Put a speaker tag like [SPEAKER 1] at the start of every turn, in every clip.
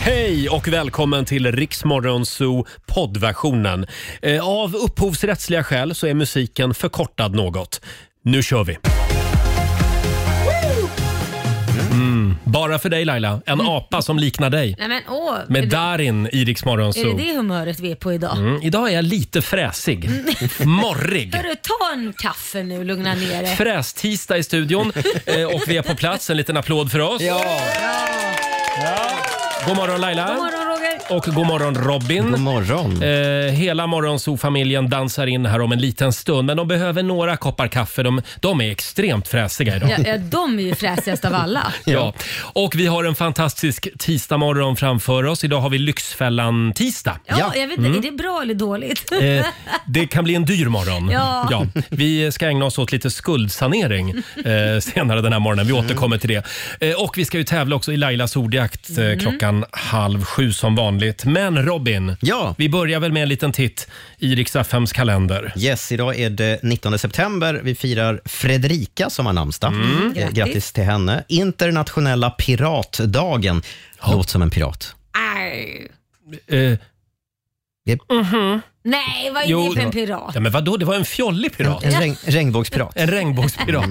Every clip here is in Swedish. [SPEAKER 1] Hej och välkommen till Riksmorgon Zoo poddversionen. Eh, Av upphovsrättsliga skäl så är musiken förkortad något. Nu kör vi! Mm. Bara för dig Laila, en apa som liknar dig.
[SPEAKER 2] Nej men åh, Mm. är,
[SPEAKER 1] Med
[SPEAKER 2] det,
[SPEAKER 1] Darin i Riksmorgon
[SPEAKER 2] är det
[SPEAKER 1] Zoo.
[SPEAKER 2] det humöret vi är på idag?
[SPEAKER 1] Mm, idag är jag lite fräsig.
[SPEAKER 2] Mm.
[SPEAKER 1] Morrig.
[SPEAKER 2] Hörru, ta en kaffe nu, lugna ner dig.
[SPEAKER 1] Frästisdag i studion eh, och vi är på plats. En liten applåd för oss.
[SPEAKER 3] Ja,
[SPEAKER 1] God morgon Laila.
[SPEAKER 2] God morgon Roger.
[SPEAKER 1] Och god morgon Robin.
[SPEAKER 3] god morgon.
[SPEAKER 1] Eh, hela Morgonzoo-familjen dansar in här om en liten stund. Men de behöver några koppar kaffe. De, de är extremt fräsiga idag.
[SPEAKER 2] Ja, ja, de är ju fräsigast av alla.
[SPEAKER 1] Ja. Och vi har en fantastisk tisdagmorgon framför oss. Idag har vi Lyxfällan-tisdag. Mm.
[SPEAKER 2] Ja,
[SPEAKER 3] Ja.
[SPEAKER 2] Jag vet inte, är det bra eller dåligt?
[SPEAKER 1] Eh, det kan bli en dyr morgon.
[SPEAKER 2] Ja.
[SPEAKER 1] vi ska ägna oss åt lite skuldsanering eh, senare den här morgonen. Vi återkommer till det. Eh, och vi ska ju tävla också i Lailas ordjakt eh,
[SPEAKER 2] Mm.
[SPEAKER 1] klockan halv sju som vanligt. Men Robin,
[SPEAKER 3] Ja.
[SPEAKER 1] vi börjar väl med en liten titt i Riks-FMs kalender.
[SPEAKER 3] Yes, idag är det 19 Eh, september. Vi firar Fredrika som har namnsdag.
[SPEAKER 1] Mm.
[SPEAKER 3] Eh,
[SPEAKER 2] Grattis.
[SPEAKER 3] Grattis till henne. Internationella piratdagen. Låt som en pirat.
[SPEAKER 2] Arr.
[SPEAKER 1] Eh,
[SPEAKER 2] Nej, vad är
[SPEAKER 1] Jo,
[SPEAKER 2] det för en pirat?
[SPEAKER 1] ja, men vadå, det var en fjollig pirat.
[SPEAKER 3] En regn, regnbågspirat. Mm.
[SPEAKER 1] En regnbågspirat.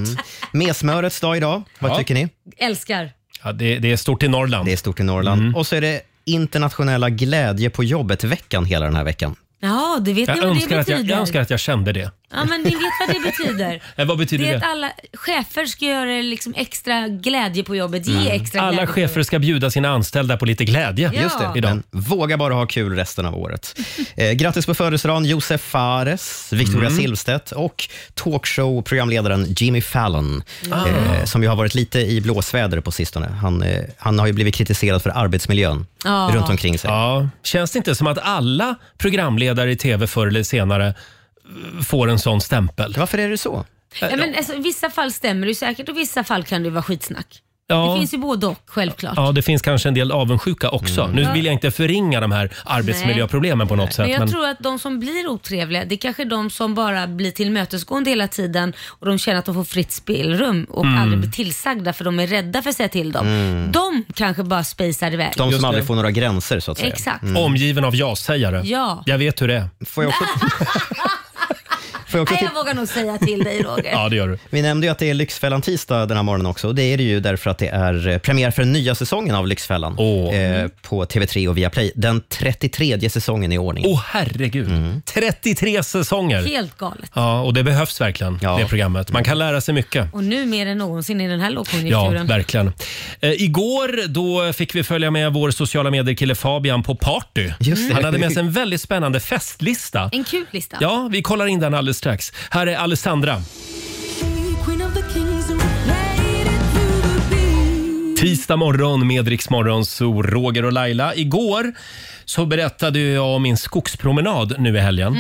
[SPEAKER 3] Mesmörets dag idag. Vad
[SPEAKER 1] Ja.
[SPEAKER 3] tycker ni?
[SPEAKER 2] Älskar.
[SPEAKER 1] Ja, det, det är stort i Norrland. Mm.
[SPEAKER 3] Det är stort i Norrland. Och så är det internationella glädje på jobbet-veckan hela den här veckan.
[SPEAKER 2] Ja, du vet
[SPEAKER 1] Jag,
[SPEAKER 2] ni vad det
[SPEAKER 1] önskar att jag,
[SPEAKER 2] betyder?
[SPEAKER 1] jag önskar att jag kände det.
[SPEAKER 2] Ja, men ni vet vad det betyder.
[SPEAKER 1] Eh, vad betyder
[SPEAKER 2] Det är
[SPEAKER 1] det?
[SPEAKER 2] att alla chefer ska göra liksom extra glädje på jobbet. Ge extra
[SPEAKER 1] Mm. Alla
[SPEAKER 2] glädje.
[SPEAKER 1] chefer ska bjuda sina anställda på lite glädje.
[SPEAKER 2] Ja.
[SPEAKER 3] Just det.
[SPEAKER 1] Idag.
[SPEAKER 3] Men våga bara ha kul resten av året. Eh, grattis på födelsedagen Josef Fares, Victoria
[SPEAKER 1] Mm.
[SPEAKER 3] Silvstedt och talkshow-programledaren Jimmy Fallon,
[SPEAKER 2] Ah.
[SPEAKER 3] eh, som ju har varit lite i blåsväder på sistone. Han, eh, han har ju blivit kritiserad för arbetsmiljön
[SPEAKER 2] Ja.
[SPEAKER 3] runt omkring sig.
[SPEAKER 1] Ja. Känns det inte som att alla programledare i tv förr eller senare eh, får en sån stämpel? Eh,
[SPEAKER 3] Varför är det så?
[SPEAKER 2] Ja, men, alltså, I vissa fall stämmer det ju säkert och i vissa fall kan det ju vara skitsnack.
[SPEAKER 1] Ja.
[SPEAKER 2] Det finns ju både och, självklart.
[SPEAKER 1] Ja, det finns kanske en del avundsjuka också.
[SPEAKER 3] Mm.
[SPEAKER 1] Nu vill jag inte förringa de här arbetsmiljöproblemen på något sätt.
[SPEAKER 2] Men jag
[SPEAKER 1] men-
[SPEAKER 2] tror att de som blir otrevliga, det är kanske de som bara blir tillmötesgående hela tiden och de känner att de får fritt spelrum och
[SPEAKER 1] Mm.
[SPEAKER 2] aldrig blir tillsagda för de är rädda för att säga till dem. De kanske bara spejsar iväg.
[SPEAKER 3] Mm. De
[SPEAKER 1] Just
[SPEAKER 3] som
[SPEAKER 1] det.
[SPEAKER 3] aldrig får några gränser, så att säga. Mm.
[SPEAKER 2] Exakt.
[SPEAKER 1] Omgiven av ja-sägare.
[SPEAKER 2] Ja.
[SPEAKER 1] Jag vet hur det är.
[SPEAKER 3] Får jag också... Får jag också
[SPEAKER 2] Nej,
[SPEAKER 3] ti-
[SPEAKER 2] jag vågar nog säga till dig Roger.
[SPEAKER 1] Ja, det gör du.
[SPEAKER 3] Vi nämnde ju att det är Lyxfällan tisdag den här morgonen också. Och det är det ju därför att det är eh, premiär för den nya säsongen av Lyxfällan
[SPEAKER 1] Åh.
[SPEAKER 3] eh, på TV3 och Viaplay. Den 33 säsongen i ordning. Mm.
[SPEAKER 1] Åh herregud. 33 säsonger.
[SPEAKER 2] Helt galet.
[SPEAKER 1] Ja, och det behövs verkligen,
[SPEAKER 3] Ja.
[SPEAKER 1] det programmet. Man kan lära sig mycket.
[SPEAKER 2] Och nu mer än någonsin i den här
[SPEAKER 1] Ja,
[SPEAKER 2] lågkonjunkturen.
[SPEAKER 1] verkligen. Eh, igår då fick vi följa med vår sociala medier-kille Fabian på party.
[SPEAKER 3] Just det.
[SPEAKER 1] Han hade med sig en väldigt spännande festlista.
[SPEAKER 2] en kul lista.
[SPEAKER 1] Ja, vi kollar in den alldeles strax. Här är Alessandra. Tisdag morgon med Rix Morgon, så Roger och Laila. Igår så berättade ju jag om min skogspromenad nu i helgen.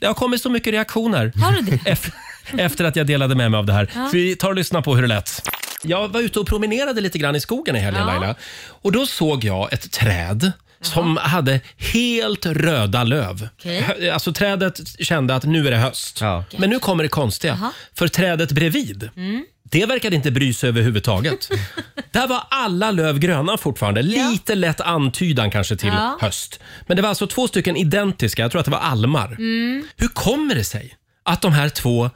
[SPEAKER 1] Det har kommit så mycket reaktioner.
[SPEAKER 2] Mm. Har du det?
[SPEAKER 1] Ef- Efter att jag delade med mig av det här. Så vi tar och lyssnar på hur det lät. Jag var ute och promenerade lite grann i skogen i helgen
[SPEAKER 2] Ja.
[SPEAKER 1] Laila. Och då såg jag ett träd som hade helt röda löv.
[SPEAKER 2] Okej.
[SPEAKER 1] Hö- Alltså trädet kände att nu är det höst.
[SPEAKER 3] Ja.
[SPEAKER 1] Men nu kommer det konstiga. För trädet bredvid,
[SPEAKER 3] Mm.
[SPEAKER 1] det verkade inte bry sig överhuvudtaget. Där var alla löv gröna fortfarande. Lite lätt antydan kanske till
[SPEAKER 2] Ja.
[SPEAKER 1] höst. Men det var alltså två stycken identiska, jag tror att det var almar.
[SPEAKER 2] Mm.
[SPEAKER 1] Hur kommer det sig att de här två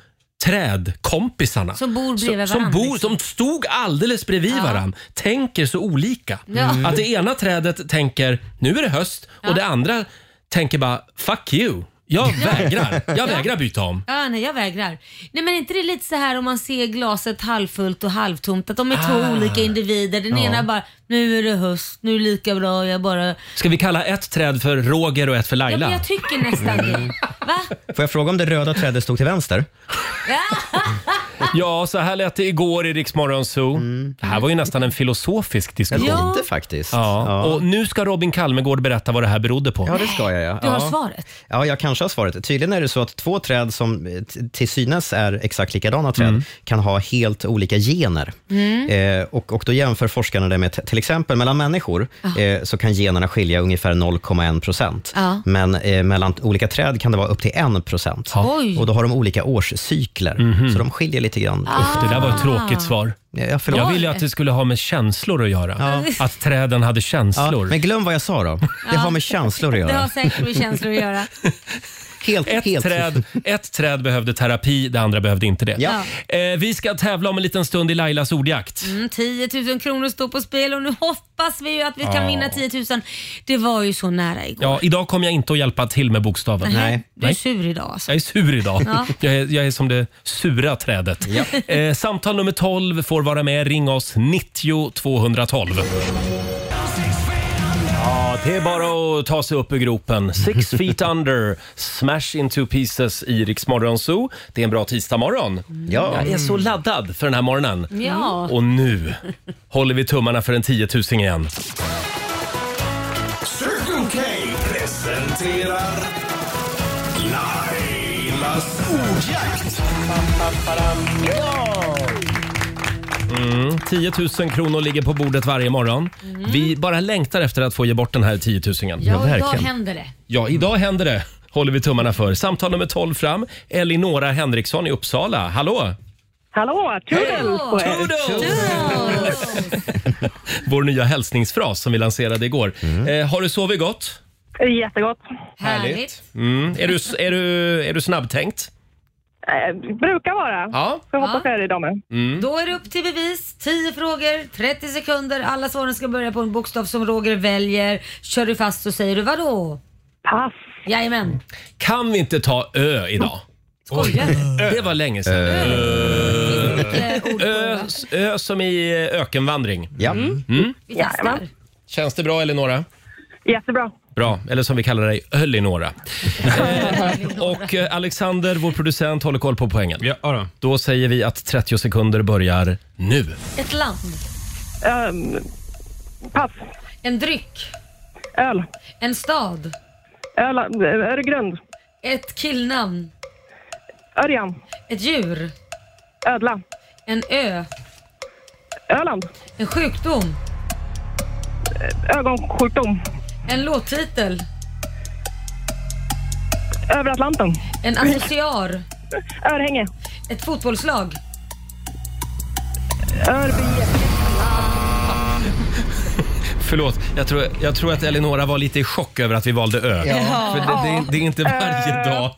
[SPEAKER 1] trädkompisarna
[SPEAKER 2] Som bor bredvid
[SPEAKER 1] som, som,
[SPEAKER 2] varandra,
[SPEAKER 1] bor,
[SPEAKER 2] liksom.
[SPEAKER 1] som stod alldeles bredvid varandra tänker så olika? Mm.
[SPEAKER 2] Ja.
[SPEAKER 1] Att det ena trädet tänker nu är det höst och det andra tänker bara fuck you. Jag vägrar. Jag vägrar byta om.
[SPEAKER 2] Ja, nej, jag vägrar. Nej, men är inte det lite så här om man ser glaset halvfullt och halvtomt? Att de är
[SPEAKER 1] Ah.
[SPEAKER 2] två olika individer. Den ena bara, nu är det höst, nu är det lika bra, jag bara... Ja,
[SPEAKER 1] Ska vi kalla ett träd för Roger och ett för
[SPEAKER 2] men
[SPEAKER 1] Laila?
[SPEAKER 2] jag tycker nästan det. Va?
[SPEAKER 3] Får jag fråga om det röda trädet stod till vänster?
[SPEAKER 1] Ja, så här lät det igår i Riksmorgon Zoo. Det här var ju nästan en filosofisk diskussion. Ja.
[SPEAKER 3] Mm. Lite faktiskt.
[SPEAKER 1] Och nu ska Robin Kalmegård berätta vad det här berodde på.
[SPEAKER 3] Ja, det ska jag. Ja.
[SPEAKER 2] Du har
[SPEAKER 3] ja.
[SPEAKER 2] svaret.
[SPEAKER 3] Ja, jag kanske har svaret. Tydligen är det så att två träd som eh, t- till synes är exakt likadana träd
[SPEAKER 1] Mm.
[SPEAKER 3] kan ha helt olika gener.
[SPEAKER 2] Mm.
[SPEAKER 3] Eh, och, och Då jämför forskarna det med t- till exempel mellan människor
[SPEAKER 2] Ah.
[SPEAKER 3] eh, så kan generna skilja ungefär 0,1 procent.
[SPEAKER 2] Ja.
[SPEAKER 3] Men eh, mellan t- olika träd kan det vara upp till 1 procent.
[SPEAKER 2] Oj.
[SPEAKER 1] Mhm.
[SPEAKER 3] Och då har de olika årscykler, så de skiljer lite grann.
[SPEAKER 1] Ah. Det där var ett tråkigt svar.
[SPEAKER 3] Ja, förlåt.
[SPEAKER 1] Jag ville ju att det skulle ha med känslor att göra. Att träden hade
[SPEAKER 3] Ja,
[SPEAKER 1] känslor.
[SPEAKER 3] men glöm vad jag sa då. Det har med känslor att
[SPEAKER 2] Det har
[SPEAKER 3] göra.
[SPEAKER 2] säkert med känslor att göra.
[SPEAKER 3] Helt,
[SPEAKER 1] Ett
[SPEAKER 3] helt.
[SPEAKER 1] träd, ett träd behövde terapi, det andra behövde inte det.
[SPEAKER 3] Ja.
[SPEAKER 1] Eh, vi ska tävla om en liten stund i Lailas ordjakt.
[SPEAKER 2] Mm, 10 000 kronor står på spel och nu hoppas vi ju att vi kan
[SPEAKER 1] Ja.
[SPEAKER 2] vinna 10 000. Det var ju så nära igår.
[SPEAKER 1] Ja, idag kommer jag inte att hjälpa till med bokstaven.
[SPEAKER 3] Nej.
[SPEAKER 2] Du är
[SPEAKER 1] Nej.
[SPEAKER 2] sur idag alltså.
[SPEAKER 1] Jag är sur idag. Jag, är, jag är som det sura trädet. Eh, samtal nummer 12 får vara med. Ring oss 90 212. Ja, det är bara att ta sig upp ur gropen. Six feet under, smash into pieces i Rix Morgon Zoo. Det är en bra tisdagmorgon.
[SPEAKER 3] Ja.
[SPEAKER 1] Jag är så laddad för den här morgonen.
[SPEAKER 2] Mm. Ja.
[SPEAKER 3] Mm.
[SPEAKER 1] Och nu håller vi tummarna för en tiotusing igen.
[SPEAKER 4] Circle K presenterar Lailas ordjakt.
[SPEAKER 1] Mm, 10 000 kronor ligger på bordet varje morgon. Vi bara längtar efter att få ge bort den här tiotusingen.
[SPEAKER 2] Mm. Ja, och idag
[SPEAKER 3] verkligen.
[SPEAKER 2] händer det.
[SPEAKER 1] Ja, idag händer det. Håller vi tummarna för. Samtal nummer 12 fram. Elinora Henriksson i Uppsala. Hallå!
[SPEAKER 5] Hallå, Toodles på er!
[SPEAKER 1] Vår nya hälsningsfras som vi lanserade igår.
[SPEAKER 5] Mm.
[SPEAKER 1] Eh, har du sovit gott?
[SPEAKER 5] Det är Jättegott.
[SPEAKER 2] Härligt.
[SPEAKER 1] Mm. Är, du, är, du, är du snabbtänkt?
[SPEAKER 5] Eh, brukar vara.
[SPEAKER 1] Ja. Mm.
[SPEAKER 5] Så jag hoppas jag är det idag med.
[SPEAKER 2] Då är det upp till bevis. 10 frågor, 30 sekunder. Alla svaren ska börja på en bokstav som Roger väljer. Kör du fast så säger du vadå?
[SPEAKER 5] Pass.
[SPEAKER 2] Jajamän.
[SPEAKER 1] Kan vi inte ta Ö idag?
[SPEAKER 2] Skojar du?
[SPEAKER 1] Det var länge sedan. Ö,
[SPEAKER 2] Vilket, eh, ord
[SPEAKER 1] ö,
[SPEAKER 2] på-
[SPEAKER 1] ö som i eh, ökenvandring. Mm.
[SPEAKER 3] Ja.
[SPEAKER 2] Vi testar.
[SPEAKER 5] Jajamän.
[SPEAKER 1] Känns det bra Elinora?
[SPEAKER 5] Jättebra.
[SPEAKER 1] Bra, eller som vi kallar dig, Ölinora. eh, och eh, Alexander, vår producent, håller koll på poängen.
[SPEAKER 6] Ja, då.
[SPEAKER 1] Då säger vi att 30 sekunder börjar nu.
[SPEAKER 2] Ett land.
[SPEAKER 5] Ehm, pass.
[SPEAKER 2] En dryck.
[SPEAKER 5] Öl.
[SPEAKER 2] En stad.
[SPEAKER 5] Öl. eh, Öregrund.
[SPEAKER 2] Ett killnamn.
[SPEAKER 5] Örjan.
[SPEAKER 2] Ett djur.
[SPEAKER 5] Ödla.
[SPEAKER 2] En ö.
[SPEAKER 5] Öland. Eh,
[SPEAKER 2] En sjukdom.
[SPEAKER 5] Ögonsjukdom.
[SPEAKER 2] En låttitel.
[SPEAKER 5] Över Atlanten.
[SPEAKER 2] En associar.
[SPEAKER 5] Örhänge.
[SPEAKER 2] Ett fotbollslag.
[SPEAKER 5] Örby.
[SPEAKER 1] Förlåt, jag tror, jag tror att Elinora var lite i chock över att vi valde Ö. För det, det, är- det är inte varje dag.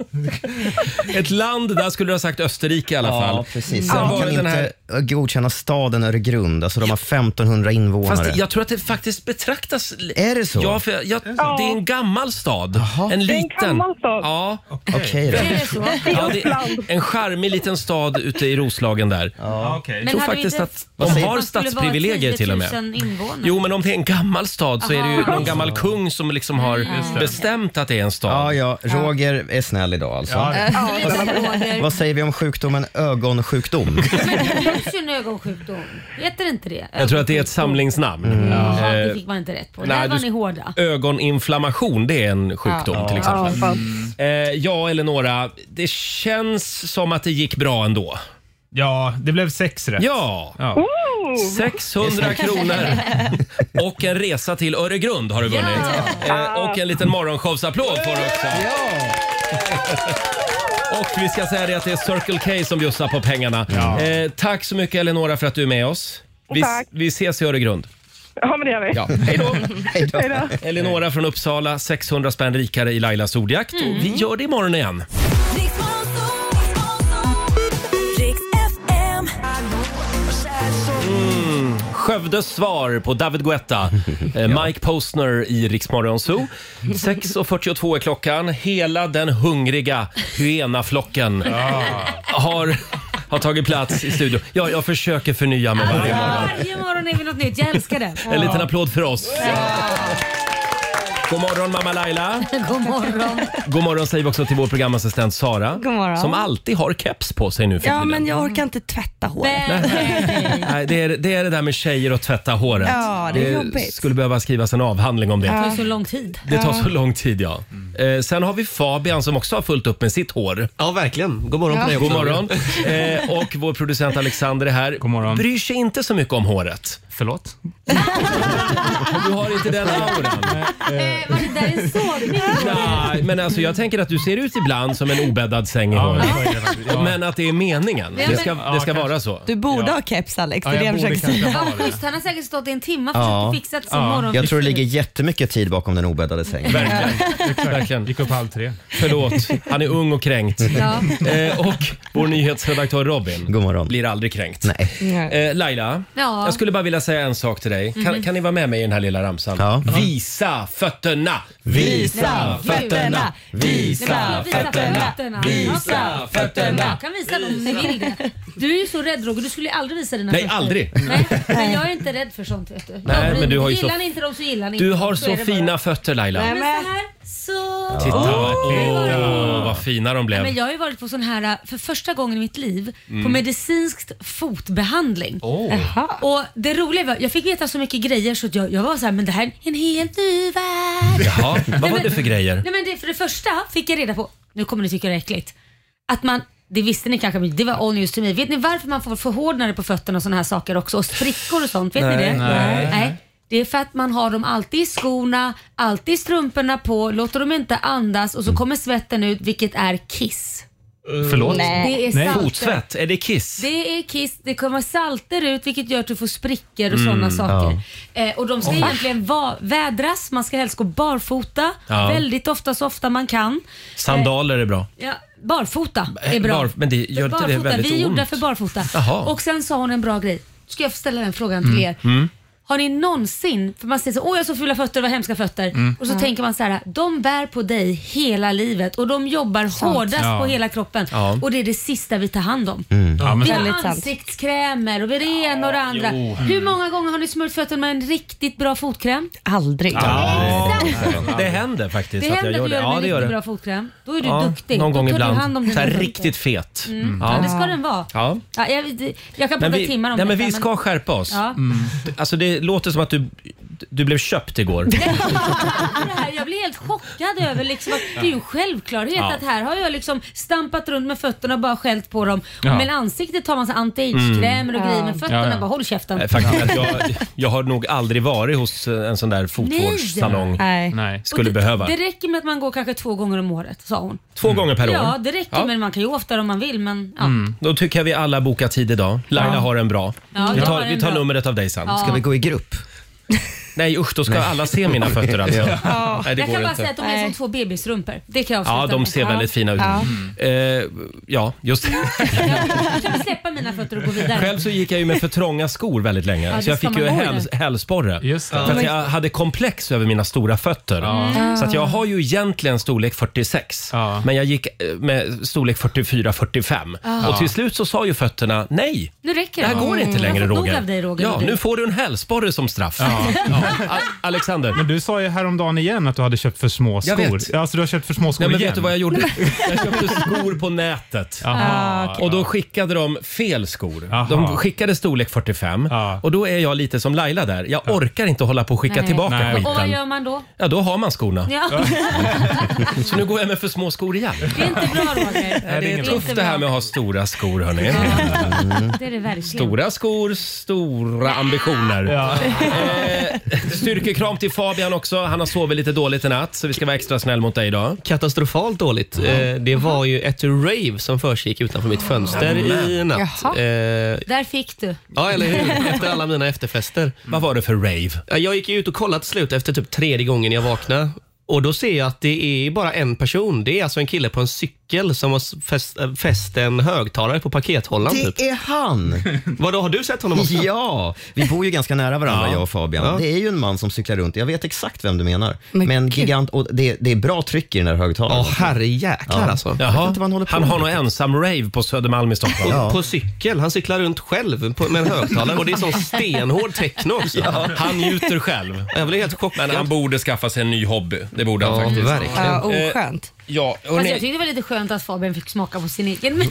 [SPEAKER 1] Ett land, där skulle du ha sagt Österrike i alla fall.
[SPEAKER 3] Ja, precis.
[SPEAKER 1] Sen
[SPEAKER 3] De
[SPEAKER 1] var
[SPEAKER 3] kan
[SPEAKER 1] det den här...
[SPEAKER 3] inte godkänna staden Öregrund. Alltså, de har 1500 invånare.
[SPEAKER 1] Fast jag tror att det faktiskt betraktas... li-
[SPEAKER 3] Är det så?
[SPEAKER 1] Ja, för jag, jag, det är en gammal stad. En
[SPEAKER 5] Det är en
[SPEAKER 1] liten.
[SPEAKER 5] gammal stad.
[SPEAKER 1] Ja.
[SPEAKER 3] Okej då.
[SPEAKER 2] Är det så?
[SPEAKER 1] Ja, det är en charmig liten stad ute i Roslagen där.
[SPEAKER 6] Ja, okej.
[SPEAKER 1] tror
[SPEAKER 2] hade vi
[SPEAKER 1] faktiskt
[SPEAKER 2] inte-
[SPEAKER 1] att de
[SPEAKER 2] Man
[SPEAKER 1] har
[SPEAKER 2] skulle vara
[SPEAKER 1] stadsprivilegier till och med.
[SPEAKER 2] 10 000 invånare.
[SPEAKER 1] Jo, men om det är en gammal stad så är det ju
[SPEAKER 2] Aha.
[SPEAKER 1] någon gammal kung som liksom har bestämt att det är en stad.
[SPEAKER 3] Ja, ja. Roger är snäll idag alltså.
[SPEAKER 6] Ja, det-
[SPEAKER 2] Lite frågor.
[SPEAKER 3] Vad säger vi om sjukdomen ögonsjukdom?
[SPEAKER 2] Men det finns ju en ögonsjukdom. Heter inte det?
[SPEAKER 1] Jag tror att det är ett samlingsnamn.
[SPEAKER 3] Mm.
[SPEAKER 1] Eh,
[SPEAKER 2] Ja, det fick man inte rätt på.
[SPEAKER 1] nej,
[SPEAKER 2] Där var
[SPEAKER 1] du-
[SPEAKER 2] ni hårda.
[SPEAKER 1] Ögoninflammation, det är en sjukdom till
[SPEAKER 5] Ja,
[SPEAKER 1] exempel.
[SPEAKER 5] fan.
[SPEAKER 1] Eh, ja, Eleonora, det känns som att det gick bra ändå.
[SPEAKER 6] ja, det blev sex rätt.
[SPEAKER 1] Ja,
[SPEAKER 6] Ja.
[SPEAKER 1] 600 kronor och en resa till Öregrund har du vunnit. Eh, och en liten morgonshowsapplåd får du också. Och vi ska säga det att det är Circle K som bjussar på pengarna. Eh, tack så mycket Eleonora för att du är med oss. Vi,
[SPEAKER 5] Tack.
[SPEAKER 1] vi ses i Öregrund.
[SPEAKER 5] Ja, men det gör vi.
[SPEAKER 1] Ja. Hej då!
[SPEAKER 5] Hej då.
[SPEAKER 1] Eleonora från Uppsala, 600 spänn rikare i Lailas ordjakt. Och
[SPEAKER 5] Mm.
[SPEAKER 1] vi gör det imorgon igen. Mm. Skövdes svar på David Guetta. Eh, Mike Postner i Rix Morgon Zoo. 6.42 är klockan. Hela den hungriga hyenaflocken
[SPEAKER 7] Ah.
[SPEAKER 1] har, har tagit plats i studion. Ja, jag försöker förnya mig varje
[SPEAKER 7] Ah.
[SPEAKER 1] morgon.
[SPEAKER 2] Varje morgon är vi något nytt. Jag älskar det.
[SPEAKER 1] En liten applåd för oss. God morgon mamma Laila.
[SPEAKER 2] God morgon.
[SPEAKER 1] God morgon säger vi också till vår programassistent Sara.
[SPEAKER 7] God morgon.
[SPEAKER 1] Som alltid har keps på sig nu för
[SPEAKER 7] Ja,
[SPEAKER 1] tiden.
[SPEAKER 7] men jag orkar inte tvätta håret.
[SPEAKER 1] Nej, det, är, det är det där med tjejer och tvätta håret.
[SPEAKER 7] Ja, det är jobbigt.
[SPEAKER 1] skulle behöva skrivas en avhandling om det.
[SPEAKER 2] Det tar så lång tid.
[SPEAKER 1] Det tar så lång tid ja. Eh, sen har vi Fabian som också har fullt upp med sitt hår.
[SPEAKER 8] Mm. Ja, verkligen. God morgon på dig
[SPEAKER 1] God
[SPEAKER 8] också.
[SPEAKER 1] morgon. Eh, och vår producent Alexander är här.
[SPEAKER 6] God morgon.
[SPEAKER 1] Bryr sig inte så mycket om håret.
[SPEAKER 8] Förlåt?
[SPEAKER 1] Du har inte den auran.
[SPEAKER 2] Eh, var det där en sågning?
[SPEAKER 1] Nej, men alltså jag tänker att du ser ut ibland som en obäddad säng i hörnet. Men att det är meningen.
[SPEAKER 2] Ja,
[SPEAKER 1] Det ska,
[SPEAKER 8] men-
[SPEAKER 1] det ska
[SPEAKER 8] Ja,
[SPEAKER 1] vara så.
[SPEAKER 7] Du borde ha keps Alex, det
[SPEAKER 8] Ja,
[SPEAKER 7] är det
[SPEAKER 8] jag
[SPEAKER 7] jag
[SPEAKER 8] borde
[SPEAKER 7] försöker säga.
[SPEAKER 8] kanske ha
[SPEAKER 2] Vad
[SPEAKER 8] det.
[SPEAKER 2] schysst, han har säkert stått i en timme och
[SPEAKER 3] Ja.
[SPEAKER 2] försökt fixa sin morgon.
[SPEAKER 3] Jag tror det ligger jättemycket tid bakom den obäddade sängen.
[SPEAKER 1] Verkligen. Verkligen.
[SPEAKER 8] Gick upp halv tre.
[SPEAKER 1] Förlåt, han är ung och kränkt.
[SPEAKER 2] Ja.
[SPEAKER 1] Eh, och vår nyhetsredaktör Robin
[SPEAKER 3] God morgon.
[SPEAKER 1] blir aldrig kränkt.
[SPEAKER 3] Nej.
[SPEAKER 1] Eh, Laila,
[SPEAKER 2] Ja. Mhm.
[SPEAKER 1] jag skulle bara vilja säga en sak till dig. Kan, kan ni vara med mig i den här lilla ramsan?
[SPEAKER 3] Ja.
[SPEAKER 1] Visa fötterna!
[SPEAKER 7] Visa fötterna, visa fötterna.
[SPEAKER 1] Visa fötterna!
[SPEAKER 2] Jag kan visa dem om ni vill det. Du är ju så rädd Roger, du skulle ju aldrig visa dina
[SPEAKER 1] Nej,
[SPEAKER 2] fötter.
[SPEAKER 1] aldrig.
[SPEAKER 2] Nej, men jag är inte rädd för sånt vet du. Jag
[SPEAKER 1] Nej,
[SPEAKER 2] bryr
[SPEAKER 1] men du har ju
[SPEAKER 2] mig.
[SPEAKER 1] så-
[SPEAKER 2] gillar ni inte dem så gillar ni
[SPEAKER 1] Du
[SPEAKER 2] inte
[SPEAKER 1] har
[SPEAKER 2] dem.
[SPEAKER 1] så
[SPEAKER 2] är det
[SPEAKER 1] fina
[SPEAKER 2] bara.
[SPEAKER 1] fötter Laila.
[SPEAKER 7] Nej,
[SPEAKER 2] Men så här, så.
[SPEAKER 1] Titta vad,
[SPEAKER 2] Oj.
[SPEAKER 1] Åh, vad fina de blev. Mm.
[SPEAKER 2] Men jag har ju varit på sån här, äh, för första gången i mitt liv, på medicinskt fotbehandling.
[SPEAKER 1] Åh.
[SPEAKER 2] Och det roliga var, jag fick veta så mycket grejer så att jag, jag var så här, men det här är en helt ny värld.
[SPEAKER 1] Jaha, vad var
[SPEAKER 2] men-
[SPEAKER 1] det för grejer?
[SPEAKER 2] Nej men det, för det första fick jag reda på, nu kommer ni tycka det är äckligt, att man det visste ni kanske, men det var all news to me. Vet ni varför man får förhårdnader på fötterna och såna här saker också? Och sprickor och sånt, vet ni det?
[SPEAKER 8] Nej.
[SPEAKER 2] Det är för att man har dem alltid i skorna, alltid i strumporna på, låter dem inte andas
[SPEAKER 1] Mm.
[SPEAKER 2] och så kommer svetten ut, vilket är kiss.
[SPEAKER 8] Förlåt?
[SPEAKER 2] Det är salter.
[SPEAKER 1] Fotsvett, är det kiss?
[SPEAKER 2] Det är kiss, det kommer salter ut vilket gör att du får sprickor och
[SPEAKER 1] Mm,
[SPEAKER 2] sådana saker. Eh, och de ska egentligen va- vädras, man ska helst gå barfota
[SPEAKER 1] Ja.
[SPEAKER 2] väldigt ofta, så ofta man kan.
[SPEAKER 1] Sandaler är bra.
[SPEAKER 2] Ja, barfota är bra.
[SPEAKER 1] Bar- men det gör inte det
[SPEAKER 2] barfota,
[SPEAKER 1] väldigt
[SPEAKER 2] vi är gjorda
[SPEAKER 1] ont?
[SPEAKER 2] för barfota.
[SPEAKER 1] Jaha.
[SPEAKER 2] Och sen sa hon en bra grej. Ska jag ställa den
[SPEAKER 1] Mm.
[SPEAKER 2] frågan till er?
[SPEAKER 3] Mm.
[SPEAKER 2] Har ni någonsin, för man säger så, åh jag har så fula fötter, vad hemska fötter.
[SPEAKER 1] Mm.
[SPEAKER 2] Och så tänker man så här, de bär på dig hela livet och de jobbar hårdast
[SPEAKER 8] Ja.
[SPEAKER 2] på hela kroppen.
[SPEAKER 1] Ja. Mm.
[SPEAKER 2] Och det är det sista vi tar hand om.
[SPEAKER 8] Ja, men,
[SPEAKER 2] Vi
[SPEAKER 7] Väldigt
[SPEAKER 2] har
[SPEAKER 7] sant.
[SPEAKER 2] ansiktskrämer och vi har det ena och det andra. Hur många gånger har ni smörjt fötterna med en riktigt bra fotkräm?
[SPEAKER 7] Aldrig.
[SPEAKER 1] Det händer faktiskt
[SPEAKER 2] Det
[SPEAKER 1] att jag
[SPEAKER 2] händer
[SPEAKER 1] gör
[SPEAKER 2] att du
[SPEAKER 1] det.
[SPEAKER 2] gör
[SPEAKER 1] Ja, det gör
[SPEAKER 2] det med en riktigt
[SPEAKER 1] det.
[SPEAKER 2] bra fotkräm. Då är du
[SPEAKER 1] Ja,
[SPEAKER 2] duktig.
[SPEAKER 1] någon
[SPEAKER 2] Då
[SPEAKER 1] gång
[SPEAKER 2] tar
[SPEAKER 1] ibland.
[SPEAKER 2] Du hand om dina
[SPEAKER 1] Så här
[SPEAKER 2] fötter.
[SPEAKER 1] riktigt fet. Mm.
[SPEAKER 2] Ja.
[SPEAKER 1] Ja.
[SPEAKER 2] det ska den vara.
[SPEAKER 1] Ja.
[SPEAKER 2] Ja, jag, jag kan
[SPEAKER 1] Men
[SPEAKER 2] prata
[SPEAKER 1] vi,
[SPEAKER 2] timmar om
[SPEAKER 1] nej, men
[SPEAKER 2] detta,
[SPEAKER 1] vi ska skärpa oss.
[SPEAKER 2] Ja.
[SPEAKER 1] Alltså, det låter som att du, du blev köpt igår.
[SPEAKER 2] Det här, jag blir helt chockad över liksom att det är ju en självklarhet
[SPEAKER 1] Ja.
[SPEAKER 2] att här har jag liksom stampat runt med fötterna och bara skällt på dem.
[SPEAKER 8] Ja.
[SPEAKER 2] Men ansiktet tar man så anti-age-krämer och
[SPEAKER 1] Mm.
[SPEAKER 2] grejer men fötterna
[SPEAKER 8] Ja, ja.
[SPEAKER 2] bara håll käften.
[SPEAKER 1] Eh, Faktum att jag, jag har nog aldrig varit hos eh, en sån där fotvårdssalong.
[SPEAKER 7] Nej.
[SPEAKER 8] nej.
[SPEAKER 2] Och
[SPEAKER 1] Skulle
[SPEAKER 2] det,
[SPEAKER 1] behöva.
[SPEAKER 2] Det räcker med att man går kanske två gånger om året sa hon. Mm.
[SPEAKER 1] Två gånger per år. Mm.
[SPEAKER 2] Ja det räcker men man kan ju oftare om man vill men ja.
[SPEAKER 1] Då tycker jag vi alla bokar tid idag. Laila har en bra.
[SPEAKER 2] Ja,
[SPEAKER 1] vi
[SPEAKER 2] jag
[SPEAKER 1] tar,
[SPEAKER 2] har en
[SPEAKER 1] vi tar
[SPEAKER 2] bra.
[SPEAKER 1] numret av dig sen.
[SPEAKER 3] Ska vi gå i grupp?
[SPEAKER 1] Nej usch, då ska alla se mina fötter alltså. Nej, det
[SPEAKER 2] Jag
[SPEAKER 1] går
[SPEAKER 2] kan bara
[SPEAKER 1] inte.
[SPEAKER 2] säga att de är som två bebisrumpor. Det kan jag avsluta
[SPEAKER 1] Ja, de
[SPEAKER 2] med.
[SPEAKER 1] ser väldigt fina ut. Ja, eh, ja just
[SPEAKER 2] Ja, kan vi släppa mina fötter och gå vidare?
[SPEAKER 1] Själv så gick jag ju med för trånga skor väldigt länge.
[SPEAKER 2] det
[SPEAKER 1] så jag
[SPEAKER 2] ska
[SPEAKER 1] fick ju
[SPEAKER 2] man ha
[SPEAKER 1] häls- hälsporre.
[SPEAKER 8] Just det.
[SPEAKER 1] För att jag hade komplex över mina stora fötter. Så att jag har ju egentligen storlek 46.
[SPEAKER 8] Ja.
[SPEAKER 1] Men jag gick eh, med storlek 44-45. Och till slut så sa ju fötterna nej.
[SPEAKER 2] Nu räcker
[SPEAKER 1] Det
[SPEAKER 2] det.
[SPEAKER 1] här går inte längre
[SPEAKER 2] Mm. jag
[SPEAKER 1] Roger.
[SPEAKER 2] har fått Nog av dig, Roger
[SPEAKER 1] ja,
[SPEAKER 2] Du-
[SPEAKER 1] nu får du en hälsporre som straff. A- Alexander.
[SPEAKER 8] Men du sa ju häromdagen igen att du hade köpt för små skor.
[SPEAKER 1] Jag vet.
[SPEAKER 8] Ja, Alltså du har köpt för små skor
[SPEAKER 1] Nej, men
[SPEAKER 8] igen.
[SPEAKER 1] vet du vad jag gjorde? Jag köpte skor på nätet.
[SPEAKER 2] Ah,
[SPEAKER 8] Jaha.
[SPEAKER 1] Och då skickade de fel skor.
[SPEAKER 8] Aha.
[SPEAKER 1] De skickade storlek 45
[SPEAKER 8] Ja.
[SPEAKER 1] och då är jag lite som Laila där. Jag orkar inte hålla på och skicka
[SPEAKER 2] Nej.
[SPEAKER 1] tillbaka
[SPEAKER 8] Nej.
[SPEAKER 2] Och vad
[SPEAKER 1] skiten.
[SPEAKER 2] gör man då?
[SPEAKER 1] Ja, då har man skorna.
[SPEAKER 2] Ja,
[SPEAKER 1] Så nu går jag med för små skor igen.
[SPEAKER 2] det är inte bra Roger.
[SPEAKER 1] Nej, det är
[SPEAKER 8] inget
[SPEAKER 1] tufft
[SPEAKER 2] bra.
[SPEAKER 1] det här med att ha stora skor hörni.
[SPEAKER 2] Det är det verkligen.
[SPEAKER 1] Stora skor, stora ambitioner. Eh,
[SPEAKER 8] Ja.
[SPEAKER 1] Styrkekram till Fabian också. Han har sovit lite dåligt i natt så vi ska vara extra snäll mot dig idag.
[SPEAKER 9] Katastrofalt dåligt. Eh, det var ju ett rave som försiggick utanför mitt fönster i natt.
[SPEAKER 7] Jaha.
[SPEAKER 9] Eh,
[SPEAKER 2] Där fick du.
[SPEAKER 9] ja, eller hur? Efter alla mina efterfester.
[SPEAKER 1] Vad var det för rave?
[SPEAKER 9] Ja, Jag gick ju ut och kollade till slut efter typ tredje gången jag vaknade. Och då ser jag att det är bara en person. Det är alltså en kille på en cykel som har fäst, äh, fäst en högtalare på pakethållaren. Typ.
[SPEAKER 3] Det är han!
[SPEAKER 9] Vadå, har du sett honom också?
[SPEAKER 3] Ja, vi bor ju ganska nära varandra jag och Fabian.
[SPEAKER 9] Ja.
[SPEAKER 3] Det är ju en man som cyklar runt, jag vet exakt vem du menar. Men, gigant, och det, det är bra tryck i den där högtalaren.
[SPEAKER 9] Ja, herrejäklar
[SPEAKER 3] Ja.
[SPEAKER 9] alltså.
[SPEAKER 1] Jaha.
[SPEAKER 3] vet inte vad han håller på
[SPEAKER 1] han
[SPEAKER 3] med
[SPEAKER 1] har nog ensam rave på Södermalm i Stockholm.
[SPEAKER 3] Ja.
[SPEAKER 9] På cykel. Han cyklar runt själv på, med en högtalare och det är sån stenhård techno också.
[SPEAKER 1] Han njuter själv.
[SPEAKER 9] Jag blev helt chockad.
[SPEAKER 1] Men han borde skaffa sig en ny hobby. Det borde han
[SPEAKER 9] Ja,
[SPEAKER 1] faktiskt. Eh,
[SPEAKER 9] verkligen.
[SPEAKER 7] Ja, oskönt. Alltså,
[SPEAKER 1] Ja,
[SPEAKER 2] Fast jag
[SPEAKER 1] hörni,
[SPEAKER 2] tyckte det var lite skönt att Fabian fick smaka på sin egen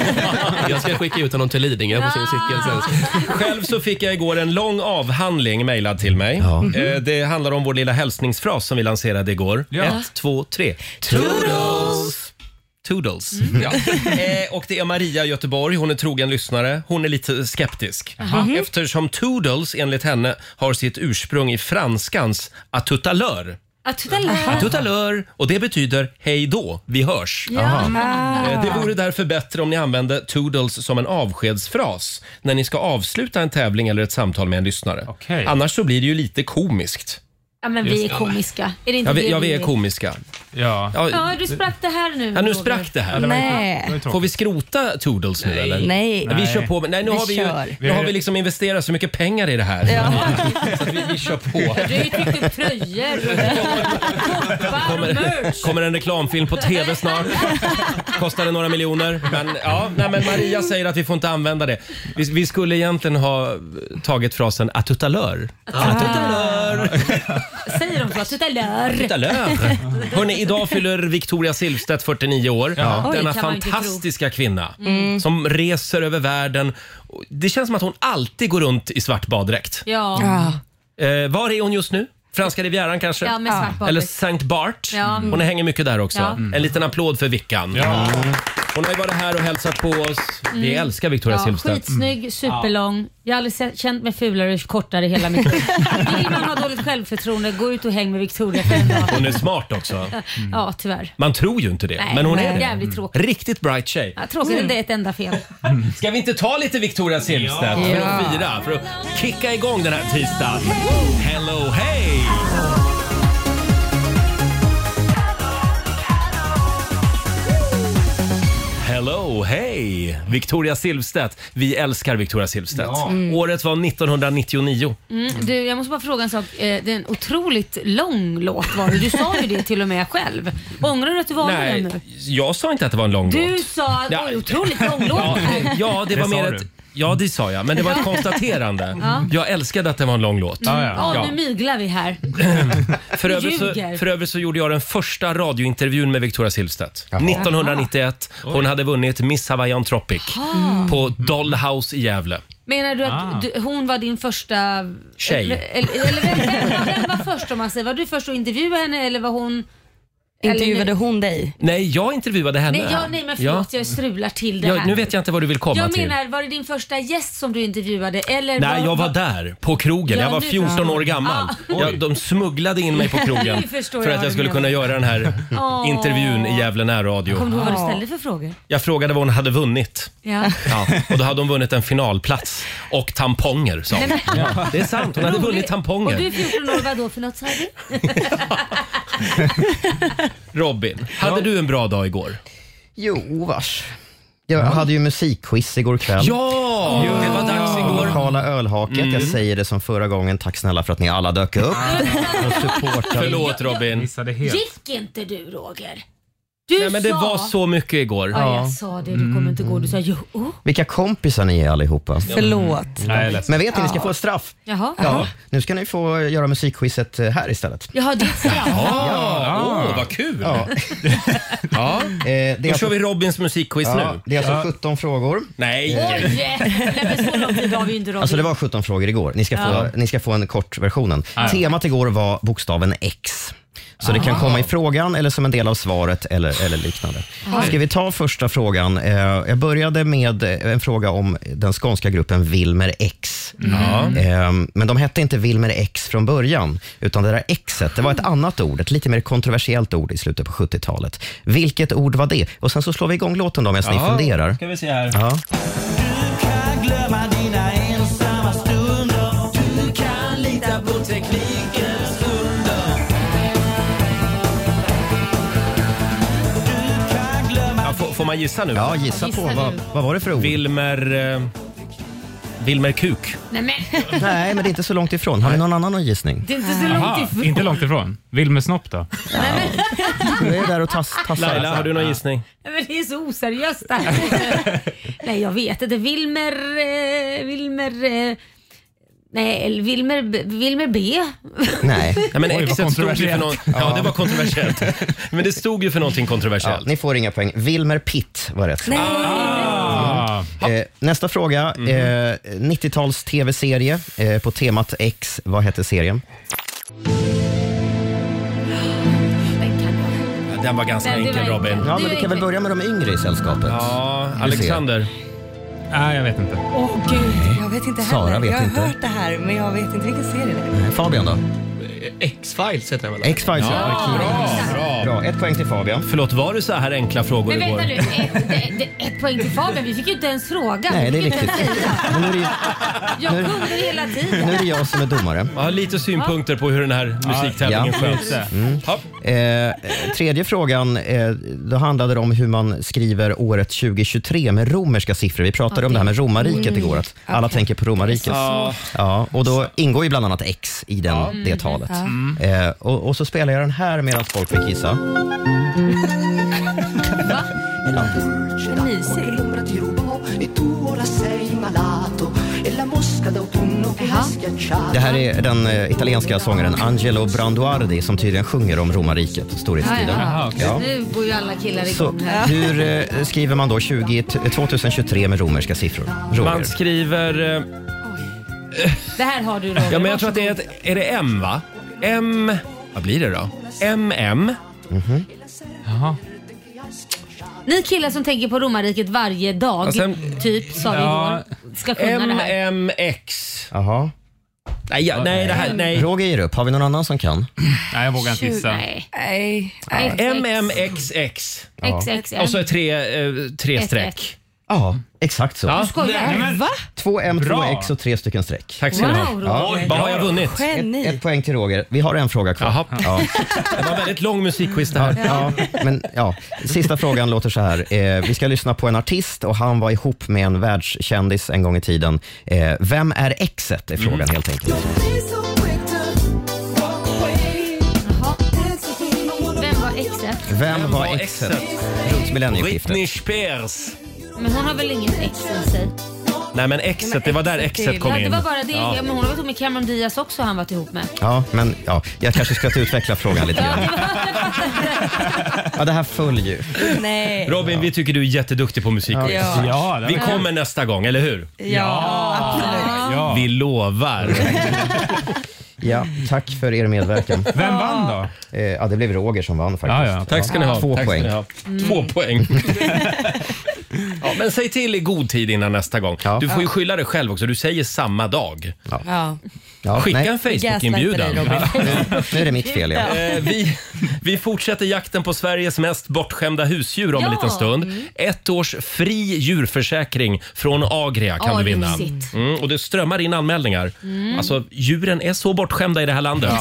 [SPEAKER 9] Jag ska skicka ut honom till Lidingö på sin cykel sen.
[SPEAKER 1] själv så fick jag igår en lång avhandling mejlad till mig. Eh, Det handlar om vår lilla hälsningsfras som vi lanserade igår.
[SPEAKER 8] Ja.
[SPEAKER 1] Ett, två, tre. Toodles. Ja. Eh, och det är Maria i Göteborg, hon är trogen lyssnare. Hon är lite skeptisk. Eftersom Toodles enligt henne har sitt ursprung i franskans à tout à l'heure.
[SPEAKER 2] Att titta lär.
[SPEAKER 1] À tout à l'heure, och det betyder hej då, vi hörs.
[SPEAKER 2] Ah.
[SPEAKER 1] Eh, Det vore därför bättre om ni använde toodles som en avskedsfras när ni ska avsluta en tävling eller ett samtal med en lyssnare.
[SPEAKER 8] Okej.
[SPEAKER 1] Annars så blir det ju lite komiskt.
[SPEAKER 2] Ja men vi är komiska. Är det inte
[SPEAKER 1] Ja, vi,
[SPEAKER 2] det
[SPEAKER 1] ja, vi är
[SPEAKER 2] vill?
[SPEAKER 1] komiska.
[SPEAKER 8] Ja.
[SPEAKER 1] Ja,
[SPEAKER 2] Ja, du sprack det här nu.
[SPEAKER 1] ja, nu
[SPEAKER 2] Roger.
[SPEAKER 1] sprack det här.
[SPEAKER 8] Det var
[SPEAKER 7] Nej.
[SPEAKER 8] ju tråkigt.
[SPEAKER 1] Får vi skrota Toodles nu eller?
[SPEAKER 7] Nej.
[SPEAKER 1] Vi kör på. Nej, nu,
[SPEAKER 7] Vi
[SPEAKER 1] har vi ju,
[SPEAKER 7] kör.
[SPEAKER 1] nu har vi liksom investerat så mycket pengar i det här.
[SPEAKER 7] Ja.
[SPEAKER 1] Så att vi, vi kör på.
[SPEAKER 2] Du har ju tryckt upp tröjor och koppar och merch.
[SPEAKER 1] Kommer, kommer en reklamfilm på tv snart. Kostade några miljoner. Men, ja, nej, men Maria säger att vi får inte använda det. Vi, vi skulle egentligen ha tagit frasen à tout à l'heure.
[SPEAKER 2] Säger de så? Titta lör.
[SPEAKER 1] Titta löv! Hörrni, idag fyller Victoria Silvstedt 49 år.
[SPEAKER 2] Oj,
[SPEAKER 1] Denna
[SPEAKER 2] kan man inte Mm.
[SPEAKER 1] fantastiska kvinna som reser över världen. Det känns som att hon alltid går runt i svart baddräkt.
[SPEAKER 2] Ja,
[SPEAKER 1] Eh, var är hon just nu? Franska rivieran kanske? Ah.
[SPEAKER 2] ja med svart
[SPEAKER 1] Eller
[SPEAKER 2] bakis.
[SPEAKER 1] Saint Bart.
[SPEAKER 2] Ja. Mm.
[SPEAKER 1] Hon hänger mycket där också. Mm.
[SPEAKER 2] Ja.
[SPEAKER 1] En liten applåd för Vickan. Hon har ju varit här och hälsat på oss. Vi älskar Victoria
[SPEAKER 2] Mm. Ja,
[SPEAKER 1] Silvstedt.
[SPEAKER 2] skitsnygg, superlång. Jag har aldrig se- känt mig fulare och kortare i hela mitt liv. Vill man ha dåligt självförtroende, gå ut och häng med Victoria för en dag.
[SPEAKER 1] Mm. Hon är smart också.
[SPEAKER 2] Ja, tyvärr.
[SPEAKER 1] Man tror ju inte det,
[SPEAKER 2] Nej,
[SPEAKER 1] men hon är
[SPEAKER 2] nej.
[SPEAKER 1] det.
[SPEAKER 2] Jävligt tråkig.
[SPEAKER 1] Riktigt bright tjej. Mm.
[SPEAKER 2] Ja, tråkigt att det är ett enda fel.
[SPEAKER 1] Ska vi inte ta lite Victoria Silvstedt för att fira, för att kicka igång den här tisdagen? Hello, hey! Hello, hey! Victoria Silvstedt. Vi älskar Victoria Silvstedt. Året var 1999.
[SPEAKER 2] Mm, du, jag måste bara fråga en sak. Eh, Det är en otroligt lång låt var det. Du sa ju det till och med själv. Ångrar du att du valde den nu?
[SPEAKER 1] jag sa inte att det var en lång
[SPEAKER 2] Du
[SPEAKER 1] låt.
[SPEAKER 2] sa att
[SPEAKER 1] Ja.
[SPEAKER 2] oj, otroligt lång låt.
[SPEAKER 1] Ja, det, ja, det, var
[SPEAKER 8] sa
[SPEAKER 1] mer
[SPEAKER 8] du.
[SPEAKER 1] ett... Ja, det sa jag, men det var ett konstaterande. Jag älskade att det var en lång låt.
[SPEAKER 8] Ja, ja.
[SPEAKER 2] Mm. Ja,
[SPEAKER 1] Ja.
[SPEAKER 2] nu myglar vi här.
[SPEAKER 1] För
[SPEAKER 2] Du
[SPEAKER 1] övrigt, så,
[SPEAKER 2] ljuger.
[SPEAKER 1] för övrigt så gjorde jag den första radiointervjun med Victoria Silvstedt. 1991. Hon hade vunnit Miss Hawaiian Tropic på Dollhouse i Gävle.
[SPEAKER 2] Menar du att du, hon var din första...
[SPEAKER 1] Ah. Tjej.
[SPEAKER 2] Eller, eller, eller vem, vem, vem var först om man säger? Var du först att intervjua henne eller var hon...
[SPEAKER 7] Intervjuade hon dig?
[SPEAKER 1] Nej, jag intervjuade henne.
[SPEAKER 2] Nej, ja, nej men förlåt jag strular till det
[SPEAKER 1] Ja.
[SPEAKER 2] här.
[SPEAKER 1] Ja, nu vet jag inte vad du vill komma
[SPEAKER 2] jag
[SPEAKER 1] till.
[SPEAKER 2] menar, var det din första gäst som du intervjuade? Eller
[SPEAKER 1] Nej, jag var där på krogen.
[SPEAKER 2] Ja,
[SPEAKER 1] jag var
[SPEAKER 2] nu-
[SPEAKER 1] 14 år gammal. Jag, de smugglade in mig på krogen
[SPEAKER 2] Nu förstår
[SPEAKER 1] för
[SPEAKER 2] jag
[SPEAKER 1] att
[SPEAKER 2] vad
[SPEAKER 1] jag
[SPEAKER 2] du
[SPEAKER 1] skulle
[SPEAKER 2] menar.
[SPEAKER 1] kunna göra den här
[SPEAKER 2] Åh.
[SPEAKER 1] intervjun i Gävle närradio.
[SPEAKER 2] Kommer du ihåg vad du ställde för frågor?
[SPEAKER 1] Jag frågade vad hon hade vunnit.
[SPEAKER 2] Ja.
[SPEAKER 1] Ja, och då hade hon vunnit en finalplats och tamponger sa hon. Det är sant, hon hade vunnit
[SPEAKER 2] Och
[SPEAKER 1] tamponger.
[SPEAKER 2] du är 14 år, vadå för något sa du?
[SPEAKER 1] Robin, hade du en bra dag igår?
[SPEAKER 3] Jo, vars. Jag hade ju musikquiz igår kväll.
[SPEAKER 1] Ja! Mm. Det var dags igår.
[SPEAKER 3] Lokala ölhaket. Jag säger det som förra gången. Tack snälla för att ni alla dök upp och supportade.
[SPEAKER 1] Förlåt Robin.
[SPEAKER 8] Missade helt.
[SPEAKER 2] Gick inte du Roger? Du
[SPEAKER 1] Nej, men det
[SPEAKER 2] sa...
[SPEAKER 1] var så mycket igår.
[SPEAKER 2] Ja, jag sa det, du kommer inte gå. Du sa jo. Oh.
[SPEAKER 3] Vilka kompisar ni är allihopa.
[SPEAKER 1] Mm.
[SPEAKER 7] Förlåt.
[SPEAKER 8] Nej, jag är ledsen.
[SPEAKER 3] Men vet ni, ni ska få ett straff.
[SPEAKER 2] Jaha.
[SPEAKER 3] Ja, nu ska ni få göra musikquizet eh, här istället.
[SPEAKER 2] Jaha, det är ett straff.
[SPEAKER 1] Ja, Åh, vad kul! Ja.
[SPEAKER 3] Ja. Eh, det
[SPEAKER 1] Då
[SPEAKER 3] är
[SPEAKER 1] kör
[SPEAKER 3] alltså,
[SPEAKER 1] vi Robins musikquiz
[SPEAKER 3] ja,
[SPEAKER 1] nu.
[SPEAKER 3] det är alltså 17 frågor. Eh,
[SPEAKER 1] Nej!
[SPEAKER 2] Oj! Nej, men så lång tid har vi ju inte Robin.
[SPEAKER 3] Alltså det var 17 frågor igår. Ni ska, få, ni ska få en kort versionen. Temat igår var bokstaven X. Så det kan komma i frågan eller som en del av svaret eller, eller liknande. Ska vi ta första frågan? Eh, Jag började med eh, en fråga om den skånska gruppen Wilmer X. Eh, Men de hette inte Wilmer X från början, utan det där Xet, det var ett annat ord, ett lite mer kontroversiellt ord i slutet på 70-talet. Vilket ord var det? Och sen så slår vi igång låten då medan ni funderar.
[SPEAKER 1] Ska vi se här.
[SPEAKER 3] Ja.
[SPEAKER 4] Kan glömma dina ensamma stunder. Du kan lita på teknikens under. Du kan glömma
[SPEAKER 1] Ja, får, får man gissa nu?
[SPEAKER 3] Ja, gissa
[SPEAKER 2] Gissa
[SPEAKER 3] på.
[SPEAKER 2] nu.
[SPEAKER 3] Vad, vad var det för ord?
[SPEAKER 1] Wilmer... Eh, Wilmer Kuk.
[SPEAKER 2] Nej, men
[SPEAKER 3] Nej, men det är inte så långt ifrån. Har ni någon annan gissning?
[SPEAKER 2] det är inte så
[SPEAKER 8] Ah,
[SPEAKER 2] långt ifrån.
[SPEAKER 8] inte långt ifrån. Wilmer Snopp då?
[SPEAKER 3] Du är där och tass, tassar.
[SPEAKER 1] Laila, har du någon gissning?
[SPEAKER 2] Men det är så oseriöst det här. Nej, jag vet inte. Wilmer... Eh, Wilmer... Eh, nej, eller Wilmer, B- Wilmer B.
[SPEAKER 3] Nej.
[SPEAKER 1] Ja, men
[SPEAKER 8] Oj, vad
[SPEAKER 1] exet stod ju för
[SPEAKER 8] kontroversiellt.
[SPEAKER 1] någon... Ja, det var kontroversiellt. Men det stod ju för någonting
[SPEAKER 3] Ja,
[SPEAKER 1] kontroversiellt.
[SPEAKER 3] ni får inga poäng. Wilmer Pitt var rätt svar.
[SPEAKER 8] Ah,
[SPEAKER 3] Eh, nästa fråga.
[SPEAKER 1] Mhm.
[SPEAKER 3] Eh, 90-tals tv-serie eh, på temat X. Vad hette serien?
[SPEAKER 2] Den kan jag.
[SPEAKER 1] Den var ganska
[SPEAKER 2] Nej, det var
[SPEAKER 1] enkel
[SPEAKER 2] enkel.
[SPEAKER 1] Robin.
[SPEAKER 3] Ja, men
[SPEAKER 2] Det
[SPEAKER 3] vi
[SPEAKER 2] är
[SPEAKER 3] kan väl
[SPEAKER 2] enkelt.
[SPEAKER 3] börja med de yngre i sällskapet.
[SPEAKER 1] Ja,
[SPEAKER 3] Vi får se.
[SPEAKER 1] Alexander.
[SPEAKER 8] Nej, jag vet inte.
[SPEAKER 7] Åh gud, jag vet inte heller.
[SPEAKER 3] Sara vet
[SPEAKER 7] jag har
[SPEAKER 3] inte.
[SPEAKER 7] hört det här men jag vet inte vilken serie det är.
[SPEAKER 3] Fabian då?
[SPEAKER 9] eh, X-Files heter den väl?
[SPEAKER 3] X-Files. Ja,
[SPEAKER 1] Bra, bra.
[SPEAKER 3] Bra, ett poäng till Fabian.
[SPEAKER 1] Förlåt, var det så här enkla frågor
[SPEAKER 2] Men
[SPEAKER 1] igår?
[SPEAKER 2] vänta nu, ett, det- det- ett poäng till Fabian. Vi fick ju inte ens fråga.
[SPEAKER 3] Nej, det är
[SPEAKER 2] Vi fick inte
[SPEAKER 3] riktigt.
[SPEAKER 2] ens säga.
[SPEAKER 3] Men nu, är det,
[SPEAKER 2] Jag kunde det hela tiden.
[SPEAKER 3] nu är det jag som är domare.
[SPEAKER 1] Jag har lite synpunkter på hur den här musiktävlingen
[SPEAKER 3] Ja.
[SPEAKER 1] sköts. Mm.
[SPEAKER 3] Mm.
[SPEAKER 1] Ja.
[SPEAKER 3] Eh, tredje frågan, eh, då handlade det om hur man skriver året 2023 med romerska siffror. Vi pratade om det här med romarriket
[SPEAKER 2] Mm.
[SPEAKER 3] igår, att alla tänker på romarriket.
[SPEAKER 1] Ja.
[SPEAKER 3] Ja, och då ingår ju bland annat X i den, det talet.
[SPEAKER 2] Mm.
[SPEAKER 3] Eh, och, och så spelar jag den här medan folk fick gissa.
[SPEAKER 2] Mysigt.
[SPEAKER 3] Det här är den eh, italienska sångaren Angelo Branduardi som tydligen sjunger om romarriket, storhetstiden.
[SPEAKER 8] Jaha, okej.
[SPEAKER 3] Ja.
[SPEAKER 2] Nu går ju alla killar
[SPEAKER 3] Så
[SPEAKER 2] igång här.
[SPEAKER 3] hur eh, skriver man då 20, 2023 med romerska siffror?
[SPEAKER 1] Man
[SPEAKER 3] Roger.
[SPEAKER 1] skriver... eh,
[SPEAKER 2] Det här har du Roger.
[SPEAKER 1] Ja, men jag tror att det är ett... Är det M, va? M... Vad blir det då? MM.
[SPEAKER 3] Mhm.
[SPEAKER 8] Jaha.
[SPEAKER 2] Ni killar som tänker på romarriket varje dag,
[SPEAKER 1] Och sen-
[SPEAKER 2] typ sa vi
[SPEAKER 8] Ja.
[SPEAKER 2] igår, ska kunna det här.
[SPEAKER 1] MMX.
[SPEAKER 3] Jaha.
[SPEAKER 1] Nej, ja, nej, det här... Nej.
[SPEAKER 3] Roger ger upp. Har vi någon annan som kan?
[SPEAKER 8] Nej, jag vågar inte gissa.
[SPEAKER 2] Nej.
[SPEAKER 7] Nej.
[SPEAKER 2] XX.
[SPEAKER 1] MMXX.
[SPEAKER 2] XXM.
[SPEAKER 1] Och så är tre, eh, tre
[SPEAKER 2] Ett,
[SPEAKER 1] streck.
[SPEAKER 3] Ja, exakt så.
[SPEAKER 1] Ja.
[SPEAKER 2] Skojar du?
[SPEAKER 7] Va?
[SPEAKER 3] Två M, två
[SPEAKER 8] Bra.
[SPEAKER 3] X och tre stycken streck.
[SPEAKER 1] Tack ska
[SPEAKER 2] Wow
[SPEAKER 1] ni ha.
[SPEAKER 2] Roger.
[SPEAKER 1] Vad har jag vunnit?
[SPEAKER 7] Geni.
[SPEAKER 3] Ett poäng till Roger. Vi har en fråga kvar.
[SPEAKER 1] Jaha.
[SPEAKER 3] Ja.
[SPEAKER 1] Det var väldigt lång musikquiz det här.
[SPEAKER 3] Ja, men, ja. Sista frågan låter så här. Eh, vi ska lyssna på en artist och han var ihop med en världskändis en gång i tiden. Eh, vem är exet? är frågan
[SPEAKER 1] Mm.
[SPEAKER 3] helt enkelt.
[SPEAKER 2] Vem var exet?
[SPEAKER 3] Vem var
[SPEAKER 1] var
[SPEAKER 3] exet
[SPEAKER 1] exet?
[SPEAKER 3] runt millennieskiftet?
[SPEAKER 1] Britney Spears.
[SPEAKER 2] Men hon har väl inget ex i sig?
[SPEAKER 1] Nej men exet, det var där exet kom
[SPEAKER 2] Ja,
[SPEAKER 1] in.
[SPEAKER 2] det var bara det.
[SPEAKER 1] Ja.
[SPEAKER 2] Men hon har varit ihop med Cameron Diaz också han varit ihop med.
[SPEAKER 3] Ja, men ja, jag kanske ska utveckla frågan lite grann. Ja, det här följer ju.
[SPEAKER 7] Nej.
[SPEAKER 1] Robin, vi tycker du är jätteduktig på musikquiz.
[SPEAKER 7] Ja.
[SPEAKER 8] Ja, det
[SPEAKER 1] Vi
[SPEAKER 8] var-
[SPEAKER 1] kommer nästa gång, eller hur?
[SPEAKER 7] Ja.
[SPEAKER 8] ja.
[SPEAKER 1] Vi lovar.
[SPEAKER 3] Ja, tack för er medverkan.
[SPEAKER 8] Vem vann då?
[SPEAKER 3] Eh, ja, det blev Roger som vann faktiskt.
[SPEAKER 8] Ja, ja.
[SPEAKER 1] Tack ska ni ha.
[SPEAKER 3] Två
[SPEAKER 1] Tack ska
[SPEAKER 3] poäng.
[SPEAKER 1] ni ha. Två poäng. Ja, men säg till i god tid innan nästa gång.
[SPEAKER 3] Ja.
[SPEAKER 1] Du får ju skylla dig själv också. Du säger samma dag.
[SPEAKER 7] Ja.
[SPEAKER 3] Ja,
[SPEAKER 1] Skicka
[SPEAKER 3] nej,
[SPEAKER 1] en Facebook-inbjudan.
[SPEAKER 7] Gaslightar dig, Robin.
[SPEAKER 3] nu är det mitt fel. Ja.
[SPEAKER 1] Eh, vi, vi fortsätter jakten på Sveriges mest bortskämda husdjur om en
[SPEAKER 2] Ja.
[SPEAKER 1] liten stund. Ett års fri djurförsäkring från Agria kan
[SPEAKER 2] Ja,
[SPEAKER 1] du vinna.
[SPEAKER 2] lyxigt.
[SPEAKER 1] Mm, och det strömmar in anmälningar. Alltså, djuren är så bortskämda i det här landet.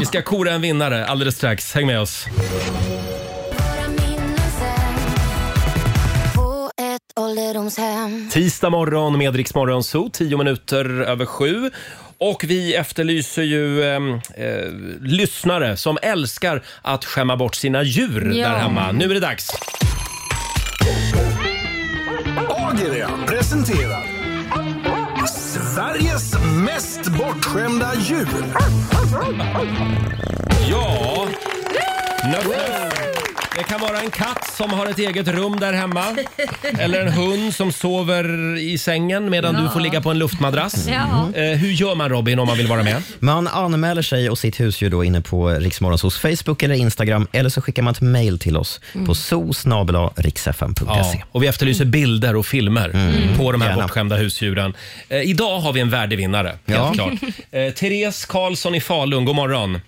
[SPEAKER 1] Vi ska kora en vinnare alldeles strax. Häng med oss. Tisdag morgon med Rix Morgon Zoo, tio minuter över sju. Och vi efterlyser ju ehm, eh, lyssnare som älskar att skämma bort sina djur
[SPEAKER 2] Ja.
[SPEAKER 1] där hemma. Nu är det dags.
[SPEAKER 10] Agria presenterar Sveriges mest bortskämda djur.
[SPEAKER 1] Ja, nöff, nöff. Det kan vara en katt som har ett eget rum där hemma. Eller en hund som sover i sängen medan du får ligga på en luftmadrass.
[SPEAKER 2] Ja.
[SPEAKER 1] Eh, hur gör man Robin om man vill vara med?
[SPEAKER 3] Man anmäler sig och sitt husdjur då inne på Riksmorgonsos Facebook eller Instagram eller så skickar man ett mejl till oss på
[SPEAKER 1] Ja,
[SPEAKER 3] zoosnabelariksfm.se.
[SPEAKER 1] och vi efterlyser bilder och filmer på de här
[SPEAKER 3] Mm. Gärna.
[SPEAKER 1] bortskämda husdjuren. Eh, idag har vi en värdig vinnare, helt
[SPEAKER 3] Ja.
[SPEAKER 1] klart. Eh, Therese Karlsson i Falun, god morgon.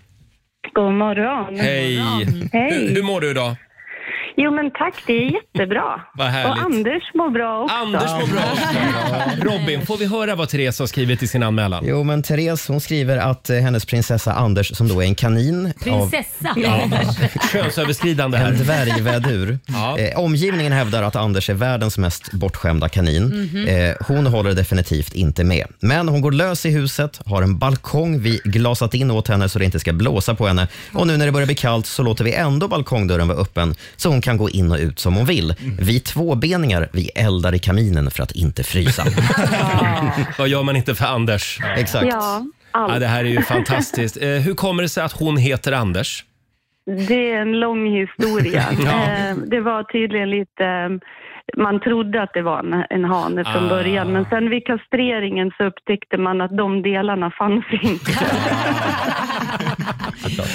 [SPEAKER 5] God morgon.
[SPEAKER 1] Hej. Hur, hur mår du idag?
[SPEAKER 5] Jo men tack, det är jättebra.
[SPEAKER 1] Vad härligt.
[SPEAKER 5] Och Anders mår bra också.
[SPEAKER 1] Anders mår bra. Robin, får vi höra vad Therese har skrivit i sin anmälan?
[SPEAKER 3] Jo, men Therese hon skriver att eh, hennes prinsessa Anders, som då är en kanin av
[SPEAKER 2] Prinsessa. Ja.
[SPEAKER 1] Könsöverskridande
[SPEAKER 3] en
[SPEAKER 1] här.
[SPEAKER 3] dvärgvädur.
[SPEAKER 1] Ja.
[SPEAKER 3] eh, omgivningen hävdar att Anders är världens mest bortskämda kanin.
[SPEAKER 1] Mhm.
[SPEAKER 3] eh, hon håller definitivt inte med. Men hon går lös i huset, har en balkong vi glasat in åt henne så det inte ska blåsa på henne. Och nu när det börjar bli kallt så låter vi ändå balkongdörren vara öppen så hon kan gå in och ut som hon vill.
[SPEAKER 1] Mm.
[SPEAKER 3] Vi tvåbeningar, vi eldar i kaminen för att inte frysa.
[SPEAKER 1] Vad gör man inte för Anders?
[SPEAKER 3] Exakt.
[SPEAKER 5] Ja,
[SPEAKER 1] Ja,
[SPEAKER 5] allt.
[SPEAKER 1] det här är ju fantastiskt. Eh, hur kommer det sig att hon heter Anders?
[SPEAKER 5] Det är en lång historia. Eh, Det var tydligen lite... eh, Man trodde att det var en, en hane från
[SPEAKER 1] Ah.
[SPEAKER 5] början, men sen vid kastreringen så upptäckte man att de delarna fanns inte.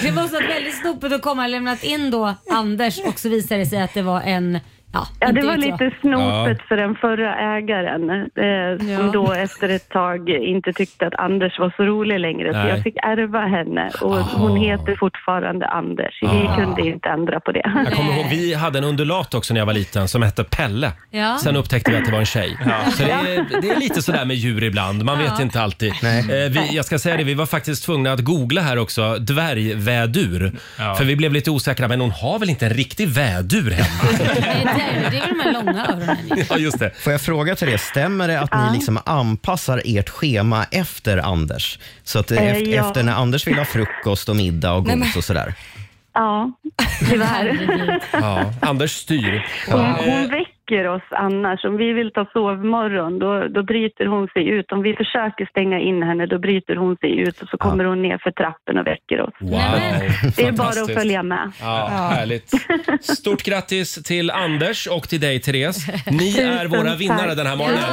[SPEAKER 2] Det måste varit väldigt snopet att komma och lämnat in då Anders och så visade det sig att det var en Ja,
[SPEAKER 5] Ja,
[SPEAKER 2] inte
[SPEAKER 5] det var
[SPEAKER 2] vet
[SPEAKER 5] lite
[SPEAKER 2] jag.
[SPEAKER 5] snopet för den förra ägaren eh, som
[SPEAKER 2] Ja.
[SPEAKER 5] då efter ett tag inte tyckte att Anders var så rolig längre.
[SPEAKER 1] Nej.
[SPEAKER 5] Så jag fick ärva henne och hon heter fortfarande Anders. Vi
[SPEAKER 1] Ah.
[SPEAKER 5] kunde inte ändra på det.
[SPEAKER 1] Jag kommer ihåg, vi hade en undulat också när jag var liten som hette Pelle.
[SPEAKER 5] Ja.
[SPEAKER 1] Sen upptäckte vi att det var en tjej.
[SPEAKER 5] Ja.
[SPEAKER 1] Så det är, det är lite sådär med djur ibland, man vet
[SPEAKER 2] Ja.
[SPEAKER 1] inte alltid. Eh, vi, jag ska säga det, vi var faktiskt tvungna att googla här också, dvärgvädur. För vi blev lite osäkra, men hon har väl inte en riktig vädur hemma?
[SPEAKER 2] Nej, Det är väl de här långa öronen.
[SPEAKER 1] ja, just det.
[SPEAKER 3] Får jag fråga till det, stämmer det att ni liksom anpassar ert schema efter Anders? Så att
[SPEAKER 5] Eh,
[SPEAKER 3] efter,
[SPEAKER 5] ja.
[SPEAKER 3] efter när Anders vill ha frukost och middag och
[SPEAKER 5] Nej,
[SPEAKER 3] godis
[SPEAKER 5] men-
[SPEAKER 3] och sådär.
[SPEAKER 5] Ja, tyvärr.
[SPEAKER 1] Ja, Anders styr.
[SPEAKER 5] Hon,
[SPEAKER 1] Eh,
[SPEAKER 5] hon väcker oss annars. Om vi vill ta sovmorgon, då, då bryter hon sig ut. Om vi försöker stänga in henne, då bryter hon sig ut och så kommer hon ner för trappen och väcker oss.
[SPEAKER 1] Wow. Fantastiskt.
[SPEAKER 5] Det är bara att följa med.
[SPEAKER 1] Ja, härligt. Stort grattis till Anders och till dig Therese. Ni är
[SPEAKER 5] Tusen
[SPEAKER 1] våra
[SPEAKER 5] tack.
[SPEAKER 1] vinnare den här morgonen.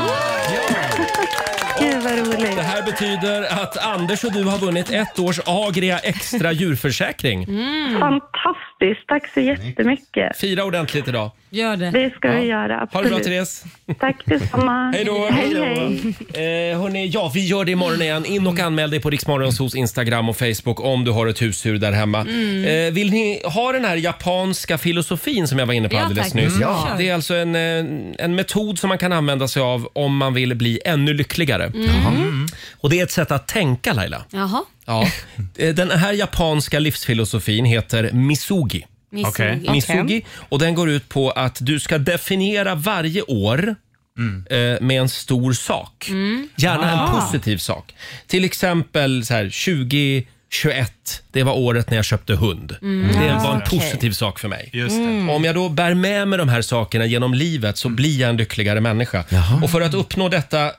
[SPEAKER 5] Gud vad roligt.
[SPEAKER 1] Det här betyder att Anders och du har vunnit ett års Agria Extra djurförsäkring.
[SPEAKER 2] Mm.
[SPEAKER 5] Fantastiskt, tack så jättemycket.
[SPEAKER 1] Fira ordentligt idag.
[SPEAKER 2] Gör det.
[SPEAKER 5] Det ska vi
[SPEAKER 1] Ja.
[SPEAKER 5] göra,
[SPEAKER 1] Ha det
[SPEAKER 5] absolut.
[SPEAKER 1] bra Therese.
[SPEAKER 5] Tack detsamma.
[SPEAKER 1] Hej då.
[SPEAKER 5] Hej, hej.
[SPEAKER 1] Eh, hörni, ja, vi gör det imorgon igen. In och anmäl dig på Riksmorgonsos Instagram och Facebook om du har ett husdjur där hemma.
[SPEAKER 4] Mm.
[SPEAKER 1] Eh, vill ni ha den här japanska filosofin som jag var inne på
[SPEAKER 4] Ja,
[SPEAKER 1] alldeles
[SPEAKER 4] tack.
[SPEAKER 1] nyss?
[SPEAKER 4] Mm. Ja.
[SPEAKER 1] Det är alltså en, eh, en metod som man kan använda sig av om man vill bli ännu lyckligare.
[SPEAKER 2] Mm.
[SPEAKER 1] Och det är ett sätt att tänka Laila.
[SPEAKER 2] Jaha.
[SPEAKER 1] Ja. Eh, Den här japanska livsfilosofin heter misugi.
[SPEAKER 2] Misugi, Okej. okej.
[SPEAKER 1] misugi. Och den går ut på att du ska definiera varje år eh, med en stor sak.
[SPEAKER 4] Mm.
[SPEAKER 1] Gärna en
[SPEAKER 4] Ah.
[SPEAKER 1] positiv sak. Till exempel så här, 2021, det var året när jag köpte hund.
[SPEAKER 4] Mm.
[SPEAKER 1] Det
[SPEAKER 4] Ah,
[SPEAKER 1] var en
[SPEAKER 4] okej.
[SPEAKER 1] positiv sak för mig.
[SPEAKER 4] Just det. Mm.
[SPEAKER 1] Om jag då bär med mig de här sakerna genom livet så blir jag en lyckligare människa. Och för att uppnå detta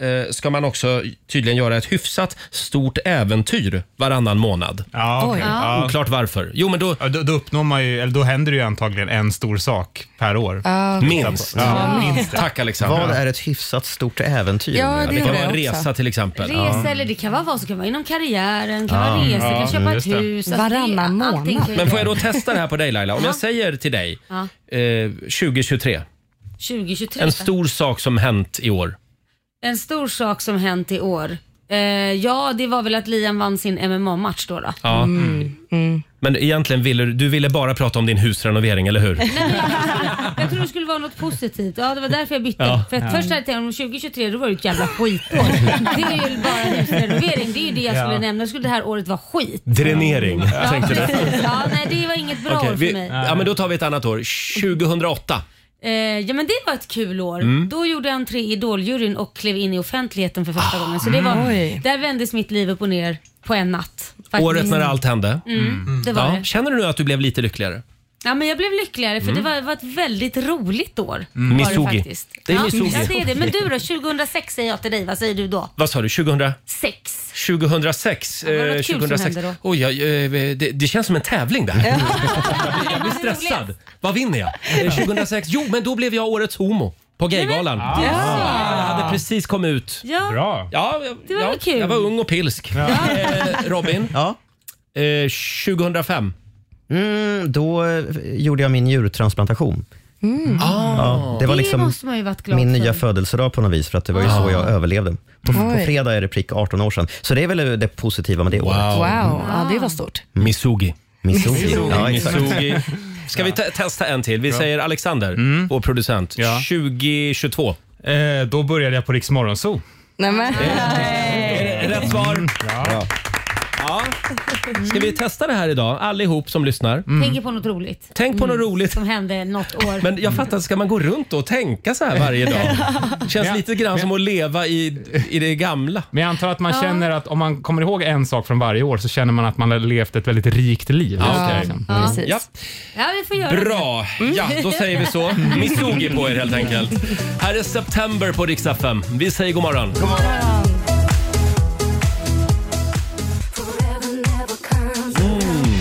[SPEAKER 1] eh, ska man också tydligen göra ett hyfsat stort äventyr varannan månad.
[SPEAKER 6] Ja, okej. Oj. Ja.
[SPEAKER 1] Oklart varför. Jo, men då...
[SPEAKER 6] då, då uppnår man ju, eller då händer det ju antagligen en stor sak per år.
[SPEAKER 7] Ah, okej.
[SPEAKER 1] Minst.
[SPEAKER 7] Ja.
[SPEAKER 1] Minst. Tack Alexander.
[SPEAKER 3] Vad är ett hyfsat stort äventyr?
[SPEAKER 2] Ja, det
[SPEAKER 1] det kan
[SPEAKER 2] undrar
[SPEAKER 1] vara en
[SPEAKER 2] jag också.
[SPEAKER 1] resa till exempel.
[SPEAKER 2] Resa eller det kan vara vad som kan vara inom karriären, kan
[SPEAKER 1] Ja.
[SPEAKER 2] vara resor,
[SPEAKER 1] Ja,
[SPEAKER 2] kan köpa
[SPEAKER 1] just
[SPEAKER 2] ett
[SPEAKER 1] det.
[SPEAKER 2] hus. Alltså, Varannan månad.
[SPEAKER 1] Men får jag då testa det här på dig Laila? Om jag säger till dig
[SPEAKER 2] Ja.
[SPEAKER 1] eh, 2023,
[SPEAKER 2] 2023.
[SPEAKER 1] en stor sak som hänt i år.
[SPEAKER 2] En stor sak som hänt i år. Eh, ja, det var väl att Liam vann sin MMA-match då. då.
[SPEAKER 1] Ja.
[SPEAKER 5] Mm.
[SPEAKER 1] Mm. Men egentligen ville du- du ville bara prata om din husrenovering, eller hur?
[SPEAKER 2] Jag tror det skulle vara något positivt. Ja, det var därför jag bytte.
[SPEAKER 1] Ja.
[SPEAKER 2] För att
[SPEAKER 1] Ja.
[SPEAKER 2] Först hade jag tänkt om 2023, då var det ett jävla skitår. Det är ju bara husrenovering. Det är ju det jag skulle
[SPEAKER 1] Ja.
[SPEAKER 2] nämna. Då skulle det här året vara skit.
[SPEAKER 1] Dränering,
[SPEAKER 2] Ja,
[SPEAKER 1] tänkte du.
[SPEAKER 2] precis. Ja, nej, det var inget bra
[SPEAKER 1] Okej,
[SPEAKER 2] år för
[SPEAKER 1] vi,
[SPEAKER 2] mig.
[SPEAKER 1] ja, men då tar vi ett annat år. 2008.
[SPEAKER 2] Eh, ja men det var ett kul år.
[SPEAKER 1] Mm.
[SPEAKER 2] Då gjorde jag entré i Idoljuryn och klev in i offentligheten för första gången. Så det var,
[SPEAKER 1] Mm.
[SPEAKER 2] där vändes mitt liv upp och ner på en natt. faktiskt.
[SPEAKER 1] Året när allt hände.
[SPEAKER 2] Mm, det var det.
[SPEAKER 1] Känner du nu att du blev lite lyckligare?
[SPEAKER 2] Ja men jag blev lyckligare för
[SPEAKER 1] Mm.
[SPEAKER 2] det var, var ett väldigt roligt år.
[SPEAKER 1] Mm.
[SPEAKER 2] Var det,
[SPEAKER 1] Misugi.
[SPEAKER 2] faktiskt.
[SPEAKER 1] Det är
[SPEAKER 2] ja,
[SPEAKER 1] misugi.
[SPEAKER 2] Ja, det är det. Men du då, 2006 säger jag till dig. Vad säger du då?
[SPEAKER 1] Vad sa du? 2000?
[SPEAKER 2] Sex.
[SPEAKER 1] 2006.
[SPEAKER 2] Ja, det var
[SPEAKER 1] eh,
[SPEAKER 2] något kul som
[SPEAKER 1] 2006.
[SPEAKER 2] hände
[SPEAKER 1] Oj, jag, eh, det, det känns som en tävling det här. jag blir stressad. Vad vinner jag? Eh, 2006? Jo, men då blev jag årets homo på Gaygalan.
[SPEAKER 4] Nej, men- Ah.
[SPEAKER 1] Jag hade precis kommit ut.
[SPEAKER 2] Ja.
[SPEAKER 1] Bra. Ja, jag-
[SPEAKER 4] Det var
[SPEAKER 1] ja,
[SPEAKER 4] väl kul.
[SPEAKER 1] Jag var ung och pilsk. Eh, Robin?
[SPEAKER 3] Ja.
[SPEAKER 1] Eh, 2005.
[SPEAKER 3] Mm, då eh, gjorde jag min njurtransplantation.
[SPEAKER 2] Mm.
[SPEAKER 3] Ja, det var liksom
[SPEAKER 2] måste man ju varit glad
[SPEAKER 3] min
[SPEAKER 2] för.
[SPEAKER 3] nya födelsedag på något vis, för att det var ju
[SPEAKER 2] Ah.
[SPEAKER 3] så jag överlevde. På, på
[SPEAKER 2] Oj.
[SPEAKER 3] fredag är det prick 18 år sedan, så det är väl det positiva med det året.
[SPEAKER 7] Wow,
[SPEAKER 1] Mm.
[SPEAKER 7] ja, det var stort.
[SPEAKER 1] Misugi.
[SPEAKER 3] Misugi. Ja, exakt.
[SPEAKER 1] Misugi. Ska vi te- testa en till? Vi säger Alexander,
[SPEAKER 3] Mm.
[SPEAKER 1] vår producent. 2022.
[SPEAKER 6] Eh, då började jag på Rix Morgonzoo. Mm.
[SPEAKER 7] Nej, men.
[SPEAKER 1] Rätt svar.
[SPEAKER 6] Ja.
[SPEAKER 1] Ja. Ska vi testa det här idag, allihop som lyssnar?
[SPEAKER 6] Mm.
[SPEAKER 2] Tänker Mm. på något roligt. Mm.
[SPEAKER 1] Tänk på något roligt.
[SPEAKER 2] Som hände något år.
[SPEAKER 1] Men jag fattar, ska man gå runt och tänka så här varje dag? Det känns
[SPEAKER 6] Ja.
[SPEAKER 1] lite grann som att leva i, i det gamla.
[SPEAKER 6] Men jag antar att man
[SPEAKER 1] Ja.
[SPEAKER 6] känner att om man kommer ihåg en sak från varje år så känner man att man har levt ett väldigt rikt liv.
[SPEAKER 1] Mm. Ja, okej. Ja.
[SPEAKER 6] Liksom.
[SPEAKER 1] Ja.
[SPEAKER 2] Ja, vi får göra det.
[SPEAKER 1] Bra! Ja, då säger vi så. Misugi på er helt enkelt. Här är September på Rix FM. Vi säger god morgon.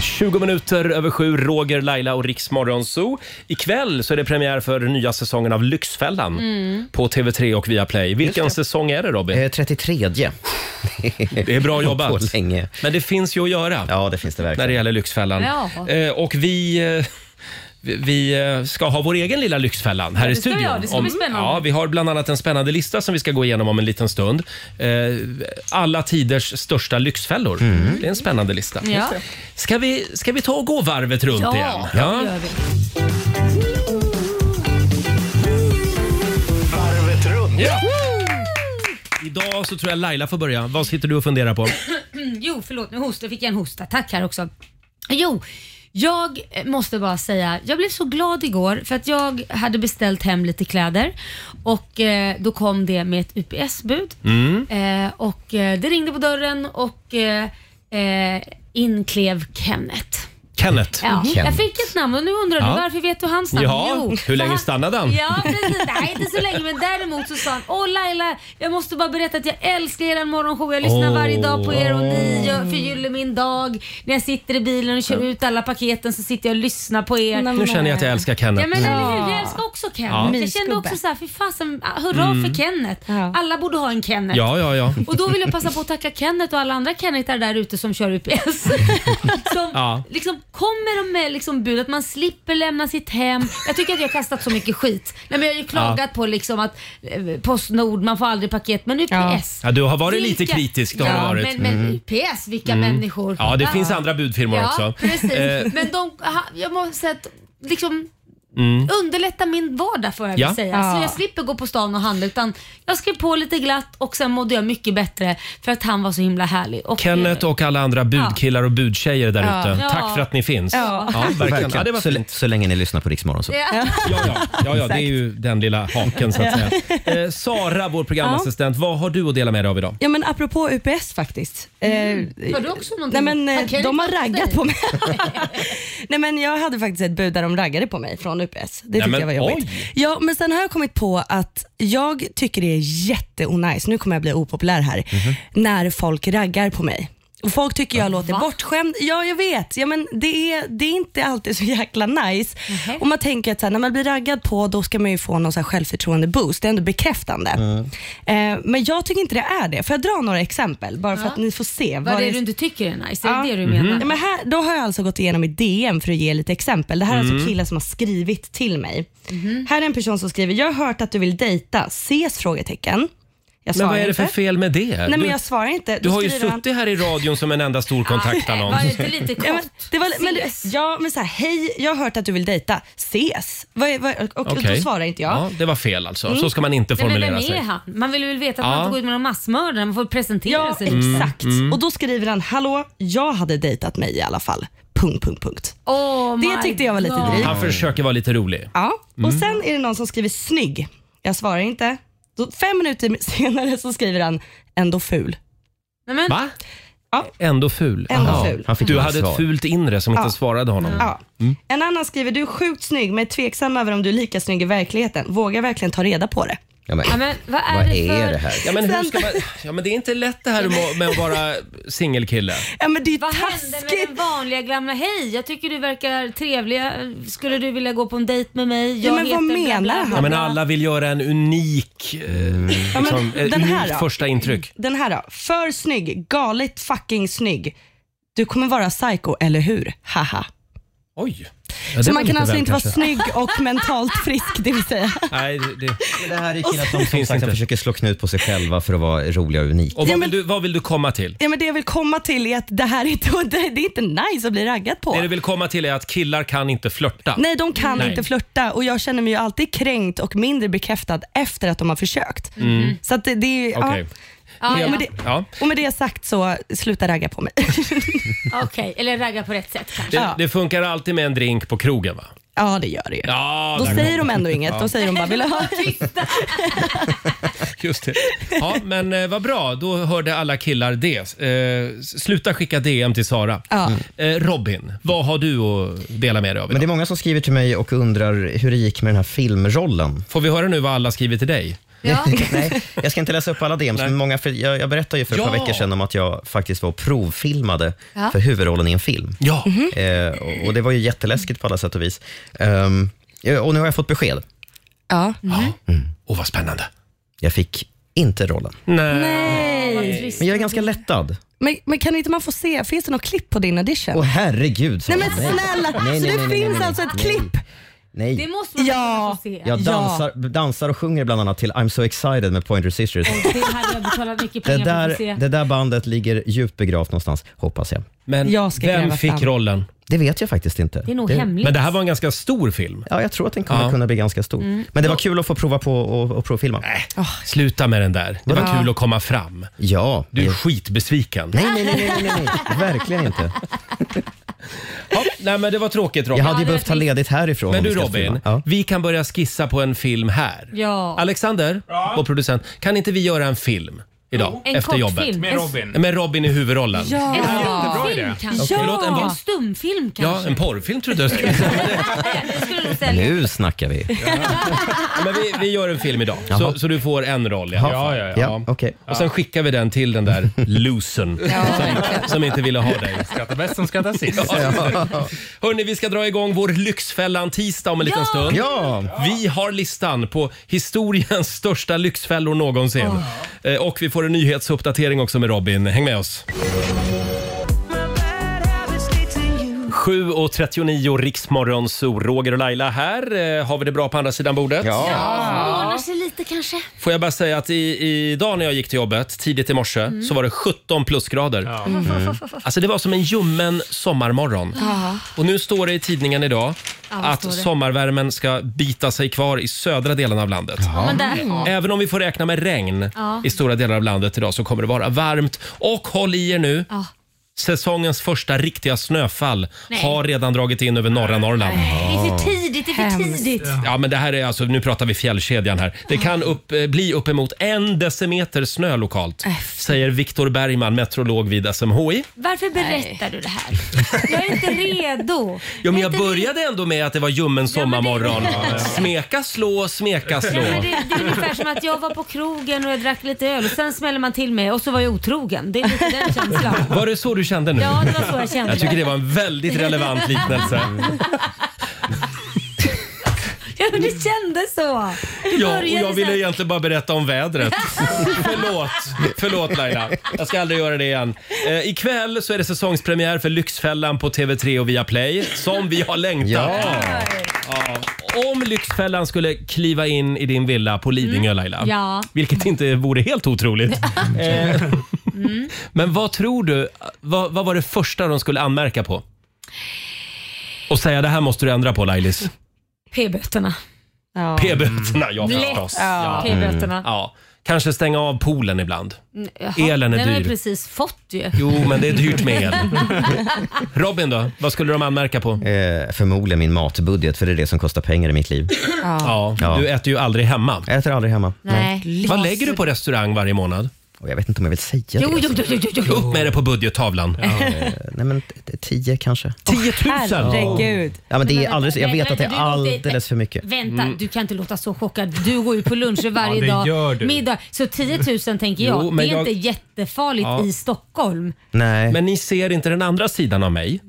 [SPEAKER 1] 20 minuter över sju, Roger, Laila och Riks Morgonzoo. Ikväll så är det premiär för nya säsongen av Lyxfällan
[SPEAKER 4] Mm.
[SPEAKER 1] på TV3 och Viaplay. Vilken säsong är det Robin?
[SPEAKER 3] 33.
[SPEAKER 1] Det är bra jobbat.
[SPEAKER 3] Eh, På länge.
[SPEAKER 1] Men det finns ju att göra.
[SPEAKER 3] Ja, det finns det verkligen.
[SPEAKER 1] När det gäller Lyxfällan.
[SPEAKER 2] Ja.
[SPEAKER 1] Eh, och vi... eh, vi- Vi eh, ska ha vår egen lilla Lyxfällan här
[SPEAKER 2] Ja,
[SPEAKER 1] i
[SPEAKER 2] det ska vi
[SPEAKER 1] studion.
[SPEAKER 2] ha. Det ska
[SPEAKER 1] Om-
[SPEAKER 2] bli spännande.
[SPEAKER 1] Ja, vi har bland annat en spännande lista som vi ska gå igenom om en liten stund. Eh, alla tiders största lyxfällor. Det är en spännande lista.
[SPEAKER 2] Ja.
[SPEAKER 1] Ska, vi, ska vi ta och gå varvet runt
[SPEAKER 2] ja,
[SPEAKER 1] igen?
[SPEAKER 2] Ja, det gör vi.
[SPEAKER 10] Varvet runt.
[SPEAKER 1] Ja. Idag så tror jag Laila får börja. Vad sitter du och funderar på?
[SPEAKER 2] jo, förlåt, nu hostar, fick jag en hostattack här också. Jo, jag eh, måste bara säga, jag blev så glad igår för att jag hade beställt hem lite kläder och eh, då kom det med ett UPS-bud
[SPEAKER 4] Mm.
[SPEAKER 2] eh, och eh, det ringde på dörren och eh, eh, inklev Kenneth.
[SPEAKER 1] Kenneth.
[SPEAKER 2] Ja, jag fick ett namn och nu undrar du
[SPEAKER 1] Mm-hmm. Ja.
[SPEAKER 2] varför vet du hans namn?
[SPEAKER 1] Ja,
[SPEAKER 2] Jo,
[SPEAKER 1] hur
[SPEAKER 2] för
[SPEAKER 1] länge stannade han?
[SPEAKER 2] Ja, precis. Nej, inte så länge men däremot så sa han Åh Laila, jag måste bara berätta att jag älskar er morgonshow. Jag lyssnar
[SPEAKER 1] Åh.
[SPEAKER 2] varje dag på er och ni gör- förgyller min dag. När jag sitter i bilen och kör ut alla paketen så sitter jag och lyssnar på er.
[SPEAKER 1] Nu känner jag att jag älskar Kenneth.
[SPEAKER 2] Ja men eller hur, jag älskar också Kenneth.
[SPEAKER 1] Ja.
[SPEAKER 2] Jag kände också såhär, fy fasen, hurra
[SPEAKER 1] Mm.
[SPEAKER 2] för Kenneth. Alla borde ha en Kenneth.
[SPEAKER 1] Ja, ja, ja.
[SPEAKER 2] Och då vill jag passa på att tacka Kenneth och alla andra Kennethar där ute som kör UPS. som
[SPEAKER 1] Ja.
[SPEAKER 2] liksom kommer de med liksom bud att man slipper lämna sitt hem. Jag tycker att jag har kastat så mycket skit. Nej, men jag har ju klagat
[SPEAKER 1] Ja.
[SPEAKER 2] på liksom att eh, Postnord, man får aldrig paket. Men UPS.
[SPEAKER 1] Ja, du har varit lite
[SPEAKER 2] Vilka-
[SPEAKER 1] kritisk. Det har
[SPEAKER 2] ja,
[SPEAKER 1] du varit.
[SPEAKER 2] Men, men UPS, vilka
[SPEAKER 1] Mm.
[SPEAKER 2] människor.
[SPEAKER 1] Ja, det finns andra budfirmor
[SPEAKER 2] ja,
[SPEAKER 1] också.
[SPEAKER 2] Precis.
[SPEAKER 1] Eh,
[SPEAKER 2] Men de, ha- jag måste säga att liksom
[SPEAKER 1] Mm.
[SPEAKER 2] underlätta min vardag får jag
[SPEAKER 1] Ja.
[SPEAKER 2] väl säga.
[SPEAKER 1] Ja.
[SPEAKER 2] Så jag slipper gå på stan och handla utan jag skrev på lite glatt och sen mådde jag mycket bättre för att han var så himla härlig. Och, eh,
[SPEAKER 1] Kenneth och alla andra budkillar och budtjejer där
[SPEAKER 2] Ja.
[SPEAKER 1] ute.
[SPEAKER 2] Ja.
[SPEAKER 1] Tack för att ni finns.
[SPEAKER 2] Ja.
[SPEAKER 1] verkligen. Ja, det var
[SPEAKER 3] så,
[SPEAKER 1] fint.
[SPEAKER 3] så länge ni lyssnar på Rix Morgon så.
[SPEAKER 2] Ja.
[SPEAKER 1] Ja, ja, det är ju den lilla haken så att
[SPEAKER 7] Ja.
[SPEAKER 1] säga. Eh, Sara, vår programassistent, vad har du att dela med dig av idag?
[SPEAKER 7] Ja men apropå UPS faktiskt.
[SPEAKER 2] Mm.
[SPEAKER 7] Eh,
[SPEAKER 2] Har du också
[SPEAKER 7] Nej,
[SPEAKER 2] någonting?
[SPEAKER 7] men,
[SPEAKER 2] Han kan
[SPEAKER 7] eh,
[SPEAKER 2] ju
[SPEAKER 7] de har
[SPEAKER 2] inte
[SPEAKER 7] raggat på mig. Nej, men jag hade faktiskt ett bud där de raggade på mig från UPS. Det tyckte
[SPEAKER 4] men
[SPEAKER 7] jag var jobbigt. Ja, men sen har jag kommit på att jag tycker det är jätteonajs, nu kommer jag bli opopulär här, när folk raggar på mig. Och Folk tycker jag låter bortskämd. Ja, jag vet. Ja, men det, är, det är inte alltid så jäkla nice.
[SPEAKER 2] Mhm.
[SPEAKER 7] Och Man tänker att så här, när man blir raggad på, då ska man ju få någon så här självförtroende-boost. Det är ändå bekräftande. Eh, men jag tycker inte det är det. Får jag dra några exempel? Bara för att ni får se.
[SPEAKER 2] Vad är det
[SPEAKER 7] jag-
[SPEAKER 2] du inte tycker är nice? Är
[SPEAKER 7] Ja. Mm-hmm.
[SPEAKER 2] det det du menar?
[SPEAKER 7] Ja, men här, då har jag alltså gått igenom i DM för att ge lite exempel. Det här är
[SPEAKER 2] Mm.
[SPEAKER 7] alltså killar som har skrivit till mig.
[SPEAKER 2] Mm-hmm.
[SPEAKER 7] Här är en person som skriver, jag har hört att du vill dejta, ses? frågetecken. Jag
[SPEAKER 1] Men
[SPEAKER 7] svarar
[SPEAKER 1] vad är det för
[SPEAKER 7] inte.
[SPEAKER 1] fel med det?
[SPEAKER 7] Nej,
[SPEAKER 1] Du-
[SPEAKER 7] men jag svarar inte.
[SPEAKER 1] Du
[SPEAKER 7] Då
[SPEAKER 1] har ju
[SPEAKER 7] skriver han-
[SPEAKER 1] suttit här i radion som en enda stor kontaktannons.
[SPEAKER 7] Ja, men, det var, men, det- ja, men så här, hej, jag har hört att du vill dejta, ses? Vad, är- vad, är- och, och
[SPEAKER 1] Okej.
[SPEAKER 7] Då svarar inte jag.
[SPEAKER 1] Ja, det var fel alltså.
[SPEAKER 7] Mm.
[SPEAKER 1] Så ska man inte
[SPEAKER 7] Nej, men
[SPEAKER 1] formulera
[SPEAKER 7] vem är
[SPEAKER 1] sig.
[SPEAKER 2] Är han? Man vill väl veta att
[SPEAKER 1] Ja.
[SPEAKER 2] man inte går ut med någon massmördare, man får presentera sig.
[SPEAKER 1] Mm,
[SPEAKER 7] Exakt.
[SPEAKER 1] mm.
[SPEAKER 7] Och då skriver han, hallå, jag hade dejtat mig i alla fall. Punkt, punkt, punkt.
[SPEAKER 2] Oh
[SPEAKER 7] Det
[SPEAKER 2] my
[SPEAKER 7] tyckte jag var lite
[SPEAKER 2] God.
[SPEAKER 7] drygt.
[SPEAKER 1] Han försöker vara lite rolig.
[SPEAKER 7] Ja, och
[SPEAKER 1] Mm.
[SPEAKER 7] sen är det någon som skriver snygg. Jag svarar inte. Då, fem minuter senare så skriver han ändå ful.
[SPEAKER 2] Nej, men,
[SPEAKER 1] Va?
[SPEAKER 7] Ja.
[SPEAKER 1] Ändå ful.
[SPEAKER 7] Ändå
[SPEAKER 1] Jaha.
[SPEAKER 7] ful. Han fick
[SPEAKER 1] Du
[SPEAKER 7] inget
[SPEAKER 1] hade ett
[SPEAKER 7] svar.
[SPEAKER 1] fult inre som inte
[SPEAKER 7] Ja.
[SPEAKER 1] svarade honom.
[SPEAKER 7] Ja.
[SPEAKER 1] Mm.
[SPEAKER 7] En annan skriver, du är sjukt snygg men är tveksam över om du är lika snygg i verkligheten. Våga verkligen ta reda på det.
[SPEAKER 2] Ja, men, vad är det för...
[SPEAKER 1] Ja, men hur
[SPEAKER 7] Sen-
[SPEAKER 1] ska man... ja, men det är inte lätt det här med- med att vara singelkille.
[SPEAKER 7] Ja, men det är
[SPEAKER 2] Vad hände med den vanliga gamla hej? Jag tycker du verkar trevlig. Skulle du vilja gå på en dejt med mig? Jag
[SPEAKER 7] Ja, men vad
[SPEAKER 2] heter bla, bla,
[SPEAKER 7] menar
[SPEAKER 2] bla.
[SPEAKER 1] Ja, men alla vill göra en unik,
[SPEAKER 2] Mm.
[SPEAKER 1] eh,
[SPEAKER 7] Ja, men
[SPEAKER 1] liksom, ett
[SPEAKER 7] den här
[SPEAKER 1] unikt
[SPEAKER 7] då? Mm.
[SPEAKER 1] första intryck.
[SPEAKER 7] Den här då. För snygg, galet fucking snygg. Du kommer vara psycho, eller hur? Haha.
[SPEAKER 1] Oj.
[SPEAKER 7] Så man kan alltså inte vara snygg och mentalt frisk, det vill säga.
[SPEAKER 1] Nej, det,
[SPEAKER 3] det här är
[SPEAKER 7] killar
[SPEAKER 3] som som sagt, försöker slå knut på sig själva för att vara roliga och unika.
[SPEAKER 1] Och vad, vill du, vad vill du komma till?
[SPEAKER 7] Ja, men det jag vill komma till är att det här är inte, det är inte nice att bli raggad på.
[SPEAKER 1] Det du vill komma till är att killar kan inte flörta.
[SPEAKER 7] Nej, de kan
[SPEAKER 1] Nej.
[SPEAKER 7] inte flörta och jag känner mig ju alltid kränkt och mindre bekräftad efter att de har försökt.
[SPEAKER 1] Mm.
[SPEAKER 7] Så att det, det är ju... ja.
[SPEAKER 1] Okej.
[SPEAKER 2] Ja,
[SPEAKER 7] Och,
[SPEAKER 2] ja.
[SPEAKER 7] med det,
[SPEAKER 1] Ja.
[SPEAKER 7] och med det sagt så, sluta ragga på mig.
[SPEAKER 2] Okej, eller ragga på rätt sätt kanske.
[SPEAKER 1] Det, det funkar alltid med en drink på krogen va?
[SPEAKER 7] ja, det gör det ju.
[SPEAKER 1] Ja,
[SPEAKER 7] Då
[SPEAKER 1] där
[SPEAKER 7] säger
[SPEAKER 1] kom-
[SPEAKER 7] de ändå inget,
[SPEAKER 1] Ja,
[SPEAKER 7] då säger de bara vill du ha...
[SPEAKER 1] Just det. Ja, men eh, vad bra. Då hörde alla killar det. Eh, s- sluta skicka DM till Sara.
[SPEAKER 7] Ja.
[SPEAKER 1] Eh, Robin, vad har du att dela med dig av?
[SPEAKER 3] Men det är många som skriver till mig och undrar hur det gick med den här filmrollen.
[SPEAKER 1] Får vi höra nu vad alla skriver till dig?
[SPEAKER 2] Ja.
[SPEAKER 3] Nej, jag ska inte läsa upp alla DMs, men många, för jag, jag berättade ju för ett
[SPEAKER 2] Ja.
[SPEAKER 3] par veckor sedan om att jag faktiskt var och provfilmade
[SPEAKER 2] Ja.
[SPEAKER 3] för huvudrollen i en film.
[SPEAKER 1] Ja.
[SPEAKER 3] Eh, och, och det var ju jätteläskigt på alla sätt och vis. Ehm, ja, och nu har jag fått besked.
[SPEAKER 7] Ja.
[SPEAKER 1] Och vad spännande.
[SPEAKER 3] Jag fick inte rollen.
[SPEAKER 7] Nej.
[SPEAKER 3] Men jag är ganska lättad.
[SPEAKER 7] Men, men kan inte man få se, finns det något klipp på din audition?
[SPEAKER 3] Åh herregud. sa
[SPEAKER 7] nej
[SPEAKER 3] jag.
[SPEAKER 7] men snälla, så det finns alltså ett klipp?
[SPEAKER 3] Nej.
[SPEAKER 2] måste man ja. få se.
[SPEAKER 3] Jag dansar, dansar och sjunger bland annat till I'm so excited med Pointer Sisters.
[SPEAKER 2] Och Det hade jag betalat mycket
[SPEAKER 3] Det
[SPEAKER 2] pengar för att
[SPEAKER 3] där,
[SPEAKER 2] se.
[SPEAKER 3] det där bandet ligger djupt begravt någonstans, hoppas jag.
[SPEAKER 1] Men
[SPEAKER 2] Jag ska
[SPEAKER 1] vem
[SPEAKER 2] gräva
[SPEAKER 1] fick
[SPEAKER 2] fram.
[SPEAKER 1] rollen?
[SPEAKER 3] Det vet jag faktiskt inte.
[SPEAKER 2] Det är nog hemligt.
[SPEAKER 1] Men det här var en ganska stor film.
[SPEAKER 3] Ja, jag tror att den kommer kunna bli ganska stor.
[SPEAKER 1] Mm.
[SPEAKER 3] Men det var kul att få prova på och, och provfilma.
[SPEAKER 1] Sluta med den där. Det var
[SPEAKER 3] Ja.
[SPEAKER 1] kul att komma fram.
[SPEAKER 3] Ja.
[SPEAKER 1] Du är skitbesviken.
[SPEAKER 3] Nej, nej, nej, nej, nej, nej, nej. verkligen inte.
[SPEAKER 1] Ja, nej, men det var tråkigt Robin.
[SPEAKER 3] Jag hade ju behövt ta ledigt härifrån.
[SPEAKER 1] Men
[SPEAKER 3] om vi
[SPEAKER 1] du
[SPEAKER 3] ska
[SPEAKER 1] Robin,
[SPEAKER 3] filma. Ja.
[SPEAKER 1] vi kan börja skissa på en film här.
[SPEAKER 2] Ja.
[SPEAKER 1] Alexander, vår producent, kan inte vi göra en film idag
[SPEAKER 2] En
[SPEAKER 1] efter
[SPEAKER 2] kort
[SPEAKER 1] jobbet?
[SPEAKER 2] film. Med En- Robin.
[SPEAKER 1] Med Robin i huvudrollen.
[SPEAKER 2] Ja. En
[SPEAKER 1] idé.
[SPEAKER 2] stumfilm kanske.
[SPEAKER 1] Okej, låt en
[SPEAKER 2] En
[SPEAKER 1] vara.
[SPEAKER 2] stumfilm
[SPEAKER 1] Ja,
[SPEAKER 2] kanske.
[SPEAKER 1] en porrfilm trodde jag skulle säga.
[SPEAKER 2] Jag skulle nog sälja.
[SPEAKER 3] Nu snackar vi.
[SPEAKER 1] Men vi, vi gör en film idag, så, så du får en roll i alla fall.
[SPEAKER 3] ja. ja okej.
[SPEAKER 1] Och sen skickar vi den till den där losern som, som inte ville ha dig.
[SPEAKER 6] Skrattar bäst som skrattar sist.
[SPEAKER 1] Hörni, vi ska dra igång vår Lyxfällan-tisdag om en liten stund.
[SPEAKER 3] Ja.
[SPEAKER 1] Vi har listan på historiens största lyxfällor någonsin. Eh, Och vi får en nyhetsuppdatering också med Robin. Häng med oss. 7.39 Riksmorgon, så Roger och Laila här. Eh, Har vi det bra på andra sidan bordet?
[SPEAKER 2] Ja. Ordnar sig lite kanske.
[SPEAKER 1] Får jag bara säga att i, idag när jag gick till jobbet tidigt i morse
[SPEAKER 2] Mm.
[SPEAKER 1] så var det 17 plusgrader. Alltså det var som en ljummen sommarmorgon.
[SPEAKER 2] Ja.
[SPEAKER 1] Och nu står det i tidningen idag
[SPEAKER 2] Ja, vad
[SPEAKER 1] att
[SPEAKER 2] står det?
[SPEAKER 1] sommarvärmen ska bita sig kvar i södra delen av landet. Mm.
[SPEAKER 2] Men där.
[SPEAKER 1] Även om vi får räkna med regn
[SPEAKER 2] Ja.
[SPEAKER 1] i stora delar av landet idag så kommer det vara varmt. Och håll i er nu.
[SPEAKER 2] Ja.
[SPEAKER 1] Säsongens första riktiga snöfall
[SPEAKER 2] Nej.
[SPEAKER 1] har redan dragit in över norra Norrland.
[SPEAKER 2] Det är för tidigt, det är för tidigt.
[SPEAKER 1] Ja, men det här är alltså, nu pratar vi fjällkedjan här. Det kan upp, eh, bli uppemot en decimeter snö lokalt,
[SPEAKER 2] Äh,
[SPEAKER 1] säger Viktor Bergman, meteorolog vid SMHI.
[SPEAKER 2] Varför berättar du det här? Jag är inte redo.
[SPEAKER 1] Jo, men jag
[SPEAKER 2] är inte
[SPEAKER 1] började ändå med att det var ljummen sommarmorgon. Smeka slå, smeka slå.
[SPEAKER 2] Ja, men det, det är ungefär som att jag var på krogen och jag drack lite öl och sen smäller man till mig och så var jag otrogen. Det är lite den känslan.
[SPEAKER 1] Var det så du kände nu?
[SPEAKER 2] Ja, det var så jag kände.
[SPEAKER 1] Jag tycker det var en väldigt relevant liknelse.
[SPEAKER 2] Ja, men det kändes så. Du
[SPEAKER 1] Ja, och
[SPEAKER 2] började
[SPEAKER 1] jag ville
[SPEAKER 2] så här-
[SPEAKER 1] egentligen bara berätta om vädret. Förlåt, förlåt Laila. Jag ska aldrig göra det igen. Eh, ikväll så är det säsongspremiär för Lyxfällan på TV3 och Viaplay, som vi har längtat.
[SPEAKER 3] Ja.
[SPEAKER 1] Ja. Om Lyxfällan skulle kliva in i din villa på Lidingö Laila,
[SPEAKER 2] Mm. Ja.
[SPEAKER 1] vilket inte vore helt otroligt. Eh, Men vad tror du, vad, vad var det första de skulle anmärka på? Och säga det här måste du ändra på Lailis.
[SPEAKER 2] P-böterna.
[SPEAKER 1] P-böterna, ja förstås.
[SPEAKER 2] Lätt P-böterna.
[SPEAKER 1] Ja. Kanske stänga av poolen ibland.
[SPEAKER 2] Mm, jaha,
[SPEAKER 1] Elen är
[SPEAKER 2] Den har jag
[SPEAKER 1] dyr.
[SPEAKER 2] precis fått ju.
[SPEAKER 1] Jo, men det är dyrt med el. Robin då? Vad skulle de anmärka på?
[SPEAKER 3] Eh, förmodligen min matbudget, för det är det som kostar pengar i mitt liv.
[SPEAKER 1] Ja,
[SPEAKER 3] Ja.
[SPEAKER 1] Du äter ju aldrig hemma.
[SPEAKER 3] Jag äter aldrig hemma.
[SPEAKER 2] Nej.
[SPEAKER 1] Vad lägger du på restaurang varje månad?
[SPEAKER 3] Och jag vet inte om jag vill säga det.
[SPEAKER 2] Jo, jo, jo, jo, jo, jo.
[SPEAKER 1] Upp med det på budgettavlan.
[SPEAKER 3] Eh, Nej, men t- t- tio kanske.
[SPEAKER 1] 10 000!
[SPEAKER 7] Herregud.
[SPEAKER 3] Ja, men det är
[SPEAKER 2] vänta,
[SPEAKER 3] alldeles, jag
[SPEAKER 2] vänta,
[SPEAKER 3] vet att det är
[SPEAKER 2] vänta, du låter-
[SPEAKER 3] alldeles för mycket.
[SPEAKER 2] Vänta,
[SPEAKER 1] Mm.
[SPEAKER 2] du kan inte låta så chockad. Du går ju på luncher varje
[SPEAKER 6] det
[SPEAKER 2] dag,
[SPEAKER 6] gör du.
[SPEAKER 2] middag. Så 10 000 tänker jag,
[SPEAKER 1] Jo, men
[SPEAKER 2] det är
[SPEAKER 1] jag-
[SPEAKER 2] inte jättefarligt
[SPEAKER 1] Ja.
[SPEAKER 2] i Stockholm.
[SPEAKER 3] Nej.
[SPEAKER 1] Men ni ser inte den andra sidan av mig.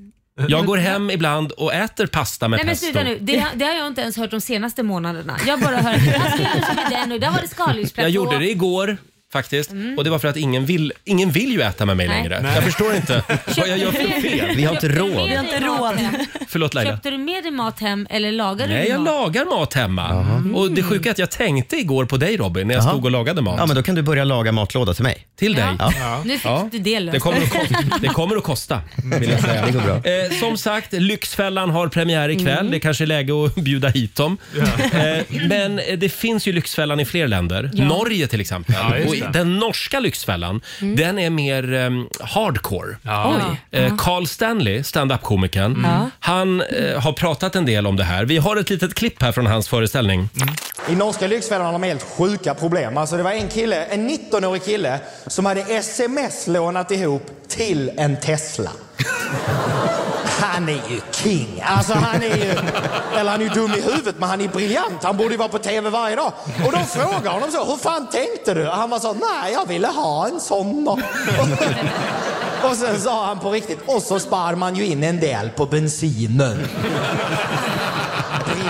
[SPEAKER 1] Jag går hem ibland och äter pasta med
[SPEAKER 2] Nej men
[SPEAKER 1] pesto.
[SPEAKER 2] sluta nu, det, det har jag inte ens hört de senaste månaderna. Jag bara hör att jag ska göra lunch med den och där var det skaldjursplatå.
[SPEAKER 1] Jag gjorde det igår. Faktiskt. Och det var för att ingen vill, ingen vill ju äta med mig
[SPEAKER 2] Mm. Nej.
[SPEAKER 1] längre. Jag förstår inte vad jag gör för fel.
[SPEAKER 3] Vi har inte
[SPEAKER 2] Köpte du
[SPEAKER 3] råd.
[SPEAKER 2] med
[SPEAKER 3] Vi
[SPEAKER 7] har inte
[SPEAKER 2] dig
[SPEAKER 7] råd.
[SPEAKER 2] mat hem?
[SPEAKER 1] Förlåt Laila.
[SPEAKER 2] Köpte du med dig mat hem eller lagade
[SPEAKER 1] Nej,
[SPEAKER 2] du
[SPEAKER 1] jag
[SPEAKER 2] mat?
[SPEAKER 1] lagar mat hemma. Och det sjuka är att jag tänkte igår på dig Robin när jag
[SPEAKER 3] Mm. Jaha.
[SPEAKER 1] stod och lagade mat.
[SPEAKER 3] Ja, men då kan du börja laga matlåda till mig.
[SPEAKER 1] Till dig.
[SPEAKER 2] Ja. Nu fick du det löst.
[SPEAKER 1] Det kommer, att kosta, det kommer att kosta, vill jag säga.
[SPEAKER 3] Det går bra.
[SPEAKER 1] Eh, som sagt, Lyxfällan har premiär ikväll.
[SPEAKER 2] Mm.
[SPEAKER 1] Det kanske är läge att bjuda hit dem. Eh, men eh, det finns ju Lyxfällan i fler länder. Norge till exempel.
[SPEAKER 6] Ja, just
[SPEAKER 1] och i-
[SPEAKER 6] det.
[SPEAKER 1] den norska Lyxfällan,
[SPEAKER 2] Mm.
[SPEAKER 1] den är mer ehm, hardcore.
[SPEAKER 6] Ja.
[SPEAKER 1] Eh, Carl Stanley, standup-komikern,
[SPEAKER 2] Mm.
[SPEAKER 1] han eh, har pratat en del om det här. Vi har ett litet klipp här från hans föreställning.
[SPEAKER 6] Mm.
[SPEAKER 11] I norska Lyxfällan har de helt sjuka problem. Alltså det var en kille, en 19-årig kille som hade sms lånat ihop till en Tesla. Han är ju king. Alltså han är ju, eller han är ju dum i huvudet men han är briljant. Han borde ju vara på TV varje dag. Och de frågar honom så, hur fan tänkte du? Och han var så, nej jag ville ha en sån då. Och sen sa han på riktigt, och så spar man ju in en del på bensinen.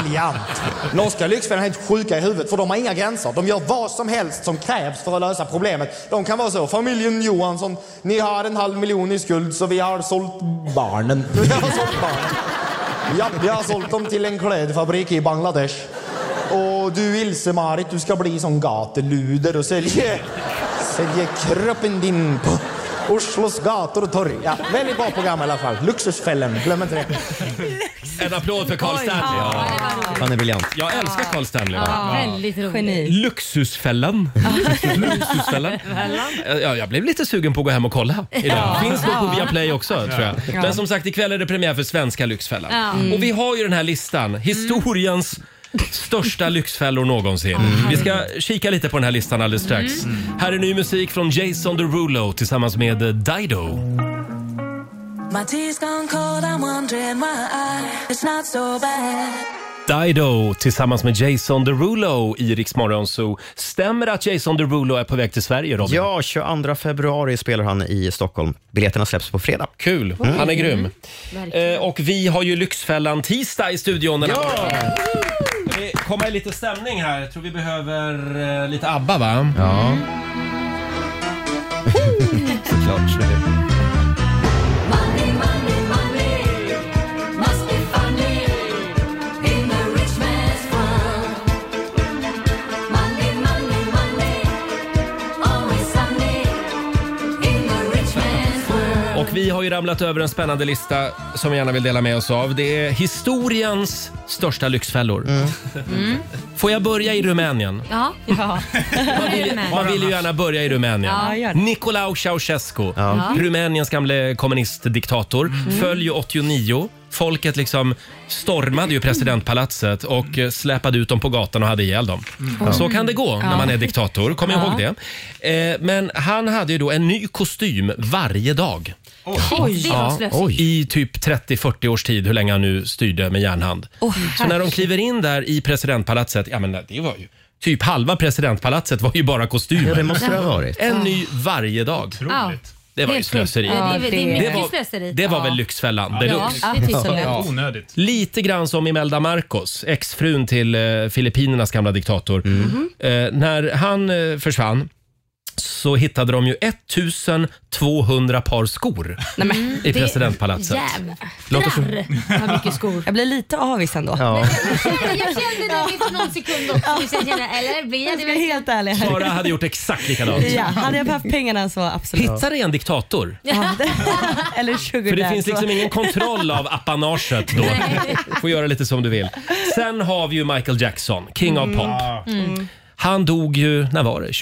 [SPEAKER 11] Briljant. Norska lyxfällan är helt sjuka i huvudet för de har inga gränser. De gör vad som helst som krävs för att lösa problemet. De kan vara så, familjen Johansson, ni har en halv miljon i skuld så vi har sålt barnen. Vi har sålt barnen. Ja, vi har sålt dem till en klädfabrik i Bangladesh. Och du Ilse-Marit, du ska bli som gateluder och sälja, sälja kroppen din på Oslos gator och torg. Ja, väldigt bra program i alla fall. Luxusfällan, glöm inte det.
[SPEAKER 1] En applåd för Carl Stanley.
[SPEAKER 3] Han är briljant.
[SPEAKER 1] Jag älskar Carl Stanley.
[SPEAKER 2] Ja, väldigt roligt. Geni.
[SPEAKER 1] Luxusfällan. Luxusfällan. Ja, jag blev lite sugen på att gå hem och kolla idag.
[SPEAKER 2] Ja.
[SPEAKER 1] Finns nog på
[SPEAKER 2] Ja.
[SPEAKER 1] Viaplay också tror jag.
[SPEAKER 2] Ja.
[SPEAKER 1] Men som sagt, ikväll är det premiär för svenska Lyxfällan.
[SPEAKER 2] Ja. Mm.
[SPEAKER 1] Och vi har ju den här listan, historiens Största lyxfällor någonsin.
[SPEAKER 2] Mm.
[SPEAKER 1] Vi ska kika lite på den här listan alldeles strax. Här är ny musik från Jason Derulo tillsammans med Dido.
[SPEAKER 4] My tea's gone cold, I'm wondering why it's not so bad.
[SPEAKER 1] Dido tillsammans med Jason Derulo i Rix Morgon Zoo. Stämmer det att Jason Derulo är på väg till Sverige, Robin?
[SPEAKER 3] Ja, 22 februari spelar han i Stockholm. Biljetterna släpps på fredag.
[SPEAKER 1] Kul,
[SPEAKER 3] Mm.
[SPEAKER 1] han är grym. Eh, och vi har ju Lyxfällan tisdag i studion den här morgonen. Ska vi komma i lite stämning här? Jag tror vi behöver eh, lite ABBA, va? Ja.
[SPEAKER 3] Såklart.
[SPEAKER 1] Och vi har ju ramlat över en spännande lista som vi gärna vill dela med oss av. Det är historiens största lyxfällor.
[SPEAKER 2] Mm.
[SPEAKER 1] Får jag börja i Rumänien?
[SPEAKER 2] Ja. ja.
[SPEAKER 1] Man vill, man vill ju gärna börja i Rumänien.
[SPEAKER 2] Ja, gör det.
[SPEAKER 1] Nicolae Ceausescu,
[SPEAKER 2] Ja.
[SPEAKER 1] Rumäniens gamle kommunistdiktator, föll ju 89. Folket liksom stormade ju presidentpalatset och eh, släpade ut dem på gatan och hade ihjäl dem.
[SPEAKER 8] Mm.
[SPEAKER 1] Så kan det gå när
[SPEAKER 8] Ja.
[SPEAKER 1] man är diktator, kom
[SPEAKER 8] Ja.
[SPEAKER 1] ihåg det. Eh, Men han hade ju då en ny kostym varje dag.
[SPEAKER 2] Oj. Det var slösigt.
[SPEAKER 1] I typ 30-40 års tid, hur länge han nu styrde med järnhand.
[SPEAKER 2] Åh,
[SPEAKER 1] Så när de kliver in där i presidentpalatset, ja men det var ju typ halva presidentpalatset var ju bara kostymer.
[SPEAKER 3] Ja, det måste det ha varit.
[SPEAKER 1] En ny varje dag.
[SPEAKER 2] Ja.
[SPEAKER 1] Det var ju
[SPEAKER 2] Helt
[SPEAKER 1] slöseri.
[SPEAKER 2] sjukt. Ja, det- det är mycket
[SPEAKER 1] var-
[SPEAKER 2] slöseri.
[SPEAKER 1] Det var
[SPEAKER 2] Ja.
[SPEAKER 1] väl Lyxfällan
[SPEAKER 2] Ja,
[SPEAKER 1] deluxe.
[SPEAKER 2] det typ tycker jag.
[SPEAKER 1] Ja.
[SPEAKER 6] Onödigt.
[SPEAKER 1] Lite grann som Imelda Marcos, exfrun till eh, Filippinernas gamla diktator.
[SPEAKER 2] Mhm.
[SPEAKER 1] Eh, när han eh, försvann så hittade de ju 1200 par skor i presidentpalatset.
[SPEAKER 2] Mm,
[SPEAKER 7] Jävlar vad mycket skor. Jag blir lite avis ändå.
[SPEAKER 2] Jag kände det för någon sekund också. Sen kände jag, Eller blir jag
[SPEAKER 7] Jag ska vara helt ärlig här.
[SPEAKER 1] Sara hade gjort exakt likadant.
[SPEAKER 7] Ja, hade jag haft pengarna så absolut.
[SPEAKER 1] Hittade en diktator?
[SPEAKER 7] Ja, det- Eller sugar
[SPEAKER 1] För det
[SPEAKER 7] daddy.
[SPEAKER 1] finns liksom ingen kontroll av apanaget då. Får göra lite som du vill. Sen har vi ju Michael Jackson, king of pop.
[SPEAKER 2] Mm.
[SPEAKER 1] Han dog ju, när var det?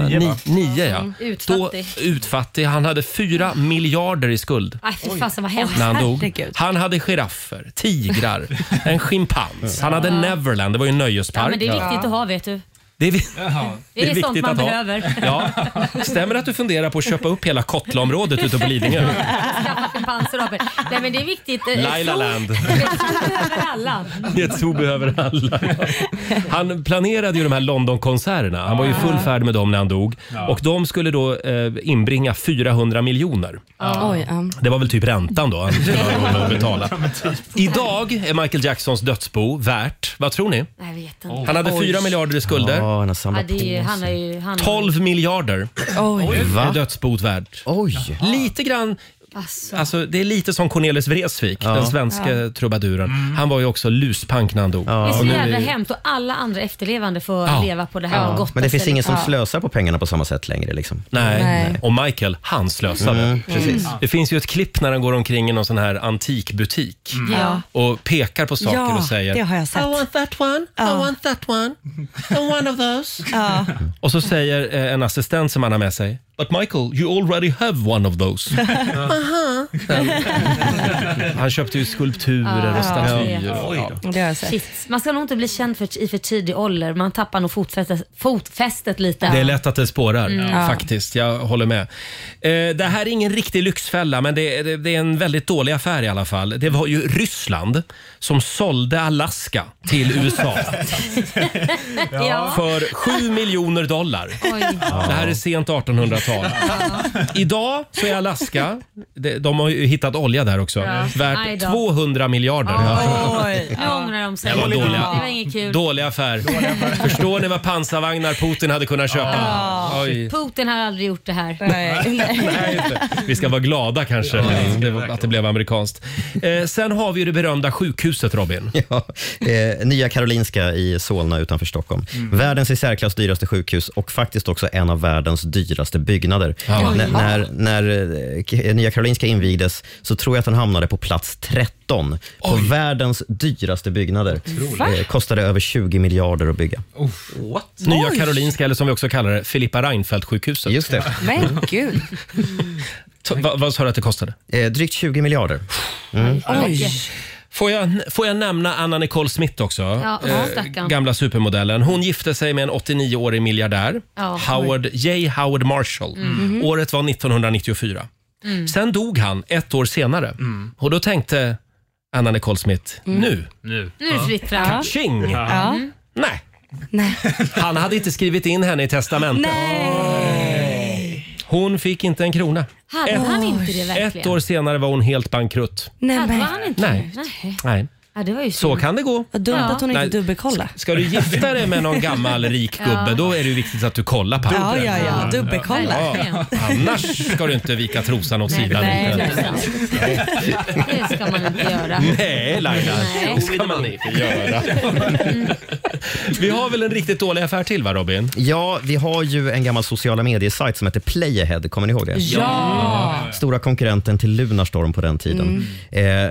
[SPEAKER 1] 2009 ja.
[SPEAKER 2] Mm, utfattig.
[SPEAKER 1] Då, utfattig. Han hade 4 miljarder i skuld.
[SPEAKER 2] Aj, fy fasen vad hemskt.
[SPEAKER 1] När han dog.
[SPEAKER 2] Herregud.
[SPEAKER 1] Han hade giraffer, tigrar, en schimpans. Han hade
[SPEAKER 2] Ja.
[SPEAKER 1] Neverland, det var ju en nöjespark.
[SPEAKER 2] Ja, men det är viktigt att ha vet du.
[SPEAKER 1] Det är, vi-
[SPEAKER 2] Det är, sånt man
[SPEAKER 1] ha.
[SPEAKER 2] behöver.
[SPEAKER 1] Ja. Stämmer det att du funderar på att köpa upp hela Kottlaområdet ute på typ Lidingö?
[SPEAKER 2] Skaffa schimpanser och apor. Nej men det är viktigt. Eh,
[SPEAKER 1] Laila
[SPEAKER 2] så-
[SPEAKER 1] Land.
[SPEAKER 2] För alla.
[SPEAKER 1] Det är ett zoo behöver alla. Han planerade ju de här Londonkonserterna. Han var ju i full färd med dem när han dog.
[SPEAKER 7] Ja.
[SPEAKER 1] Och de skulle då eh, inbringa 400 miljoner.
[SPEAKER 7] Oj,
[SPEAKER 2] Mm.
[SPEAKER 7] um.
[SPEAKER 1] Det var väl typ räntan då han skulle ha råd att betala. Idag är Michael Jacksons dödsbo värt, vad tror ni?
[SPEAKER 2] Jag vet inte.
[SPEAKER 1] Han hade
[SPEAKER 2] Oj.
[SPEAKER 1] 4 miljarder i skulder.
[SPEAKER 3] Ja, han har
[SPEAKER 2] Ja, det är ju, han är ju, han
[SPEAKER 1] 12 miljarder
[SPEAKER 2] Oj.
[SPEAKER 1] är dödsbot värt.
[SPEAKER 3] Oj.
[SPEAKER 1] Lite grann
[SPEAKER 2] Alltså.
[SPEAKER 1] Alltså, det är lite som Cornelis Vreeswijk, den svenska
[SPEAKER 2] Ja.
[SPEAKER 1] trubaduren.
[SPEAKER 7] Mm.
[SPEAKER 1] Han var ju också luspank när han dog.
[SPEAKER 2] Det är så
[SPEAKER 1] Och nu är
[SPEAKER 2] jävla
[SPEAKER 1] ju-
[SPEAKER 2] hemskt och alla andra efterlevande får
[SPEAKER 1] Ja.
[SPEAKER 2] leva på det här gotta
[SPEAKER 3] Men det finns ingen som
[SPEAKER 2] stället.
[SPEAKER 3] slösar på pengarna på samma sätt längre. Liksom.
[SPEAKER 1] Nej.
[SPEAKER 2] Nej.
[SPEAKER 1] och Michael, han slösade.
[SPEAKER 3] Mm, precis.
[SPEAKER 1] Mm. Det finns ju ett klipp när han går omkring i någon sån här antikbutik
[SPEAKER 7] Mm. Ja.
[SPEAKER 1] och pekar på saker
[SPEAKER 7] ja,
[SPEAKER 1] och säger...
[SPEAKER 7] det har jag sett. I want
[SPEAKER 1] that one,
[SPEAKER 7] I
[SPEAKER 1] want that one,
[SPEAKER 7] and one of those. Ja.
[SPEAKER 1] Och så säger eh, en assistent som han har med sig, But Michael, you already have one of those.
[SPEAKER 12] Aha.
[SPEAKER 7] Uh-huh.
[SPEAKER 1] Han köpte ju skulpturer
[SPEAKER 2] Ja,
[SPEAKER 1] och statyer.
[SPEAKER 2] ja.
[SPEAKER 1] och- ja.
[SPEAKER 7] Det har jag sett.
[SPEAKER 2] Shit. Man ska nog inte bli känd för, i för tidig ålder. Man tappar nog fotfästet, fotfästet lite.
[SPEAKER 1] Det är lätt att det spårar
[SPEAKER 2] Mm. Ja.
[SPEAKER 1] faktiskt. Jag håller med. Eh, det här är ingen riktig lyxfälla, men det, det, det är en väldigt dålig affär i alla fall. Det var ju Ryssland som sålde Alaska till USA
[SPEAKER 12] Ja.
[SPEAKER 1] för 7 miljoner dollar.
[SPEAKER 12] Oj.
[SPEAKER 1] Det här är sent 1800-tal. Idag så är Alaska, de, de har ju hittat olja där också,
[SPEAKER 2] Ja. Aj
[SPEAKER 1] värt
[SPEAKER 2] då.
[SPEAKER 1] 200 miljarder.
[SPEAKER 2] Oj. Nu ångrar de sig.
[SPEAKER 1] Det var dåliga.
[SPEAKER 2] Det var inget kul.
[SPEAKER 1] Dålig affär. Förstår ni vad pansarvagnar Putin hade kunnat köpa?
[SPEAKER 2] Ja.
[SPEAKER 1] Oj.
[SPEAKER 2] Putin har aldrig gjort det här.
[SPEAKER 1] Nej, inte. Vi ska vara glada kanske Mm, det var- att det blev amerikanskt. Eh, sen har vi ju det berömda sjukhuset Robin.
[SPEAKER 3] Ja, eh, Nya Karolinska i Solna utanför Stockholm.
[SPEAKER 1] Mm.
[SPEAKER 3] Världens i särklass dyraste sjukhus och faktiskt också en av världens dyraste byggnader.
[SPEAKER 1] Ja.
[SPEAKER 3] N-
[SPEAKER 1] Oj.
[SPEAKER 3] När, när eh, K- Nya Karolinska invigdes så tror jag att den hamnade på plats 13 på världens dyraste byggnader.
[SPEAKER 1] Otroligt.
[SPEAKER 3] Eh, kostade över 20 miljarder att bygga.
[SPEAKER 1] Nya
[SPEAKER 3] Oj.
[SPEAKER 1] Karolinska, eller som vi också kallar det, Filippa Reinfeldt-sjukhuset.
[SPEAKER 3] Just det.
[SPEAKER 7] Men gud.
[SPEAKER 1] T- Mm. Vad vad sa du att det kostade?
[SPEAKER 3] Eh, drygt 20 miljarder. Mm.
[SPEAKER 1] Oj. Får jag, får jag nämna Anna Nicole Smith också? Eh,
[SPEAKER 2] Ja, stackarn.
[SPEAKER 1] gamla supermodellen. Hon gifte sig med en 89-årig miljardär,
[SPEAKER 2] Ja.
[SPEAKER 1] Howard, J. Howard Marshall.
[SPEAKER 2] Mm.
[SPEAKER 1] Året var 1994.
[SPEAKER 2] Mm.
[SPEAKER 1] Sen dog han ett år senare. Och då tänkte Anna Nicole Smith, nu.
[SPEAKER 9] Nu.
[SPEAKER 2] Mm. Nu är det fritt fram.
[SPEAKER 1] Kaching!
[SPEAKER 2] Ja. Mm.
[SPEAKER 1] Nej. Han hade inte skrivit in henne i testamentet. Hon fick inte en krona.
[SPEAKER 2] Hade han inte det verkligen?
[SPEAKER 1] Ett år senare var hon helt bankrutt.
[SPEAKER 2] Nej, Hade han inte
[SPEAKER 1] Nej.
[SPEAKER 2] det? Nej.
[SPEAKER 1] Nej.
[SPEAKER 2] Ja, det var ju
[SPEAKER 1] Så
[SPEAKER 2] synd.
[SPEAKER 1] kan det gå.
[SPEAKER 7] Vad dumt att hon inte
[SPEAKER 1] Nej.
[SPEAKER 7] dubbelkollade.
[SPEAKER 1] Ska du gifta dig med någon gammal rik gubbe,
[SPEAKER 7] Ja.
[SPEAKER 1] då är det ju viktigt att du kollar på
[SPEAKER 7] Ja,
[SPEAKER 1] det.
[SPEAKER 7] ja, ja. Dubbelkolla.
[SPEAKER 1] Ja, Annars ska du inte vika trosan åt sidan.
[SPEAKER 2] Nej,
[SPEAKER 1] lite.
[SPEAKER 2] det ska man inte göra.
[SPEAKER 1] Nej, Laila. Det ska man inte göra. Vi har väl en riktigt dålig affär till, va Robin?
[SPEAKER 3] Ja, vi har ju en gammal sociala mediesajt som heter Playahead. Kommer ni ihåg det?
[SPEAKER 12] Ja. Mm.
[SPEAKER 3] Stora konkurrenten till Lunarstorm på den tiden. Eh, eh,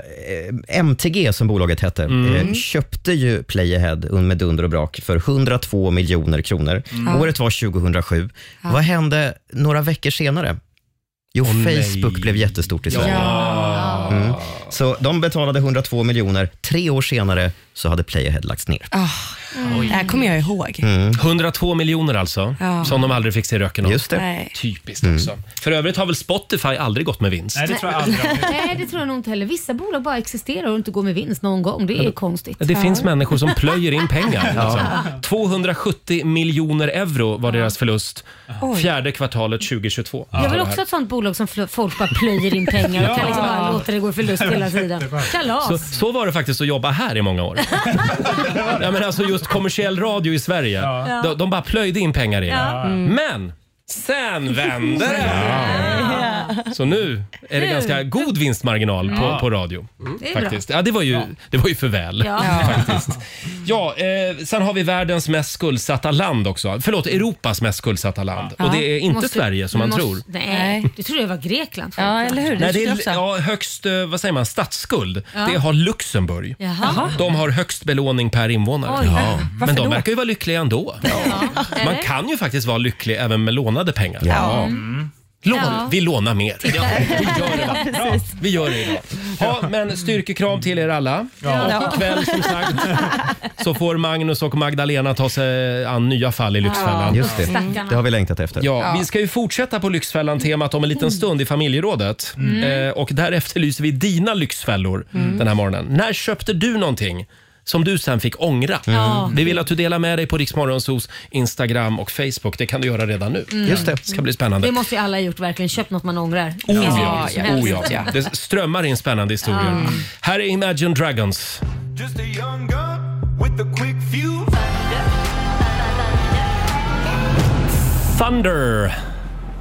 [SPEAKER 3] MTG, som bolaget hette,
[SPEAKER 1] Mm.
[SPEAKER 3] eh, köpte ju Playahead un- med dunder och brak för 102 miljoner kronor.
[SPEAKER 12] Mm.
[SPEAKER 3] Året var 2007. Vad hände några veckor senare? Jo, Facebook blev jättestort i Sverige.
[SPEAKER 1] Ja.
[SPEAKER 3] Mm. Så de betalade 102 miljoner. Tre år senare så hade Playahead lagts ner.
[SPEAKER 7] Det här kommer jag ihåg.
[SPEAKER 3] Mm.
[SPEAKER 1] 102 miljoner alltså,
[SPEAKER 7] Ja.
[SPEAKER 1] som de aldrig fick se röken av.
[SPEAKER 3] Just det. Mm.
[SPEAKER 7] Nej.
[SPEAKER 1] Typiskt också. För övrigt har väl Spotify aldrig gått med vinst?
[SPEAKER 2] Nej, det tror jag nog inte heller. Vissa bolag bara existerar och inte går med vinst någon gång. Det är ju konstigt.
[SPEAKER 1] Det finns människor som plöjer in pengar. Liksom. 270 miljoner euro var deras förlust
[SPEAKER 2] Oj.
[SPEAKER 1] fjärde kvartalet 2022.
[SPEAKER 2] Jag vill också ha ett sånt bolag som fl- folk bara plöjer in pengar och kan liksom bara låta det gå i förlust hela tiden.
[SPEAKER 1] Så,
[SPEAKER 2] Kalas!
[SPEAKER 1] så var det faktiskt att jobba här i många år. ja, men alltså just kommersiell radio i Sverige.
[SPEAKER 2] Ja.
[SPEAKER 1] De, de bara plöjde in pengar i det.
[SPEAKER 2] Ja. Mm.
[SPEAKER 1] Men sen vände det. Så nu är det
[SPEAKER 2] Nu.
[SPEAKER 1] ganska god vinstmarginal på,
[SPEAKER 2] Ja. Mm.
[SPEAKER 1] på radio.
[SPEAKER 2] Det är bra.
[SPEAKER 1] Faktiskt. Ja, det, var ju, det var ju för väl.
[SPEAKER 2] Ja.
[SPEAKER 1] Faktiskt. Ja, eh, sen har vi världens mest skuldsatta land också. Förlåt, Europas mest skuldsatta land. Och det är inte
[SPEAKER 2] Måste-
[SPEAKER 1] Sverige som man
[SPEAKER 2] måste-
[SPEAKER 1] tror.
[SPEAKER 2] Nej, det trodde jag var Grekland.
[SPEAKER 7] Ja, eller hur?
[SPEAKER 1] Nej, det är ja, högst eh, vad säger man, statsskuld.
[SPEAKER 2] Ja.
[SPEAKER 1] Det har Luxemburg.
[SPEAKER 2] Jaha.
[SPEAKER 1] De har högst belåning per invånare.
[SPEAKER 2] Oj. Ja. Varför
[SPEAKER 1] Men de
[SPEAKER 2] då?
[SPEAKER 1] verkar ju vara lyckliga ändå. Man kan ju faktiskt vara lycklig även med lånade pengar.
[SPEAKER 12] Ja.
[SPEAKER 1] Mm. Lån,
[SPEAKER 12] Ja.
[SPEAKER 1] Vi lånar mer.
[SPEAKER 12] Titta.
[SPEAKER 1] Ja, vi gör det. va? Bra. Vi gör det idag. Ja, men styrkekram till er alla.
[SPEAKER 12] Ja.
[SPEAKER 1] Och ikväll som sagt så får Magnus och Magdalena ta sig an nya fall i Lyxfällan.
[SPEAKER 2] Ja. Just det. Stackarna. Det har
[SPEAKER 3] vi längtat efter.
[SPEAKER 1] Ja,
[SPEAKER 2] Mm. Ja.
[SPEAKER 1] vi ska ju fortsätta på Lyxfällan-temat om en liten stund i familjerådet.
[SPEAKER 2] Mm.
[SPEAKER 1] Eh, och där efterlyser vi dina lyxfällor den här morgonen. När köpte du någonting som du sen fick ångra? Mm.
[SPEAKER 2] Ja.
[SPEAKER 1] Vi vill att du delar med dig på Riksmorgonsos Instagram och Facebook. Det kan du göra redan nu.
[SPEAKER 2] Mm. Just det.
[SPEAKER 1] ska bli spännande.
[SPEAKER 2] Det måste ju alla ha gjort verkligen. Köpt något man ångrar.
[SPEAKER 1] Oh
[SPEAKER 2] Finns ju
[SPEAKER 1] ja.
[SPEAKER 2] hur som helst. Mm.
[SPEAKER 1] Oh ja. Det strömmar in spännande historier.
[SPEAKER 2] Ja.
[SPEAKER 1] Här är Imagine Dragons.
[SPEAKER 10] Just a young gun with a quick fuse.
[SPEAKER 1] Thunder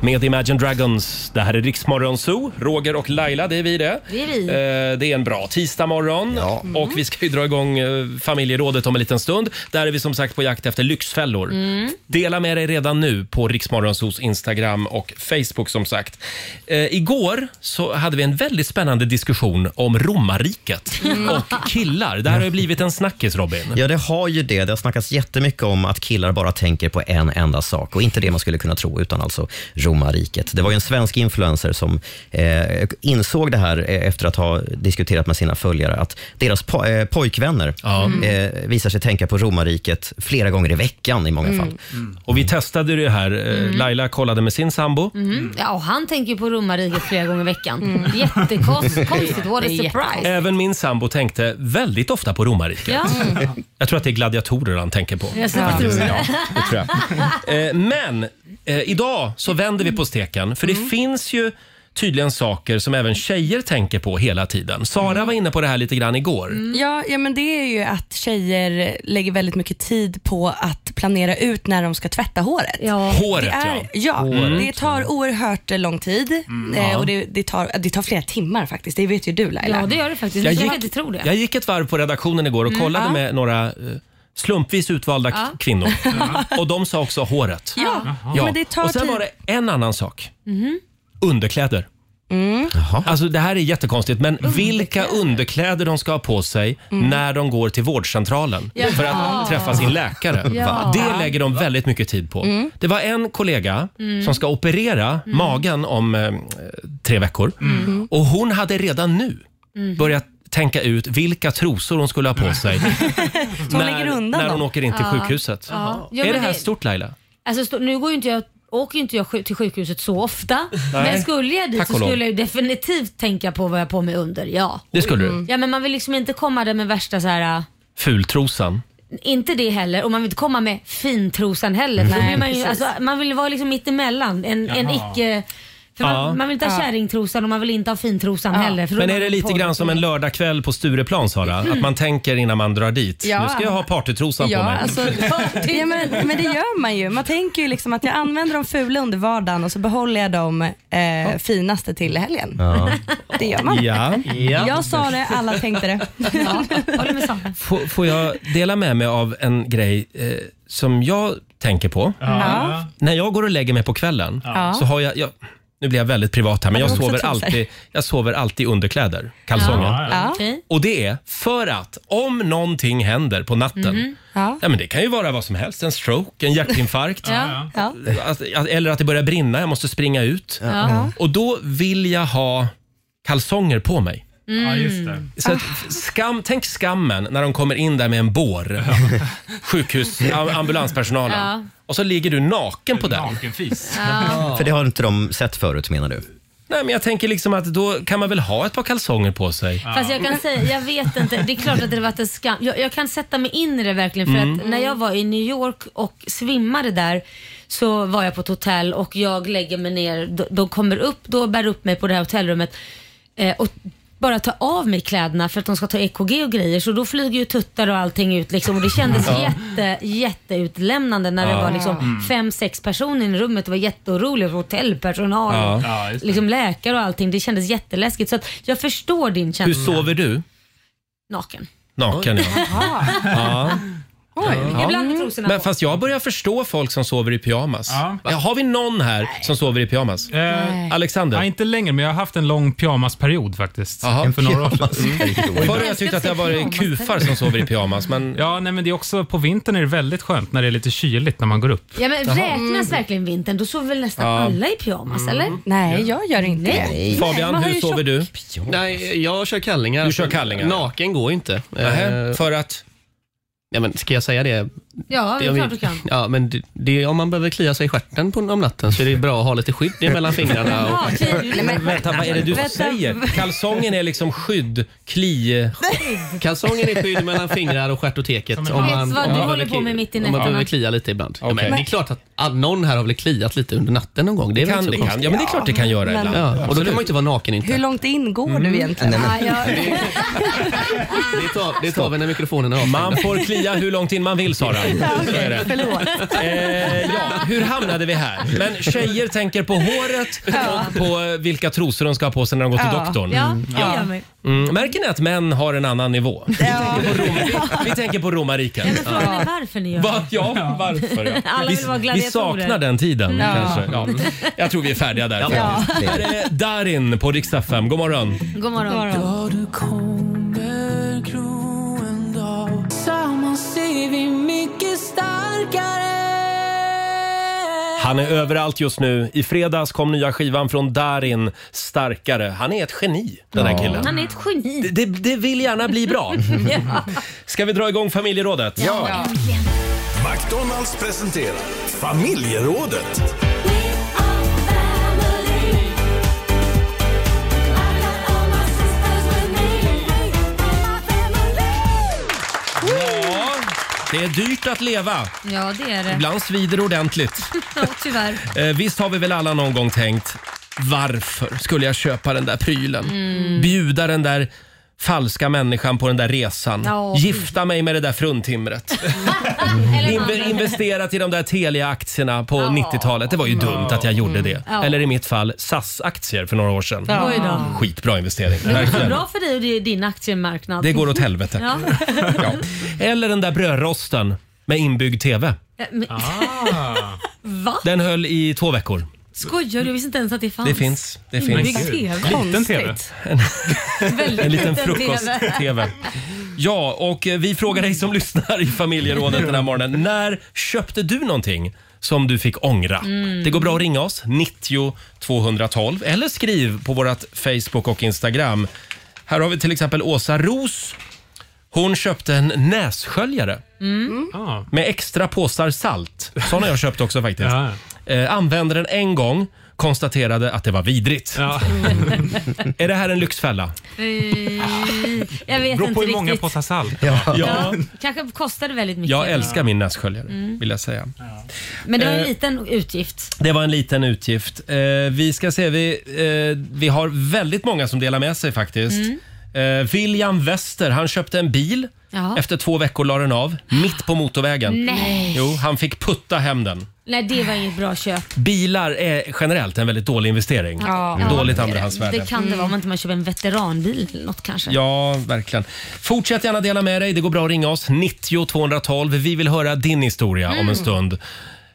[SPEAKER 1] med Imagine Dragons. Det här är Riksmorgon Zoo. Roger och Laila, det är vi det.
[SPEAKER 2] Det är vi.
[SPEAKER 1] Eh, det är en bra tisdagmorgon och vi ska ju dra igång eh, familjerådet om en liten stund. Där är vi som sagt på jakt efter lyxfällor.
[SPEAKER 12] Mm.
[SPEAKER 1] Dela med dig redan nu på Riksmorgonsos Instagram och Facebook som sagt. Eh, igår så hade vi en väldigt spännande diskussion om romarriket
[SPEAKER 3] Mm.
[SPEAKER 1] och killar. Det här har ju blivit en snackis Robin.
[SPEAKER 3] Ja, det har ju det. Det har snackats jättemycket om att killar bara tänker på en enda sak och inte det man skulle kunna tro, utan alltså romarriket. Det var ju en svensk influencer som eh, insåg det här eh, efter att ha diskuterat med sina följare att deras po- eh, pojkvänner eh,
[SPEAKER 1] Mm.
[SPEAKER 3] visar sig tänka på romarriket flera gånger i veckan i många
[SPEAKER 2] Mm.
[SPEAKER 3] fall.
[SPEAKER 1] Och vi testade det här. eh, Laila kollade med sin sambo.
[SPEAKER 2] Mm. Ja, och han tänker ju på romarriket flera gånger i veckan.
[SPEAKER 7] Mm.
[SPEAKER 2] Jättekonstigt. Konstigt. What a surprise.
[SPEAKER 1] Även min sambo tänkte väldigt ofta på romarriket.
[SPEAKER 2] Ja.
[SPEAKER 1] Jag tror att det är gladiatorer han tänker på.
[SPEAKER 2] Jag tror
[SPEAKER 1] faktiskt.
[SPEAKER 2] det.
[SPEAKER 1] Ja, det tror jag. Eh, Men eh, idag så vänder vi på steken, för det finns ju tydligen saker som även tjejer tänker på hela tiden. Sara var inne på det här lite grann igår.
[SPEAKER 2] Mm.
[SPEAKER 7] Ja, ja, men det är ju att tjejer lägger väldigt mycket tid på att planera ut när de ska tvätta håret.
[SPEAKER 1] Håret,
[SPEAKER 7] det är,
[SPEAKER 1] ja.
[SPEAKER 7] ja.
[SPEAKER 1] Håret,
[SPEAKER 7] det tar oerhört eh, lång tid
[SPEAKER 1] Mm,
[SPEAKER 7] eh,
[SPEAKER 1] ja.
[SPEAKER 7] och det, det, tar, det tar flera timmar faktiskt. Det vet ju du Laila.
[SPEAKER 2] Ja, det gör det faktiskt.
[SPEAKER 1] Jag gick, jag gick ett varv på redaktionen igår och
[SPEAKER 7] Mm.
[SPEAKER 1] kollade
[SPEAKER 7] Ja.
[SPEAKER 1] med några eh, slumpvis utvalda k-
[SPEAKER 7] Ja.
[SPEAKER 1] kvinnor. Och de sa också håret.
[SPEAKER 7] Ja, men det tar
[SPEAKER 1] och sen
[SPEAKER 7] tid.
[SPEAKER 1] var det en annan sak.
[SPEAKER 7] Mhm.
[SPEAKER 1] Underkläder.
[SPEAKER 7] Mm.
[SPEAKER 1] Alltså det här är jättekonstigt, men vilka underkläder de ska ha på sig när de går till vårdcentralen
[SPEAKER 12] Ja.
[SPEAKER 1] för att träffa sin läkare.
[SPEAKER 12] Ja.
[SPEAKER 1] Det lägger de väldigt mycket tid på.
[SPEAKER 12] Mm.
[SPEAKER 1] Det var en kollega
[SPEAKER 12] Mm.
[SPEAKER 1] som ska operera
[SPEAKER 12] Mm.
[SPEAKER 1] magen om eh, tre veckor
[SPEAKER 12] Mm.
[SPEAKER 1] och hon hade redan nu
[SPEAKER 12] Mm.
[SPEAKER 1] börjat tänka ut vilka trosor hon skulle ha på sig
[SPEAKER 2] hon
[SPEAKER 1] när,
[SPEAKER 2] lägger undan
[SPEAKER 1] när
[SPEAKER 2] dem.
[SPEAKER 1] hon åker in till
[SPEAKER 2] Ja.
[SPEAKER 1] sjukhuset.
[SPEAKER 2] Ja. Ja,
[SPEAKER 1] är
[SPEAKER 2] men
[SPEAKER 1] det här
[SPEAKER 2] det-
[SPEAKER 1] stort Laila?
[SPEAKER 2] Alltså, stå- nu går ju inte jag åker ju inte jag sj- till sjukhuset så ofta.
[SPEAKER 1] Nej.
[SPEAKER 2] Men skulle jag dit
[SPEAKER 1] Tack
[SPEAKER 2] så
[SPEAKER 1] och lov.
[SPEAKER 2] skulle jag ju definitivt tänka på vad jag har på mig under. Ja.
[SPEAKER 1] Det skulle du.
[SPEAKER 2] Ja men man vill liksom inte komma där med värsta så här. äh,
[SPEAKER 1] Fultrosan.
[SPEAKER 2] Inte det heller och man vill inte komma med fintrosan heller. För då
[SPEAKER 1] Nej,
[SPEAKER 2] blir man, ju,
[SPEAKER 1] precis.
[SPEAKER 2] alltså, man vill vara liksom mitt emellan. En, en
[SPEAKER 1] Jaha.
[SPEAKER 2] icke... För
[SPEAKER 1] Ja.
[SPEAKER 2] man, man vill inte ha
[SPEAKER 1] Ja.
[SPEAKER 2] kärringtrosan och man vill inte ha fintrosan heller. För då
[SPEAKER 1] Men
[SPEAKER 2] har
[SPEAKER 1] är det
[SPEAKER 2] man
[SPEAKER 1] lite
[SPEAKER 2] på-
[SPEAKER 1] grann som en lördagkväll på Stureplan Sara? Att man tänker innan man drar dit.
[SPEAKER 7] Ja.
[SPEAKER 1] Nu ska jag ha partytrosan
[SPEAKER 7] Ja,
[SPEAKER 1] på mig.
[SPEAKER 7] alltså, ja, men, men det gör man ju. Man tänker ju liksom att jag använder de fula under vardagen och så behåller jag de eh, finaste till helgen.
[SPEAKER 1] Ja.
[SPEAKER 7] Det gör man.
[SPEAKER 1] Ja. Ja.
[SPEAKER 7] Jag sa det, alla tänkte det.
[SPEAKER 1] Får, får jag dela med mig av en grej eh, som jag tänker på?
[SPEAKER 12] Ja.
[SPEAKER 1] När jag går och lägger mig på kvällen
[SPEAKER 12] Ja.
[SPEAKER 1] så har jag, jag nu blir jag väldigt privat här, men
[SPEAKER 12] Har
[SPEAKER 1] jag
[SPEAKER 12] du också
[SPEAKER 1] sover,
[SPEAKER 12] trosor?
[SPEAKER 1] alltid, jag sover alltid i underkläder, kalsonger.
[SPEAKER 12] Ja, ja.
[SPEAKER 2] Okej.
[SPEAKER 1] Och det är för att om någonting händer på natten,
[SPEAKER 12] Mhm.
[SPEAKER 7] Ja.
[SPEAKER 1] ja, men det kan ju vara vad som helst, en stroke, en hjärtinfarkt.
[SPEAKER 12] Ja. Ja.
[SPEAKER 1] Att, att, eller att det börjar brinna, jag måste springa ut.
[SPEAKER 12] Ja.
[SPEAKER 1] Och då vill jag ha kalsonger på mig.
[SPEAKER 12] Mm. Ja, just det.
[SPEAKER 1] Så att,
[SPEAKER 2] Ah.
[SPEAKER 1] skam, tänk skammen när de kommer in där med en bår. Sjukhus, am- ambulanspersonalen.
[SPEAKER 12] Ja.
[SPEAKER 1] Och så ligger du naken på den. Ah. Nakenfis.
[SPEAKER 2] Ja.
[SPEAKER 3] För det har inte de sett förut menar du?
[SPEAKER 1] Nej, men jag tänker liksom att då kan man väl ha ett par kalsonger på sig. Ah.
[SPEAKER 2] Fast jag kan säga, jag vet inte. Det är klart att det var en skam. Jag, jag kan sätta mig in i det verkligen för
[SPEAKER 1] Mm.
[SPEAKER 2] att när jag var i New York och svimmade där så var jag på ett hotell och jag lägger mig ner. De, de kommer upp, då bär upp mig på det här hotellrummet eh, och bara ta av mig kläderna för att de ska ta EKG och grejer så då flyger ju tuttar och allting ut liksom och det kändes
[SPEAKER 12] Ja.
[SPEAKER 2] jätte, jätteutlämnande när det
[SPEAKER 12] Ja.
[SPEAKER 2] var liksom
[SPEAKER 12] Mm.
[SPEAKER 2] fem, sex personer i rummet och var jätteorolig för hotellpersonal
[SPEAKER 1] Ja.
[SPEAKER 2] och
[SPEAKER 1] Ja, just det.
[SPEAKER 2] liksom läkare och allting. Det kändes jätteläskigt så att jag förstår din känsla.
[SPEAKER 1] Hur sover du?
[SPEAKER 2] Naken.
[SPEAKER 1] Naken, ja. ja.
[SPEAKER 2] Oj, ibland är trosorna
[SPEAKER 1] Men
[SPEAKER 2] på.
[SPEAKER 1] fast jag börjar förstå folk som sover i pyjamas. Ja. Har vi någon här som sover i pyjamas? Alexander?
[SPEAKER 6] Eh, Nej, inte längre, men jag har haft en lång pyjamasperiod faktiskt.
[SPEAKER 1] Jaha.
[SPEAKER 6] För några år sedan.
[SPEAKER 1] Förr har jag tyckt att det har varit kufar som sover i pyjamas. Men...
[SPEAKER 6] Ja, nej, men det är också, på vintern är det väldigt skönt när det är lite kyligt när man går upp.
[SPEAKER 2] Ja, men
[SPEAKER 6] Jaha.
[SPEAKER 7] Mm.
[SPEAKER 2] räknas verkligen vintern? Då sover väl nästan
[SPEAKER 6] Ja.
[SPEAKER 2] alla i pyjamas, eller?
[SPEAKER 7] Nej, jag gör inte
[SPEAKER 2] Nej.
[SPEAKER 7] det.
[SPEAKER 1] Mm. Fabian,
[SPEAKER 7] Man har
[SPEAKER 1] hur
[SPEAKER 7] ju
[SPEAKER 1] sover du?
[SPEAKER 9] Nej, jag kör kallingar.
[SPEAKER 1] Du kör kallingar?
[SPEAKER 9] Naken går ju inte. Eh,
[SPEAKER 1] Nähä, för att?
[SPEAKER 9] Ja, men ska jag säga det?
[SPEAKER 2] Ja, det är
[SPEAKER 9] om-
[SPEAKER 2] klart du kan.
[SPEAKER 9] Ja, men det, det, om man behöver klia sig i stjärten på, om natten så är det bra att ha lite skydd mellan fingrarna. Och,
[SPEAKER 2] Ja, kliar du?
[SPEAKER 1] Vänta, vad är det du
[SPEAKER 2] Vänta.
[SPEAKER 1] säger? Kalsongen är liksom skydd, kli...
[SPEAKER 9] Kalsongen är skydd mellan fingrar och stjärtoteket. Om
[SPEAKER 2] Vet vad du håller
[SPEAKER 9] behöver
[SPEAKER 2] på med
[SPEAKER 9] kli-
[SPEAKER 2] mitt i
[SPEAKER 9] Om man
[SPEAKER 2] nätterna.
[SPEAKER 9] behöver klia lite ibland. Ja,
[SPEAKER 1] Okej.
[SPEAKER 9] men det är klart att all- någon här har väl kliat lite under natten någon gång. Det, är
[SPEAKER 1] Det
[SPEAKER 9] väl
[SPEAKER 1] kan-
[SPEAKER 9] inte så
[SPEAKER 1] det kan-
[SPEAKER 9] konstigt.
[SPEAKER 1] ja, men det är klart det kan göra
[SPEAKER 9] Ja,
[SPEAKER 1] ibland.
[SPEAKER 9] Och då
[SPEAKER 1] Absolut.
[SPEAKER 9] kan man ju inte vara naken inte.
[SPEAKER 7] Hur långt in går du egentligen?
[SPEAKER 9] Nej,
[SPEAKER 7] Ja, jag-
[SPEAKER 9] Det tar, det tar vi när mikrofonen är avstängd.
[SPEAKER 1] Man får klia hur långt in man vill, Sara. Så är det.
[SPEAKER 7] Förlåt.
[SPEAKER 1] Eh, ja, hur hamnade vi här? Men tjejer tänker på håret
[SPEAKER 12] Ja.
[SPEAKER 1] och på eh, vilka trosor de ska ha på sig när de går till
[SPEAKER 12] Ja.
[SPEAKER 1] doktorn.
[SPEAKER 12] Ja,
[SPEAKER 1] Mm.
[SPEAKER 12] det gör vi.
[SPEAKER 1] Mm. Märker ni att män har en annan nivå? Vi, tänker, på Rom, vi, vi tänker på romarriken.
[SPEAKER 2] Men frågan är varför ni gör
[SPEAKER 1] Va?
[SPEAKER 2] det.
[SPEAKER 1] Ja, varför? Ja.
[SPEAKER 2] Alla
[SPEAKER 1] vi,
[SPEAKER 2] vill vara
[SPEAKER 1] vi
[SPEAKER 2] gladiatorer. Mm.
[SPEAKER 1] saknar den tiden
[SPEAKER 2] Ja.
[SPEAKER 1] kanske. Ja. Jag tror vi är färdiga där.
[SPEAKER 12] Ja.
[SPEAKER 1] faktiskt.
[SPEAKER 12] Ja.
[SPEAKER 1] Här är Darin på Rix FM. God morgon.
[SPEAKER 2] God morgon.
[SPEAKER 12] Tillsammans är vi mycket starkare
[SPEAKER 1] Han är överallt just nu. I fredags kom nya skivan från Darin, Starkare. Han är ett geni, den här killen.
[SPEAKER 2] Han är ett geni.
[SPEAKER 1] Det, vill gärna bli bra.
[SPEAKER 2] ja.
[SPEAKER 1] Ska vi dra igång familjerådet?
[SPEAKER 10] McDonalds presenterar familjerådet.
[SPEAKER 1] Ja, det är dyrt att leva.
[SPEAKER 2] ja, det är det.
[SPEAKER 1] Ibland svider det ordentligt.
[SPEAKER 2] Ja, tyvärr.
[SPEAKER 1] Eh, visst har vi väl alla någon gång tänkt, varför skulle jag köpa den där prylen?
[SPEAKER 2] Mm.
[SPEAKER 1] Bjuda den där falska människan på den där resan.
[SPEAKER 2] Ja.
[SPEAKER 1] Gifta mig med det där fruntimret. Inve- investerat i de där Telia-aktierna på 90-talet. Det var ju dumt att jag gjorde det.
[SPEAKER 2] Ja.
[SPEAKER 1] Eller i mitt fall SAS-aktier för några år sedan.
[SPEAKER 2] Ja. Oj då.
[SPEAKER 1] Skitbra investering.
[SPEAKER 2] Men det går
[SPEAKER 1] verkligen.
[SPEAKER 2] bra för dig och det är din aktiemarknad.
[SPEAKER 1] Det går åt helvete.
[SPEAKER 2] Ja.
[SPEAKER 1] Eller den där brödrosten med inbyggd TV.
[SPEAKER 2] Eh, Men- Va?
[SPEAKER 1] Den höll i två veckor.
[SPEAKER 2] Ah. Skojar du? Jag visste inte ens att det fanns.
[SPEAKER 1] Det finns. Det finns.
[SPEAKER 2] Inbyggd TV.
[SPEAKER 1] En,
[SPEAKER 2] Väldigt
[SPEAKER 1] en liten
[SPEAKER 2] liten
[SPEAKER 1] frukost-TV. Ja, och eh, vi frågar dig som lyssnar i familjerådet den här morgonen. När köpte du någonting som du fick ångra?
[SPEAKER 2] Mm.
[SPEAKER 1] Det går bra att ringa oss, 90 212 eller skriv på vårt Facebook och Instagram. Här har vi till exempel Åsa Ros. Hon köpte en nässköljare
[SPEAKER 2] Mm.
[SPEAKER 1] med extra påsar salt. Såna har jag köpt också faktiskt. Eh, använde den en gång, konstaterade att det var vidrigt. Är det här en lyxfälla?
[SPEAKER 2] Eh, Jag vet inte riktigt.
[SPEAKER 1] påsar salt. Ja.
[SPEAKER 2] Ja,
[SPEAKER 1] Ja.
[SPEAKER 2] kanske kostade väldigt mycket.
[SPEAKER 1] Jag älskar min nässköljare,
[SPEAKER 2] Mm.
[SPEAKER 1] vill jag säga.
[SPEAKER 2] Men det var en
[SPEAKER 1] Eh,
[SPEAKER 2] liten utgift.
[SPEAKER 1] Det var en liten utgift. Eh, vi ska se, vi, eh, vi har väldigt många som delar med sig faktiskt.
[SPEAKER 2] Mm.
[SPEAKER 1] Eh, William Wester, han köpte en bil.
[SPEAKER 2] Ja.
[SPEAKER 1] Efter två veckor la den av, mitt på motorvägen.
[SPEAKER 2] Nej.
[SPEAKER 1] Jo, han fick putta hem den.
[SPEAKER 2] Nej, det var inget bra köp.
[SPEAKER 1] Bilar är generellt en väldigt dålig investering. Mm. Dåligt
[SPEAKER 2] det är det.
[SPEAKER 1] andrahandsvärde.
[SPEAKER 2] Det kan det vara om man inte man köper en veteranbil eller något kanske.
[SPEAKER 1] Ja, verkligen. Fortsätt gärna dela med dig. Det går bra att ringa oss. 90 212. Vi vill höra din historia om
[SPEAKER 2] Mm.
[SPEAKER 1] en stund.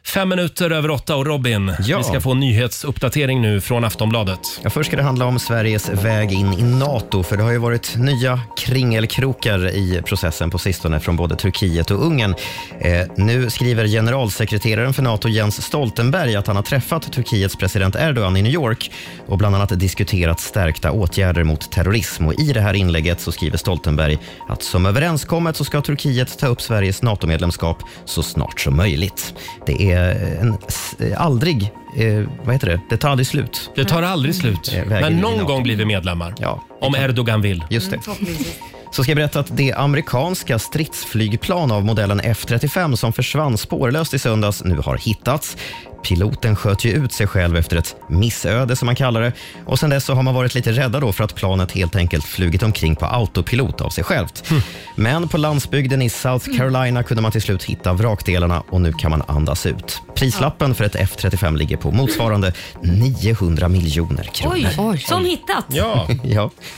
[SPEAKER 1] Fem minuter över åtta och Robin,
[SPEAKER 3] Ja.
[SPEAKER 1] vi ska få en nyhetsuppdatering nu från Aftonbladet.
[SPEAKER 3] Ja, först ska det handla om Sveriges väg in i NATO, för det har ju varit nya kringelkrokar i processen på sistone från både Turkiet och Ungern. Eh, nu skriver generalsekreteraren för NATO, Jens Stoltenberg, att han har träffat Turkiets president Erdogan i New York och bland annat diskuterat stärkta åtgärder mot terrorism. Och I det här inlägget så skriver Stoltenberg att som överenskommet så ska Turkiet ta upp Sveriges NATO-medlemskap så snart som möjligt. Det är en s- aldrig eh, vad heter det? Det tar aldrig slut.
[SPEAKER 1] Det
[SPEAKER 2] Mm.
[SPEAKER 1] tar aldrig slut.
[SPEAKER 3] Mm.
[SPEAKER 1] Men någon gång blir vi medlemmar.
[SPEAKER 3] Ja.
[SPEAKER 1] Om Erdogan vill.
[SPEAKER 3] Just det.
[SPEAKER 2] Mm,
[SPEAKER 3] Så ska jag berätta att det amerikanska stridsflygplan av modellen F-35 som försvann spårlöst i söndags nu har hittats. Piloten sköt ju ut sig själv efter ett missöde som man kallar det. Och sen dess så har man varit lite rädda då för att planet helt enkelt flugit omkring på autopilot av sig självt.
[SPEAKER 2] Hm.
[SPEAKER 3] Men på landsbygden i South Carolina kunde man till slut hitta vrakdelarna och nu kan man andas ut. Prislappen för ett F-35 ligger på motsvarande 900 miljoner kronor.
[SPEAKER 2] Oj, som hittat.
[SPEAKER 3] ja,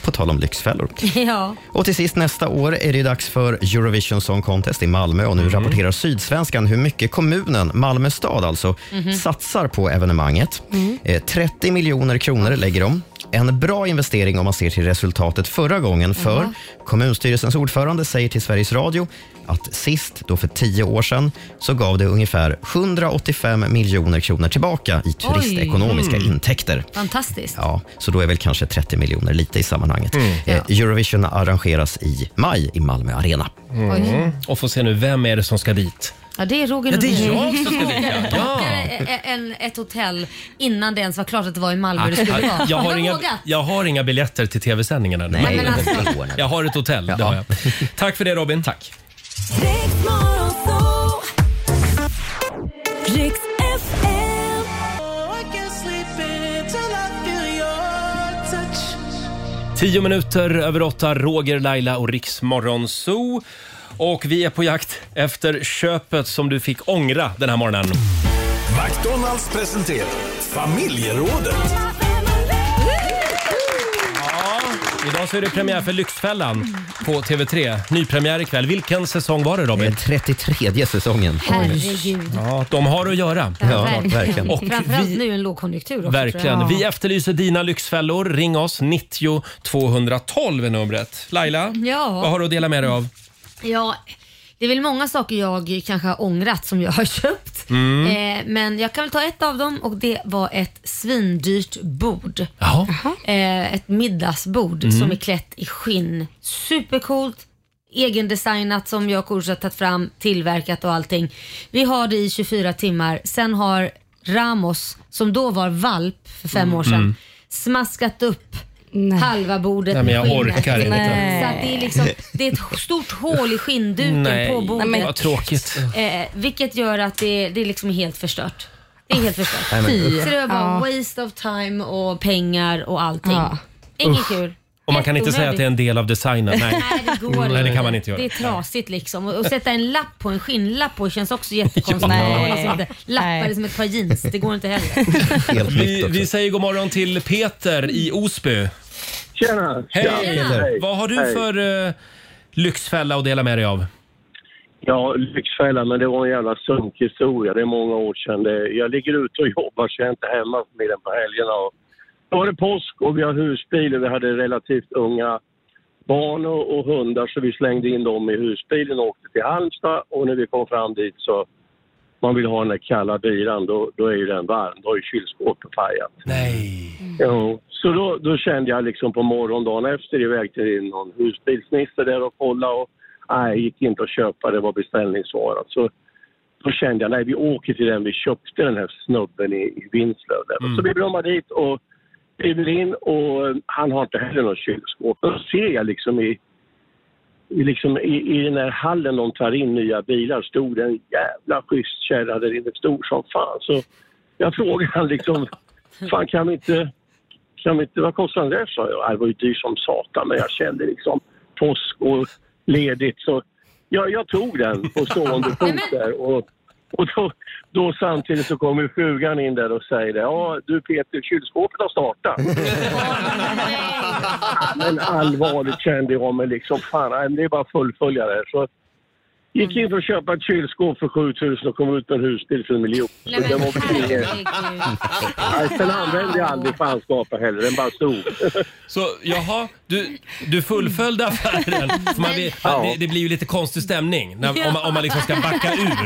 [SPEAKER 3] på tal om lyxfällor.
[SPEAKER 2] ja.
[SPEAKER 3] Och till sist nästa år är det ju dags för Eurovision Song Contest i Malmö och nu rapporterar Sydsvenskan hur mycket kommunen, Malmö stad alltså,
[SPEAKER 12] Mhm.
[SPEAKER 3] satsar på evenemanget. Eh, 30 miljoner kronor lägger de. En bra investering om man ser till resultatet förra gången för
[SPEAKER 12] Jaha.
[SPEAKER 3] kommunstyrelsens ordförande säger till Sveriges Radio att sist, då för tio år sedan, så gav det ungefär 185 miljoner kronor tillbaka i turistekonomiska
[SPEAKER 2] Mm.
[SPEAKER 3] intäkter.
[SPEAKER 2] Fantastiskt.
[SPEAKER 3] Ja, så då är väl kanske 30 miljoner lite i sammanhanget.
[SPEAKER 1] Mm.
[SPEAKER 3] Eh, Eurovision arrangeras i maj i Malmö Arena.
[SPEAKER 1] Mm. Och får se nu, vem är det som ska dit?
[SPEAKER 2] Ja, det är Roger
[SPEAKER 1] Ja, det är
[SPEAKER 2] Nordin.
[SPEAKER 1] jag som ska dricka. Ja.
[SPEAKER 2] Bokade e- en, ett hotell innan det ens var klart att det var i Malmö Alltså, det skulle vara.
[SPEAKER 1] Ah, Jag har, inga,
[SPEAKER 2] vågat.
[SPEAKER 1] jag har inga biljetter till tv-sändningen ännu.
[SPEAKER 2] Nej, men alltså.
[SPEAKER 1] Jag har ett hotell, det har jag. Tack för det Robin. Tack. Tio minuter över åtta, Roger, Laila och Riksmorgon Zoo. Och vi är på jakt efter köpet som du fick ångra den här morgonen.
[SPEAKER 10] McDonalds presenterar familjerådet.
[SPEAKER 1] Idag så är det premiär för Lyxfällan på TV3. Nypremiär ikväll. Vilken säsong var det Robin?
[SPEAKER 3] 33 säsongen.
[SPEAKER 2] Herregud.
[SPEAKER 1] Ja, de har att göra. Och
[SPEAKER 2] Framförallt nu i en lågkonjunktur. Också, tror
[SPEAKER 1] Verkligen.
[SPEAKER 2] jag.
[SPEAKER 1] Vi efterlyser dina lyxfällor. Ring oss. 90 212 är numret. Laila,
[SPEAKER 2] Ja.
[SPEAKER 1] vad har du att dela med dig av?
[SPEAKER 2] Ja, Det är väl många saker jag kanske har ångrat som jag har köpt.
[SPEAKER 1] Mm.
[SPEAKER 2] Eh, men jag kan väl ta ett av dem och det var ett svindyrt bord. Eh, ett middagsbord
[SPEAKER 13] Mm.
[SPEAKER 2] som är klätt i skinn. Supercoolt, egendesignat som jag och Kurs har tagit fram, tillverkat och allting. Vi har det i 24 timmar. Sen har Ramos, som då var valp för fem
[SPEAKER 13] Mm.
[SPEAKER 2] år sedan,
[SPEAKER 13] Mm.
[SPEAKER 2] smaskat upp halva bordet
[SPEAKER 1] Nej, men jag
[SPEAKER 2] med skinnet.
[SPEAKER 1] orkar inte.
[SPEAKER 2] Så att det, är liksom, det är ett stort hål i skinnduken
[SPEAKER 1] Nej,
[SPEAKER 2] på bordet.
[SPEAKER 1] vad tråkigt.
[SPEAKER 2] Eh, vilket gör att det, det är liksom helt förstört. Det är helt förstört.
[SPEAKER 1] Nej, men-
[SPEAKER 2] Så det var bara
[SPEAKER 1] Ja.
[SPEAKER 2] waste of time och pengar och allting. Inget
[SPEAKER 1] Usch.
[SPEAKER 2] kul.
[SPEAKER 1] Och man kan inte säga att det är en del av designen. Nej, Mm.
[SPEAKER 2] Nej, det går
[SPEAKER 1] Nej, det
[SPEAKER 2] inte.
[SPEAKER 1] kan man inte göra.
[SPEAKER 2] Det är trasigt liksom. Och, och sätta en lapp på en skinnlapp på känns också jättekonstigt.
[SPEAKER 1] Ja.
[SPEAKER 2] Man har liksom
[SPEAKER 1] Nej.
[SPEAKER 2] inte Lappar som ett par jeans, det går inte heller.
[SPEAKER 1] Vi, vi säger god morgon till Peter i Osby.
[SPEAKER 14] Tjena!
[SPEAKER 1] Hej!
[SPEAKER 14] Tjena. Peter.
[SPEAKER 1] Vad har du
[SPEAKER 14] Hej.
[SPEAKER 1] för eh, lyxfälla att dela med dig av?
[SPEAKER 14] Ja, Lyxfällan, men det var en jävla sunkig historia. Det är många år sedan. Det, jag ligger ute och jobbar så jag är inte hemma mer än på helgerna. Och, då var det påsk och vi har husbil och vi hade relativt unga barn och, och hundar så vi slängde in dem i husbilen och åkte till Halmstad. Och när vi kom fram dit så man vill ha den där kalla biran, då, då är ju den varm. Då har ju kylskåpet pajat. Ja, så då, då kände jag liksom på morgonen dagen efter, jag vägde in någon husbilsnisse där och kollade och nej, gick inte att köpa, det var beställningsvarat. Så då kände jag, nej vi åker till den vi köpte den här snubben i, i Vinslöv. där. Så vi brummar dit och kliver in och eh, han har inte heller något kylskåp. Då ser jag liksom i, i, liksom i, i den här hallen de tar in nya bilar stod en jävla schysst kärra där inne, stor som fan. Så jag frågade han liksom, fan kan vi inte, kan vi inte vad kostar den där? sa jag. "Ja, Det var ju dyrt som satan men jag kände liksom påsk och ledigt så ja, jag tog den på stående fot där. Och, och då, då samtidigt så kommer frugan in där och säger det. Ja du Peter, kylskåpet har startat. men allvarligt kände jag mig liksom, fan nej, men det är bara att fullfölja det här. Så gick in för att köpa ett kylskåp för 7000 och kom ut med en husbil för en miljon. Så det var väl inget- Nej, sen använde jag aldrig fanskapet heller, den bara stod.
[SPEAKER 1] Så jaha, du, du fullföljde affären. För man, blir-
[SPEAKER 14] Ja.
[SPEAKER 1] det, det blir ju lite konstig stämning när, om, man, om man liksom ska backa ur.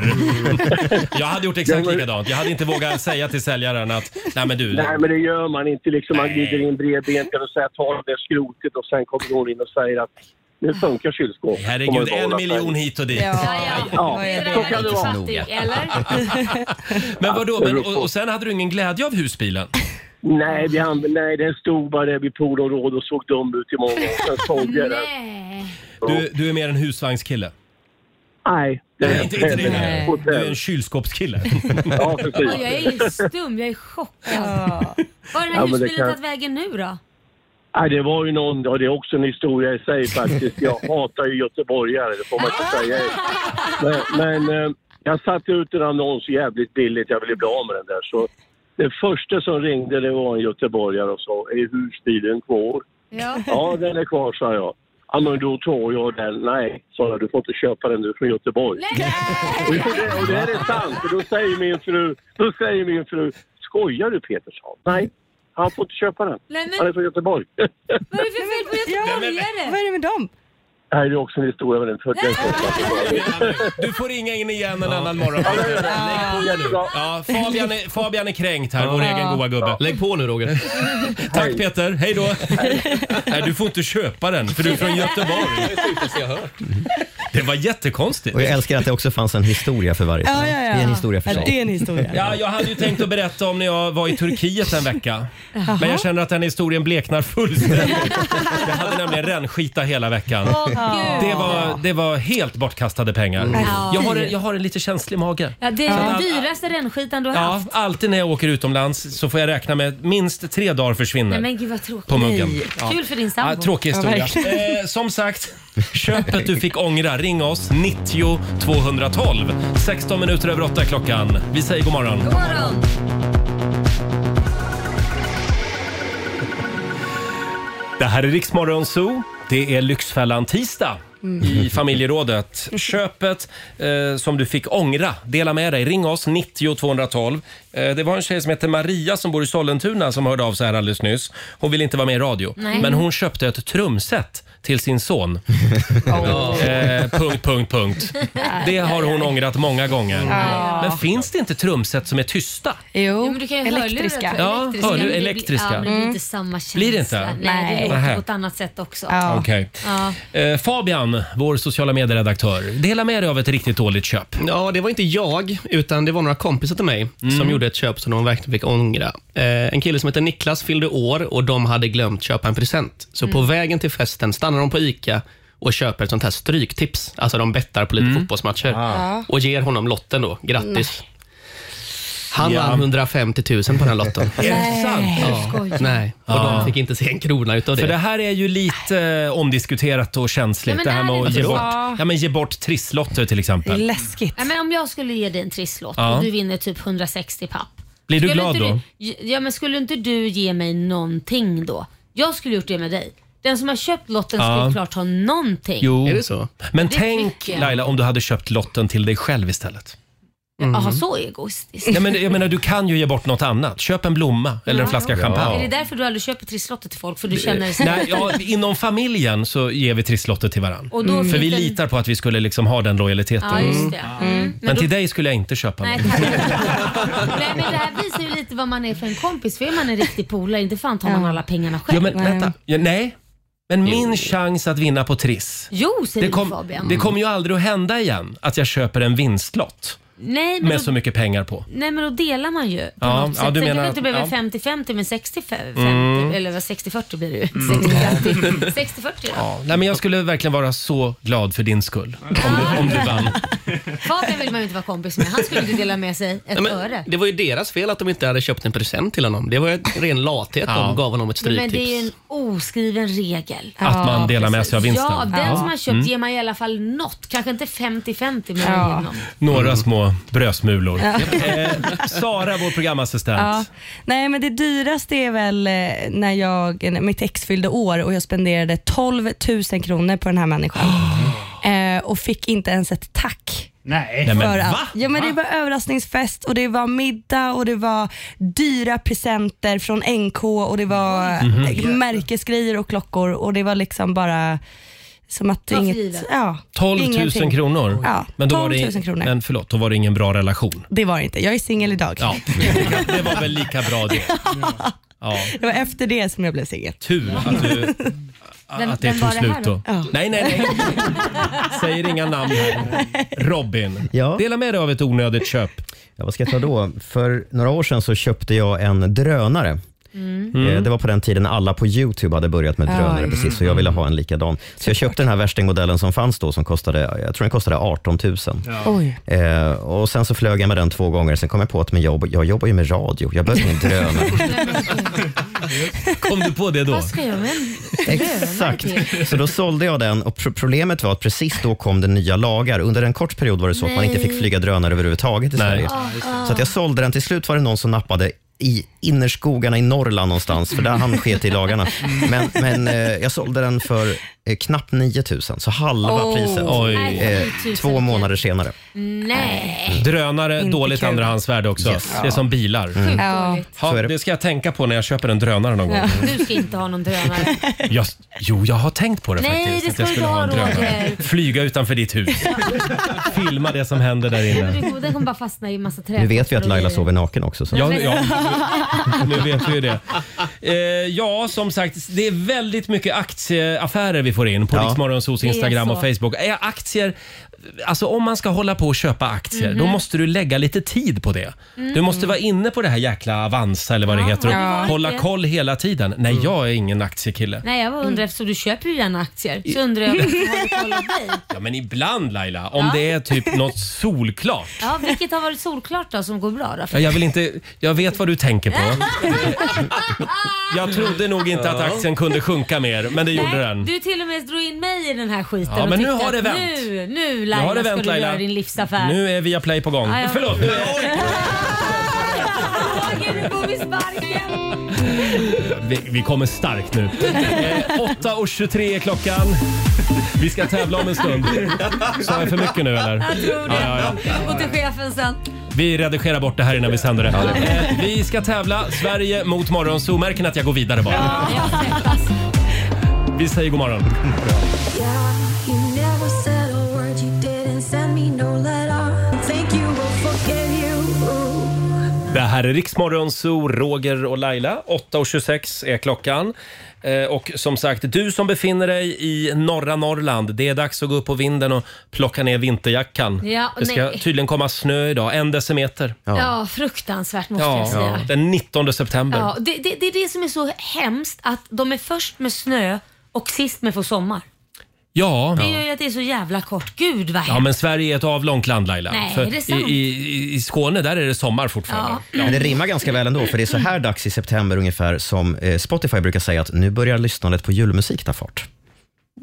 [SPEAKER 1] Jag hade gjort
[SPEAKER 14] Mm. Ja,
[SPEAKER 1] exakt
[SPEAKER 14] men-
[SPEAKER 1] likadant. Jag hade inte vågat säga till säljaren att nej men du,
[SPEAKER 14] Nej, men det gör man inte. Liksom, man glider in bredbent och säger ta det där skrotet och sen kommer någon in och säger att nu funkar kylskåpet. Kommer
[SPEAKER 1] herregud
[SPEAKER 14] det
[SPEAKER 1] en
[SPEAKER 14] vara
[SPEAKER 1] miljon
[SPEAKER 14] affär?
[SPEAKER 1] hit och dit.
[SPEAKER 14] Ja, så kan det vara.
[SPEAKER 1] Men vadå, men, och, och sen hade du ingen glädje av husbilen?
[SPEAKER 14] Nej, vi anv- nej, den stod bara där vid poolområdet och såg dum ut i många år. Sen sålde jag den.
[SPEAKER 1] Du, du är mer en husvagnskille?
[SPEAKER 14] Nej.
[SPEAKER 1] Nej, inte, inte det.
[SPEAKER 14] Nej.
[SPEAKER 1] Du är en kylskåpskille.
[SPEAKER 14] Ja,
[SPEAKER 2] Ja, jag är stum, jag är chockad. Var har den här
[SPEAKER 14] Ja, men det
[SPEAKER 2] husbilen
[SPEAKER 14] kan-
[SPEAKER 2] tagit vägen nu då?
[SPEAKER 14] Nej, det var ju någon, ja, det är också en historia i sig faktiskt. Jag hatar ju göteborgare, det får man inte säga. Men, men eh, jag satte ut en annons jävligt billigt, jag ville bli av med den där. Så den första som ringde det var en göteborgare och sa, är husbilen kvar?
[SPEAKER 2] Ja.
[SPEAKER 14] Ja, den är kvar, sa jag. Ja, men då tar jag den. Nej, sa jag, du får inte köpa den, du är från Göteborg. Och det, och det här är sant, för då säger min fru, då säger min fru, skojar du Petersson? Nej, han får inte köpa den.
[SPEAKER 2] Nej, men-
[SPEAKER 14] Han är från Göteborg.
[SPEAKER 2] Vad är det för fel på göteborgare?
[SPEAKER 7] Vad är det med dem?
[SPEAKER 14] Nej, det är också en historia med den födda
[SPEAKER 1] Du får ringa in igen en annan morgon. Lägg på nu. Ja, Fabian, är, Fabian är kränkt här, vår
[SPEAKER 9] Ja.
[SPEAKER 1] egen goa gubbe. Lägg på nu Roger. Tack Peter, hej då. Nej, du får inte köpa den för du är från Göteborg. Det var jättekonstigt.
[SPEAKER 3] Och jag älskar att det också fanns en historia för varje.
[SPEAKER 1] Ja, ja, ja.
[SPEAKER 3] Det är en historia för
[SPEAKER 1] Ja,
[SPEAKER 3] sig.
[SPEAKER 1] det är
[SPEAKER 7] en historia.
[SPEAKER 1] Ja, jag hade ju tänkt att berätta om när jag var i Turkiet en vecka. Men jag känner att den historien bleknar fullständigt. Jag hade nämligen rännskita hela veckan.
[SPEAKER 2] Åh, Gud.
[SPEAKER 1] Det var, det var helt bortkastade pengar.
[SPEAKER 2] Ja.
[SPEAKER 1] Jag har, en- jag har en lite känslig mage.
[SPEAKER 2] Ja, det
[SPEAKER 1] Så
[SPEAKER 2] är
[SPEAKER 1] att-
[SPEAKER 2] den dyraste rännskitan du har
[SPEAKER 1] Ja,
[SPEAKER 2] haft.
[SPEAKER 1] alltid när jag åker utomlands så får jag räkna med att minst tre dagar försvinner.
[SPEAKER 2] Nej men gud vad tråkigt.
[SPEAKER 1] På muggen.
[SPEAKER 2] Nej.
[SPEAKER 1] Ja.
[SPEAKER 2] Kul för din sambo.
[SPEAKER 1] Ja, tråkig historia.
[SPEAKER 2] verkligen.
[SPEAKER 1] eh, som sagt, köpet du fick ångra. Ring oss, 90 212. 16 minuter över 8 klockan. Vi säger god morgon.
[SPEAKER 2] God morgon.
[SPEAKER 1] Det här är Riksmorgon Zoo. Det är Lyxfällan tisdag Mm.
[SPEAKER 2] Mm.
[SPEAKER 1] i familjerådet. Köpet eh, som du fick ångra, dela med dig. Ring oss, 90 212. Eh, Det var en tjej som heter Maria som bor i Sollentuna som hörde av sig här alldeles nyss. Hon ville inte vara med i radio,
[SPEAKER 12] Nej.
[SPEAKER 1] men hon köpte ett trumset till sin son. Eh, punkt, punkt, punkt. Det har hon ångrat många gånger.
[SPEAKER 2] Ja.
[SPEAKER 1] Men finns det inte trumset som är tysta?
[SPEAKER 2] Jo, men du kan ju
[SPEAKER 7] elektriska.
[SPEAKER 1] Ja, hörlur-
[SPEAKER 2] Hörlurar, elektriska. Men det blir-
[SPEAKER 1] elektriska.
[SPEAKER 2] Ja, men det blir
[SPEAKER 1] Mm.
[SPEAKER 2] inte samma känsla.
[SPEAKER 1] Blir det inte?
[SPEAKER 2] Nej, det
[SPEAKER 1] Nähä.
[SPEAKER 2] låter på ett annat sätt också.
[SPEAKER 1] Okej.
[SPEAKER 2] Ja.
[SPEAKER 1] Eh, Fabian, vår sociala medieredaktör, dela med dig av ett riktigt dåligt köp.
[SPEAKER 9] Ja, det var inte jag, utan det var några kompisar till mig
[SPEAKER 1] Mm.
[SPEAKER 9] som gjorde ett köp som de verkligen fick ångra. Eh, en kille som heter Niklas fyllde år och de hade glömt köpa en present. Så
[SPEAKER 12] Mm.
[SPEAKER 9] på vägen till festen stannar de på ICA och köper ett sånt här stryktips. Alltså de bettar på
[SPEAKER 1] Mm.
[SPEAKER 9] lite fotbollsmatcher
[SPEAKER 12] Ah.
[SPEAKER 9] och ger honom lotten då. Grattis. Han
[SPEAKER 12] Ja.
[SPEAKER 9] vann 150 000 på den här lotten.
[SPEAKER 12] Är det Nej, sant? du
[SPEAKER 9] Ja.
[SPEAKER 12] skojar.
[SPEAKER 9] Nej, och
[SPEAKER 1] Ja.
[SPEAKER 9] de fick inte se en krona utav det.
[SPEAKER 1] För det här är ju lite eh, omdiskuterat och känsligt.
[SPEAKER 2] Ja, men
[SPEAKER 1] det här
[SPEAKER 2] är
[SPEAKER 1] med
[SPEAKER 2] det
[SPEAKER 1] att ge
[SPEAKER 2] så?
[SPEAKER 1] bort,
[SPEAKER 2] Ja.
[SPEAKER 1] ja, men ge bort trisslotter till exempel.
[SPEAKER 7] Läskigt.
[SPEAKER 2] Ja, men om jag skulle ge dig en trisslott
[SPEAKER 1] Ja.
[SPEAKER 2] och du vinner typ 160 papp.
[SPEAKER 1] Blir du
[SPEAKER 2] skulle
[SPEAKER 1] glad
[SPEAKER 2] inte
[SPEAKER 1] då?
[SPEAKER 2] Du, ja, men skulle inte du ge mig någonting då? Jag skulle gjort det med dig. Den som har köpt lotten
[SPEAKER 1] Ja.
[SPEAKER 2] skulle klart ha någonting.
[SPEAKER 1] Men
[SPEAKER 2] Det
[SPEAKER 1] tänk
[SPEAKER 2] tycker jag.
[SPEAKER 1] Laila om du hade köpt lotten till dig själv istället.
[SPEAKER 2] Mm. Jaha, så egoistiskt.
[SPEAKER 1] Ja, men, jag menar, du kan ju ge bort något annat. Köp en blomma eller en flaska
[SPEAKER 2] Är det
[SPEAKER 1] champagne.
[SPEAKER 2] därför du aldrig köper trisslotter till folk? För du känner dig så-
[SPEAKER 1] Nej, ja, inom familjen så ger vi trisslotter till
[SPEAKER 2] Och då
[SPEAKER 1] varandra. För
[SPEAKER 2] finns
[SPEAKER 1] vi
[SPEAKER 2] det en-
[SPEAKER 1] litar på att vi skulle liksom ha den lojaliteten.
[SPEAKER 2] Ja, just det. Mm.
[SPEAKER 1] Men
[SPEAKER 2] då-
[SPEAKER 1] till dig skulle jag inte köpa
[SPEAKER 2] Nej,
[SPEAKER 1] något.
[SPEAKER 2] tack. Nej, men det här visar ju lite vad man är för en kompis. För är man en riktig polare, inte fan tar man alla pengarna själv.
[SPEAKER 1] Ja, men vänta. Ja, nej. Men min chans att vinna på Triss.
[SPEAKER 2] Jo, säger
[SPEAKER 1] Det, kom,
[SPEAKER 2] Fabian.
[SPEAKER 1] det kommer ju aldrig att hända igen att jag köper en vinstlott
[SPEAKER 2] Nej, men
[SPEAKER 1] med
[SPEAKER 2] då-
[SPEAKER 1] så mycket pengar på.
[SPEAKER 2] Nej men då delar man ju på
[SPEAKER 1] Ja,
[SPEAKER 2] något sätt.
[SPEAKER 1] ja, du
[SPEAKER 2] Sen
[SPEAKER 1] menar
[SPEAKER 2] kanske det
[SPEAKER 1] att- ja.
[SPEAKER 2] inte behöver 50-50 men 60-50
[SPEAKER 1] Mm.
[SPEAKER 2] eller vad, 60-40 blir det ju.
[SPEAKER 1] Mm.
[SPEAKER 2] 60-50. 60-40 då.
[SPEAKER 1] Ja, nej, men jag skulle verkligen vara så glad för din skull om du, om du vann.
[SPEAKER 2] Fabian vill man ju inte vara kompis med. Han skulle inte dela med sig ett
[SPEAKER 9] Nej, men
[SPEAKER 2] öre.
[SPEAKER 9] Det var ju deras fel att de inte hade köpt en present till honom. Det var ju en ren lathet.
[SPEAKER 1] Ja.
[SPEAKER 9] De gav honom ett
[SPEAKER 2] Men det
[SPEAKER 9] stryktips.
[SPEAKER 2] är ju en oskriven regel.
[SPEAKER 9] Att man
[SPEAKER 2] Ja,
[SPEAKER 9] delar med
[SPEAKER 2] precis.
[SPEAKER 9] sig av vinsten.
[SPEAKER 2] Ja, den
[SPEAKER 1] Ja.
[SPEAKER 2] som har köpt
[SPEAKER 1] Mm.
[SPEAKER 2] ger man i alla fall något. Kanske inte 50-50 men man ger något.
[SPEAKER 1] Några små brödsmulor.
[SPEAKER 7] Ja.
[SPEAKER 1] Eh, Sara, vår programassistent.
[SPEAKER 7] Ja. Nej men det dyraste är väl eh, när jag, när mitt ex fyllde år och jag spenderade 12 000 kronor på den här människan. Eh, och fick inte ens ett tack.
[SPEAKER 12] Nej.
[SPEAKER 7] för att, ja, men det var överraskningsfest och det var middag och det var dyra presenter från NK och det var
[SPEAKER 12] Mhm.
[SPEAKER 7] eh, märkesgrejer och klockor och det var liksom bara som att
[SPEAKER 2] för
[SPEAKER 7] inget...
[SPEAKER 2] givet.
[SPEAKER 7] Ja,
[SPEAKER 1] 12 000
[SPEAKER 7] ingenting.
[SPEAKER 1] kronor.
[SPEAKER 7] Ja,
[SPEAKER 1] men då
[SPEAKER 7] 12
[SPEAKER 1] var
[SPEAKER 7] 000
[SPEAKER 1] det,
[SPEAKER 7] kronor.
[SPEAKER 1] Men förlåt, då var det ingen bra relation.
[SPEAKER 7] Det var det inte. Jag är singel idag.
[SPEAKER 1] Ja, det var väl lika bra det. Ja.
[SPEAKER 7] Det var efter det som jag blev singel.
[SPEAKER 1] Tur att, du,
[SPEAKER 7] Vem-
[SPEAKER 1] att det
[SPEAKER 7] vem
[SPEAKER 1] tog
[SPEAKER 7] var det här
[SPEAKER 1] slut då.
[SPEAKER 7] då? Ja.
[SPEAKER 1] Nej, nej, nej. Säger inga namn här. Robin, dela med dig av ett onödigt köp.
[SPEAKER 3] Ja, vad ska jag ta då? För några år sedan så köpte jag en drönare.
[SPEAKER 1] Mm.
[SPEAKER 3] Eh, Det var på den tiden alla på Youtube hade börjat med
[SPEAKER 13] Ja,
[SPEAKER 3] drönare
[SPEAKER 13] just
[SPEAKER 3] precis, så jag
[SPEAKER 1] Mm.
[SPEAKER 3] ville ha en likadan. Så jag köpte den här värstingmodellen som fanns då som kostade, jag tror den kostade 18 000.
[SPEAKER 7] Oj.
[SPEAKER 3] Eh, och sen så flög jag med den två gånger, sen kom jag på att men jag, jag jobbar ju med radio, jag behöver ingen drönare.
[SPEAKER 1] Kom du på det
[SPEAKER 2] Vad ska jag med en
[SPEAKER 3] Exakt.
[SPEAKER 2] drönare till?
[SPEAKER 3] Så då sålde jag den och pro- problemet var att precis då kom det nya lagar. Under en kort period var det så att man inte fick
[SPEAKER 2] Nej.
[SPEAKER 3] flyga drönare överhuvudtaget i Sverige.
[SPEAKER 2] Ah,
[SPEAKER 3] Så att jag sålde den. Till slut var det någon som nappade i innerskogarna i Norrland någonstans, för där han sket i lagarna. Men, men eh, jag sålde den för eh, knappt 9 000, så halva
[SPEAKER 2] Oh.
[SPEAKER 3] priset.
[SPEAKER 2] Oj.
[SPEAKER 3] Eh,
[SPEAKER 2] 9 000.
[SPEAKER 3] två månader senare.
[SPEAKER 2] Nej.
[SPEAKER 1] Drönare,
[SPEAKER 2] Inte
[SPEAKER 1] dåligt
[SPEAKER 2] kul.
[SPEAKER 1] andrahandsvärde också.
[SPEAKER 3] Yes.
[SPEAKER 1] Det är som bilar.
[SPEAKER 2] Sjukt dåligt.
[SPEAKER 1] Ja, det ska jag tänka på när jag köper en drönare någon gång.
[SPEAKER 2] Ja. Du ska inte ha någon drönare.
[SPEAKER 1] Jag, jo, jag har tänkt på det
[SPEAKER 2] Nej,
[SPEAKER 1] faktiskt.
[SPEAKER 2] det
[SPEAKER 1] att
[SPEAKER 2] ska
[SPEAKER 1] jag
[SPEAKER 2] du
[SPEAKER 1] skulle
[SPEAKER 2] inte
[SPEAKER 1] ha en
[SPEAKER 2] ha,
[SPEAKER 1] drönare.
[SPEAKER 2] Roger.
[SPEAKER 1] Flyga utanför ditt hus. Filma det som händer där
[SPEAKER 2] Men
[SPEAKER 1] inne.
[SPEAKER 2] du- Den kommer bara fastna i en massa träd.
[SPEAKER 3] Nu vet vi att Laila sover naken också. Så.
[SPEAKER 1] Ja, ja. Nu vet vi ju det. Eh, ja, som sagt, det är väldigt mycket aktieaffärer Eh, vi får in på
[SPEAKER 3] Ja.
[SPEAKER 1] Rix Morgonzos
[SPEAKER 3] Det är
[SPEAKER 1] Instagram
[SPEAKER 3] så.
[SPEAKER 1] och Facebook. Är aktier, alltså om man ska hålla på och köpa aktier,
[SPEAKER 2] Mhm.
[SPEAKER 1] då måste du lägga lite tid på det. Du
[SPEAKER 2] Mm.
[SPEAKER 1] måste vara inne på det här jäkla Avanza eller vad det
[SPEAKER 2] Ja,
[SPEAKER 1] heter och
[SPEAKER 2] har du
[SPEAKER 1] hålla
[SPEAKER 2] varit det?
[SPEAKER 1] koll hela tiden. Nej, jag är ingen aktiekille.
[SPEAKER 2] Nej, jag bara undrar eftersom du köper ju gärna aktier. Så undrar jag har du kollat dig?
[SPEAKER 1] Ja, men ibland Laila, om
[SPEAKER 2] Ja.
[SPEAKER 1] det är typ något solklart.
[SPEAKER 2] Ja, vilket har varit solklart då som går bra då?
[SPEAKER 1] Ja, Jag vill inte, jag vet vad du tänker på. Jag trodde nog inte att
[SPEAKER 2] Ja.
[SPEAKER 1] aktien kunde sjunka mer, men det gjorde
[SPEAKER 2] Nej,
[SPEAKER 1] den.
[SPEAKER 2] Du till och med drog in mig i den här skiten
[SPEAKER 1] Ja,
[SPEAKER 2] och
[SPEAKER 1] men nu
[SPEAKER 2] tyckte
[SPEAKER 1] har det
[SPEAKER 2] att
[SPEAKER 1] vänt.
[SPEAKER 2] Nu,
[SPEAKER 1] Nu
[SPEAKER 2] nu Laila
[SPEAKER 1] har det vänt,
[SPEAKER 2] ska du
[SPEAKER 1] Laila.
[SPEAKER 2] göra din livsaffär.
[SPEAKER 1] Nu är Viaplay på gång.
[SPEAKER 2] Ja, ja.
[SPEAKER 1] Förlåt, nu är
[SPEAKER 2] Roger, du får vi sparken.
[SPEAKER 1] Vi, vi kommer starkt nu. Eh, 8.23 är klockan. Vi ska tävla om en stund. Sa jag för mycket nu eller?
[SPEAKER 2] Jag tror det.
[SPEAKER 1] Ja, ja, ja.
[SPEAKER 2] Och till chefen sen.
[SPEAKER 1] Vi redigerar bort det här innan vi sänder det. Eh, Vi ska tävla Sverige mot Morgonzoo. Märker ni att jag går vidare bara? Vi säger god morgon. Det här är Riksmorgonzoo, Roger och Laila. 8.26 är klockan. Eh, Och som sagt, du som befinner dig i norra Norrland, det är dags att gå upp på vinden och plocka ner vinterjackan.
[SPEAKER 2] Ja,
[SPEAKER 1] det ska
[SPEAKER 2] nej.
[SPEAKER 1] tydligen komma snö idag, en decimeter.
[SPEAKER 2] Ja. fruktansvärt måste
[SPEAKER 1] Ja,
[SPEAKER 2] jag säga.
[SPEAKER 1] den 19 september.
[SPEAKER 2] Ja, det, det, det är det som är så hemskt att de är först med snö och sist med få sommar.
[SPEAKER 1] Ja.
[SPEAKER 2] Det gör ju att det är så jävla kort. Gud vad
[SPEAKER 1] Ja,
[SPEAKER 2] hemskt.
[SPEAKER 1] men Sverige är ett avlångt land Laila.
[SPEAKER 2] Nej,
[SPEAKER 1] För
[SPEAKER 2] är det sant?
[SPEAKER 1] I, i, I Skåne där är det sommar fortfarande.
[SPEAKER 2] Ja.
[SPEAKER 3] Men det rimmar ganska väl ändå, för det är så här dags i september ungefär som eh, Spotify brukar säga att nu börjar lyssnandet på julmusik ta fart.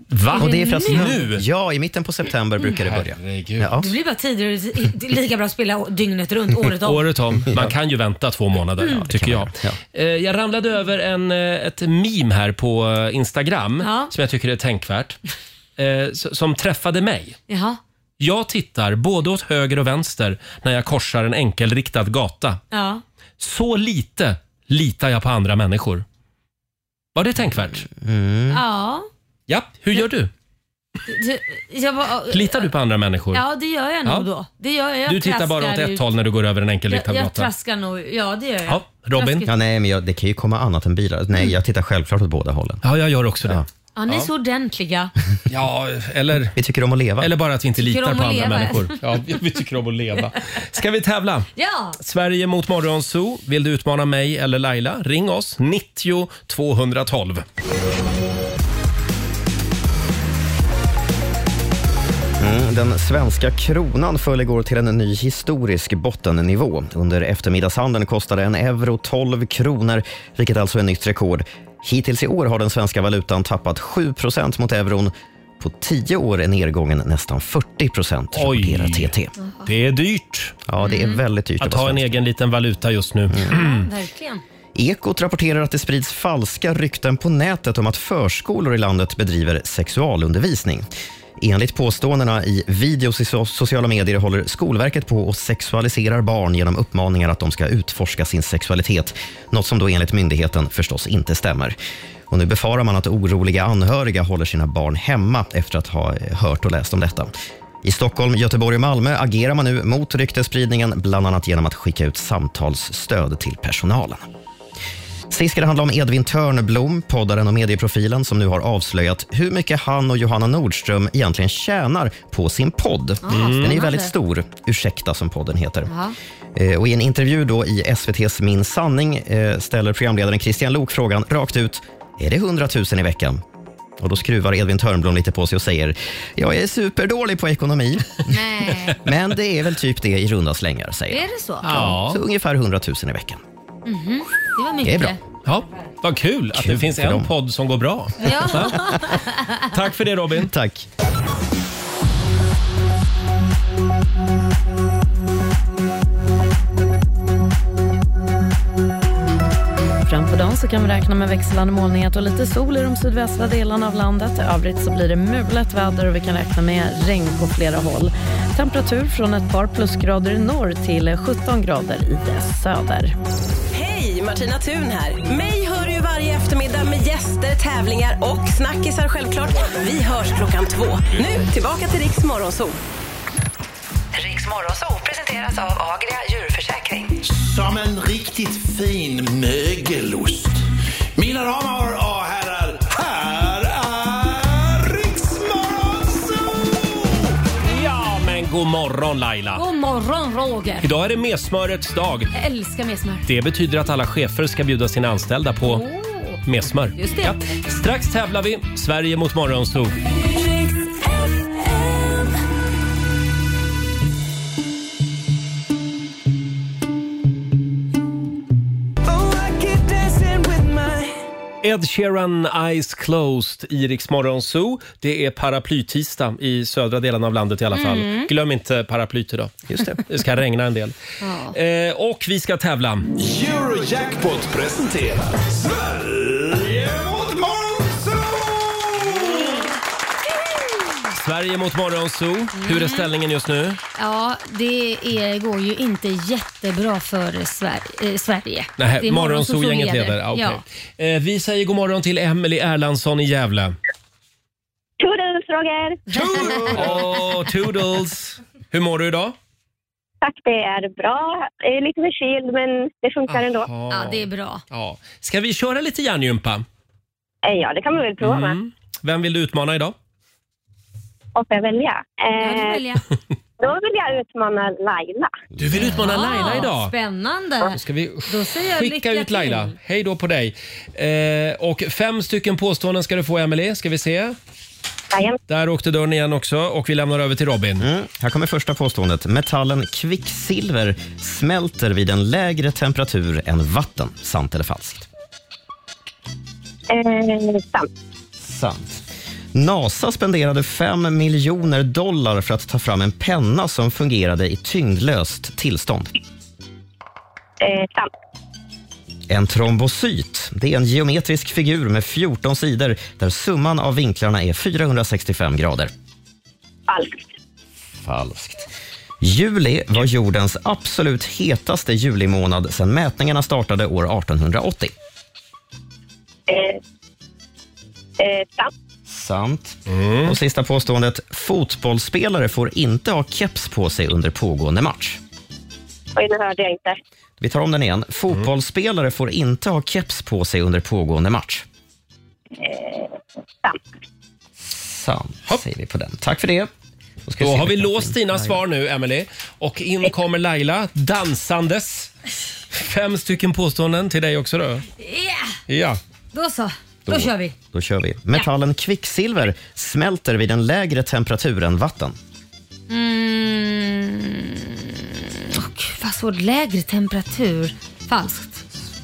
[SPEAKER 1] Va?
[SPEAKER 3] Och det är för att
[SPEAKER 2] Nu?
[SPEAKER 3] nu? Ja, i mitten på september brukar det börja. Ja.
[SPEAKER 2] Det blir bara tidigare det är lika bra att spela å- dygnet runt, året om.
[SPEAKER 1] Året om. Man kan ju vänta två månader,
[SPEAKER 2] Mm.
[SPEAKER 1] tycker jag. Eh, Jag ramlade över en, eh, ett meme här på eh, Instagram
[SPEAKER 2] Ja.
[SPEAKER 1] som jag tycker är tänkvärt. eh, s- Som träffade mig.
[SPEAKER 2] Jaha.
[SPEAKER 1] Jag tittar både åt höger och vänster när jag korsar en enkelriktad gata.
[SPEAKER 2] Ja.
[SPEAKER 1] Så lite litar jag på andra människor. Var det tänkvärt?
[SPEAKER 3] Mm.
[SPEAKER 1] Mm.
[SPEAKER 2] ja.
[SPEAKER 1] Ja, hur gör du?
[SPEAKER 2] Det- Jag bara,
[SPEAKER 1] Litar du på andra människor?
[SPEAKER 2] Ja, det gör jag nog
[SPEAKER 1] Ja.
[SPEAKER 2] då. Det gör jag. jag
[SPEAKER 1] du tittar bara åt
[SPEAKER 2] traskar
[SPEAKER 1] ett
[SPEAKER 2] ut.
[SPEAKER 1] håll när du går över en enkelriktad
[SPEAKER 2] Jag, jag
[SPEAKER 3] gata.
[SPEAKER 2] traskar nog. Ja, det gör jag. Traskigt.
[SPEAKER 3] Ja, nej, men jag, det kan ju komma annat än bilar. Nej, jag tittar självklart åt båda hållen.
[SPEAKER 1] Ja, jag gör också det. Ja.
[SPEAKER 2] Ja, ni är så ordentliga.
[SPEAKER 1] Ja, eller...
[SPEAKER 3] Vi tycker om att leva.
[SPEAKER 1] Eller bara att vi inte
[SPEAKER 2] Tycker
[SPEAKER 1] litar
[SPEAKER 2] om
[SPEAKER 1] på
[SPEAKER 2] att
[SPEAKER 1] andra
[SPEAKER 2] leva.
[SPEAKER 1] människor. Ja, vi- vi tycker om att leva. Ska vi tävla?
[SPEAKER 2] Ja!
[SPEAKER 1] Sverige mot Morgonzoo. Vill du utmana mig eller Laila? Ring oss, 90 212.
[SPEAKER 3] Mm, den svenska kronan föll igår till en ny historisk bottennivå. Under eftermiddagshandeln kostade en euro 12 kronor, vilket alltså är nytt rekord. Hittills i år har den svenska valutan tappat 7 mot euron. På 10 år är nedgången nästan 40 procent, rapporterar TT.
[SPEAKER 1] Det är dyrt.
[SPEAKER 3] Ja, det är väldigt dyrt.
[SPEAKER 1] Att ha en egen liten valuta just nu.
[SPEAKER 3] Mm.
[SPEAKER 2] Mm. Verkligen.
[SPEAKER 3] Ekot rapporterar att det sprids falska rykten på nätet om att förskolor i landet bedriver sexualundervisning. Enligt påståendena i videos i so- sociala medier håller Skolverket på och sexualiserar barn genom uppmaningar att de ska utforska sin sexualitet. Något som då enligt myndigheten förstås inte stämmer. Och nu befarar man att oroliga anhöriga håller sina barn hemma efter att ha eh, hört och läst om detta. I Stockholm, Göteborg och Malmö agerar man nu mot ryktesspridningen, bland annat genom att skicka ut samtalsstöd till personalen. Sist ska det handla om Edvin Törnblom, poddaren och medieprofilen som nu har avslöjat hur mycket han och Johanna Nordström egentligen tjänar på sin podd.
[SPEAKER 2] Ah,
[SPEAKER 3] Den är ju
[SPEAKER 13] spännande.
[SPEAKER 3] väldigt stor, Ursäkta som podden heter.
[SPEAKER 13] Ja.
[SPEAKER 3] Eh, Och I en intervju då i SVTs Min sanning eh, ställer programledaren Christian Lok frågan rakt ut. Är det 100 000 i veckan? Och Då skruvar Edvin Törnblom lite på sig och säger “Jag är superdålig på ekonomi,
[SPEAKER 2] Nej.
[SPEAKER 3] men det är väl typ det i runda slängar”, säger han.
[SPEAKER 2] Är det så?
[SPEAKER 3] Så ungefär 100 000 i veckan.
[SPEAKER 2] Mhm. Det var mycket.
[SPEAKER 1] Ja, vad kul att det finns
[SPEAKER 3] för
[SPEAKER 1] en
[SPEAKER 3] dem.
[SPEAKER 1] podd som går bra.
[SPEAKER 2] Ja.
[SPEAKER 1] Tack för det Robin.
[SPEAKER 3] Tack.
[SPEAKER 15] Fram på dagen så kan vi räkna med växlande molnighet och lite sol i de sydvästra delarna av landet. I övrigt så blir det mulet väder och vi kan räkna med regn på flera håll. Temperatur från ett par plusgrader i norr till 17 grader i söder.
[SPEAKER 16] Hej, Martina Thun här. Mig hör du ju varje eftermiddag med gäster, tävlingar och snackisar självklart. Vi hörs klockan två. Nu tillbaka till Riks Morgonzoo.
[SPEAKER 17] Riks Morgonzoo presenteras av Agria djurförsäkring.
[SPEAKER 18] Som en riktigt fin mögelost. Mina damer och herrar, här är Riksmorgonzoo!
[SPEAKER 1] Ja, men god morgon Laila.
[SPEAKER 2] God morgon Roger.
[SPEAKER 1] Idag är det messmörets dag.
[SPEAKER 2] Jag älskar mer smör.
[SPEAKER 1] Det betyder att alla chefer ska bjuda sina anställda på
[SPEAKER 2] Oh.
[SPEAKER 1] messmör.
[SPEAKER 2] Just det.
[SPEAKER 1] Ja. Strax tävlar vi. Sverige mot Morgonzoo. Ed Sheeran, Eyes Closed, i Rix Morgon Zoo. Det är paraplytisdag i södra delen av landet i alla fall.
[SPEAKER 12] Mm.
[SPEAKER 1] Glöm inte paraplyt idag. Just det. det ska regna en del. Eh, och vi ska tävla.
[SPEAKER 18] Eurojackpot presenterar Sverige mot Morgonzoo!
[SPEAKER 1] Sverige mot Morgonzoo.
[SPEAKER 2] Mm.
[SPEAKER 1] Hur är ställningen just nu?
[SPEAKER 2] Ja, det är, går ju inte jättebra för Sver- eh, Sverige. Det
[SPEAKER 1] Nej,
[SPEAKER 2] är Morgonzoo som
[SPEAKER 1] Morgonzoo-gänget leder. Ah, okej.
[SPEAKER 2] Ja.
[SPEAKER 1] eh, vi säger god morgon till Emily Erlandsson i Gävle.
[SPEAKER 12] Toodles, Roger!
[SPEAKER 1] Åh, Toodles! Hur mår du idag?
[SPEAKER 12] Tack, det är bra. Jag är lite förkyld, men det funkar ändå.
[SPEAKER 1] Ja, det
[SPEAKER 2] är bra.
[SPEAKER 1] Ja. Ska vi köra lite hjärngympa?
[SPEAKER 12] Eh, Ja, det kan man väl prova med.
[SPEAKER 1] Mm. Vem vill du utmana idag?
[SPEAKER 12] Och får jag välja? Eh, Då vill jag utmana Laila.
[SPEAKER 1] Du vill utmana Laila idag?
[SPEAKER 2] Ah, Spännande.
[SPEAKER 1] Då ska vi
[SPEAKER 2] Då säger jag lycka
[SPEAKER 1] skicka ut
[SPEAKER 2] till.
[SPEAKER 1] Laila. Hej då på dig. Eh, och fem stycken påståenden ska du få, Emily. Ska vi se? Där åkte dörren igen också och vi lämnar över till Robin.
[SPEAKER 3] Mm. Här kommer första påståendet. Metallen kvicksilver smälter vid en lägre temperatur än vatten. Sant eller falskt?
[SPEAKER 12] Eh, sant.
[SPEAKER 3] Sant. NASA spenderade 5 miljoner dollar för att ta fram en penna som fungerade i tyngdlöst tillstånd.
[SPEAKER 12] Eh, sant.
[SPEAKER 3] En trombocyt det är en geometrisk figur med 14 sidor där summan av vinklarna är 465 grader.
[SPEAKER 12] Falskt.
[SPEAKER 3] Falskt. Juli var jordens absolut hetaste julimånad sedan mätningarna startade år 1880.
[SPEAKER 12] Eh, eh, sant.
[SPEAKER 3] Sant. Och sista påståendet. Fotbollsspelare får inte ha keps på sig under pågående match.
[SPEAKER 12] Oj, nu hörde jag inte.
[SPEAKER 3] Vi tar om den igen. Fotbollsspelare får inte ha keps på sig under pågående match.
[SPEAKER 2] Eh,
[SPEAKER 3] Sant. Sant säger vi på den. Tack för det. ska vi
[SPEAKER 1] Då
[SPEAKER 3] se
[SPEAKER 1] har vi
[SPEAKER 3] vilken
[SPEAKER 1] låst dina svar nu, Emily. Och in kommer Laila dansandes. Fem stycken påståenden till dig också då.
[SPEAKER 2] Yeah.
[SPEAKER 1] Ja.
[SPEAKER 2] Då så. Då, kör vi.
[SPEAKER 3] Då kör vi. Metallen kvicksilver smälter vid en lägre temperatur än vatten.
[SPEAKER 2] Mm. Åh, gud, vad svårt. Lägre temperatur. Falskt.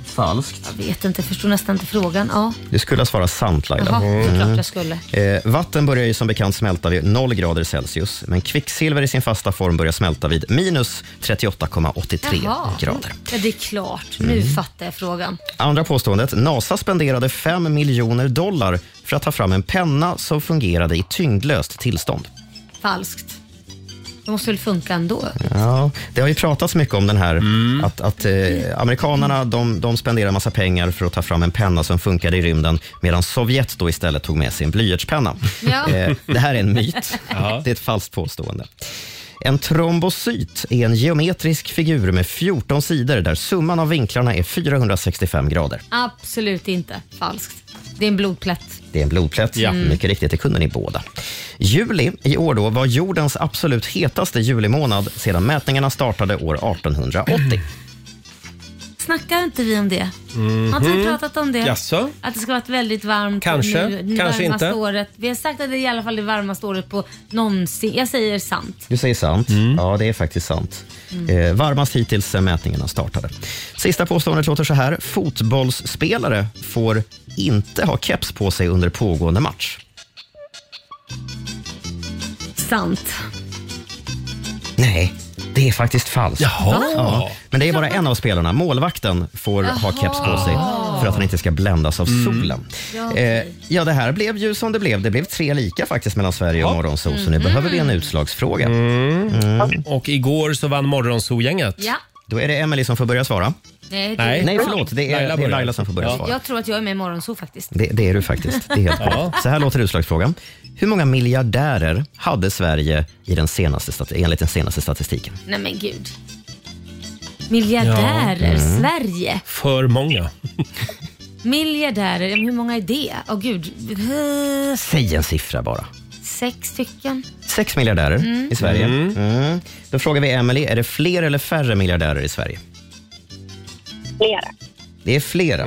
[SPEAKER 3] Falskt.
[SPEAKER 2] Jag vet inte, förstår nästan inte frågan. Ja.
[SPEAKER 3] Du skulle ha svarat sant Laila. Mm.
[SPEAKER 2] Jaha, det är klart jag skulle.
[SPEAKER 3] Eh, vatten börjar ju som bekant smälta vid 0 grader Celsius, men kvicksilver i sin fasta form börjar smälta vid minus 38,83
[SPEAKER 2] Jaha.
[SPEAKER 3] grader.
[SPEAKER 2] Ja, det är klart. Nu
[SPEAKER 3] Mm.
[SPEAKER 2] fattar jag frågan.
[SPEAKER 3] Andra påståendet. NASA spenderade 5 miljoner dollar för att ta fram en penna som fungerade i tyngdlöst tillstånd.
[SPEAKER 2] Falskt. Det måste väl funka ändå?
[SPEAKER 3] Ja, det har ju pratats mycket om den här att, att eh, amerikanerna de, de spenderar massa pengar för att ta fram en penna som funkade i rymden medan Sovjet då istället tog med sig en blyertspenna.
[SPEAKER 19] Ja.
[SPEAKER 3] Eh, det här är en myt.
[SPEAKER 19] Ja.
[SPEAKER 3] Det är ett falskt påstående. En trombocyt är en geometrisk figur med 14 sidor där summan av vinklarna är 465 grader.
[SPEAKER 2] Absolut inte. Falskt. Det är en blodplätt.
[SPEAKER 3] Det är en blodplätt.
[SPEAKER 2] Ja. Mm.
[SPEAKER 3] Mycket riktigt, det kunde ni båda. Juli i år då var jordens absolut hetaste julimånad sedan mätningarna startade år 1880.
[SPEAKER 2] Snackar inte vi om det? Har inte vi pratat om det?
[SPEAKER 1] Jaså?
[SPEAKER 2] Att det ska vara ett väldigt varmt
[SPEAKER 1] Kanske,
[SPEAKER 2] nu, det
[SPEAKER 3] Mhm. kanske
[SPEAKER 2] varmaste
[SPEAKER 3] inte.
[SPEAKER 2] året. Vi har sagt att det är i alla fall det varmaste året på någonsin. Jag säger sant.
[SPEAKER 3] Du säger sant. Ja, det är faktiskt sant.
[SPEAKER 2] Mm.
[SPEAKER 3] Eh, varmast hittills sedan mätningarna startade. Sista påståendet låter så här. Fotbollsspelare får inte ha keps på sig under pågående match.
[SPEAKER 2] Sant.
[SPEAKER 3] Nej, det är faktiskt falskt.
[SPEAKER 2] Jaha.
[SPEAKER 3] Ja, men det är bara en av spelarna, målvakten, får ha
[SPEAKER 2] Jaha.
[SPEAKER 3] keps på sig för att han inte ska bländas av solen.
[SPEAKER 2] Ja,
[SPEAKER 3] Eh, ja, det här blev ju som det blev. Det blev tre lika faktiskt mellan Sverige och Morgonzoo, så nu behöver vi
[SPEAKER 2] Mm.
[SPEAKER 3] en utslagsfråga. Mm.
[SPEAKER 1] Och igår så vann Morgonzoo-gänget.
[SPEAKER 2] Ja.
[SPEAKER 3] Då är det Emelie som får börja svara.
[SPEAKER 2] Nej, det-
[SPEAKER 3] Nej, förlåt. Det är
[SPEAKER 1] Laila
[SPEAKER 3] Laila, det är
[SPEAKER 1] börjar.
[SPEAKER 3] Laila som får börja svara.
[SPEAKER 2] Jag tror att jag är med i Morgonzoo faktiskt.
[SPEAKER 3] Det, det är du faktiskt. Det är helt
[SPEAKER 2] Ja.
[SPEAKER 3] korrekt. Så här låter utslagsfrågan. Hur många miljardärer hade Sverige i den senaste stat- enligt den senaste statistiken?
[SPEAKER 2] Nej men gud. Miljardärer,
[SPEAKER 3] Ja. Mm.
[SPEAKER 2] Sverige.
[SPEAKER 1] För många.
[SPEAKER 2] Miljardärer, ja, men hur många är det? Åh gud. Eh,
[SPEAKER 3] Säg en siffra bara.
[SPEAKER 2] Sex stycken.
[SPEAKER 3] Sex miljardärer
[SPEAKER 2] Mm.
[SPEAKER 3] i Sverige.
[SPEAKER 2] Mm.
[SPEAKER 3] Mm. Då frågar vi Emily, är det fler eller färre miljardärer i Sverige?
[SPEAKER 12] Flera.
[SPEAKER 3] Det är flera.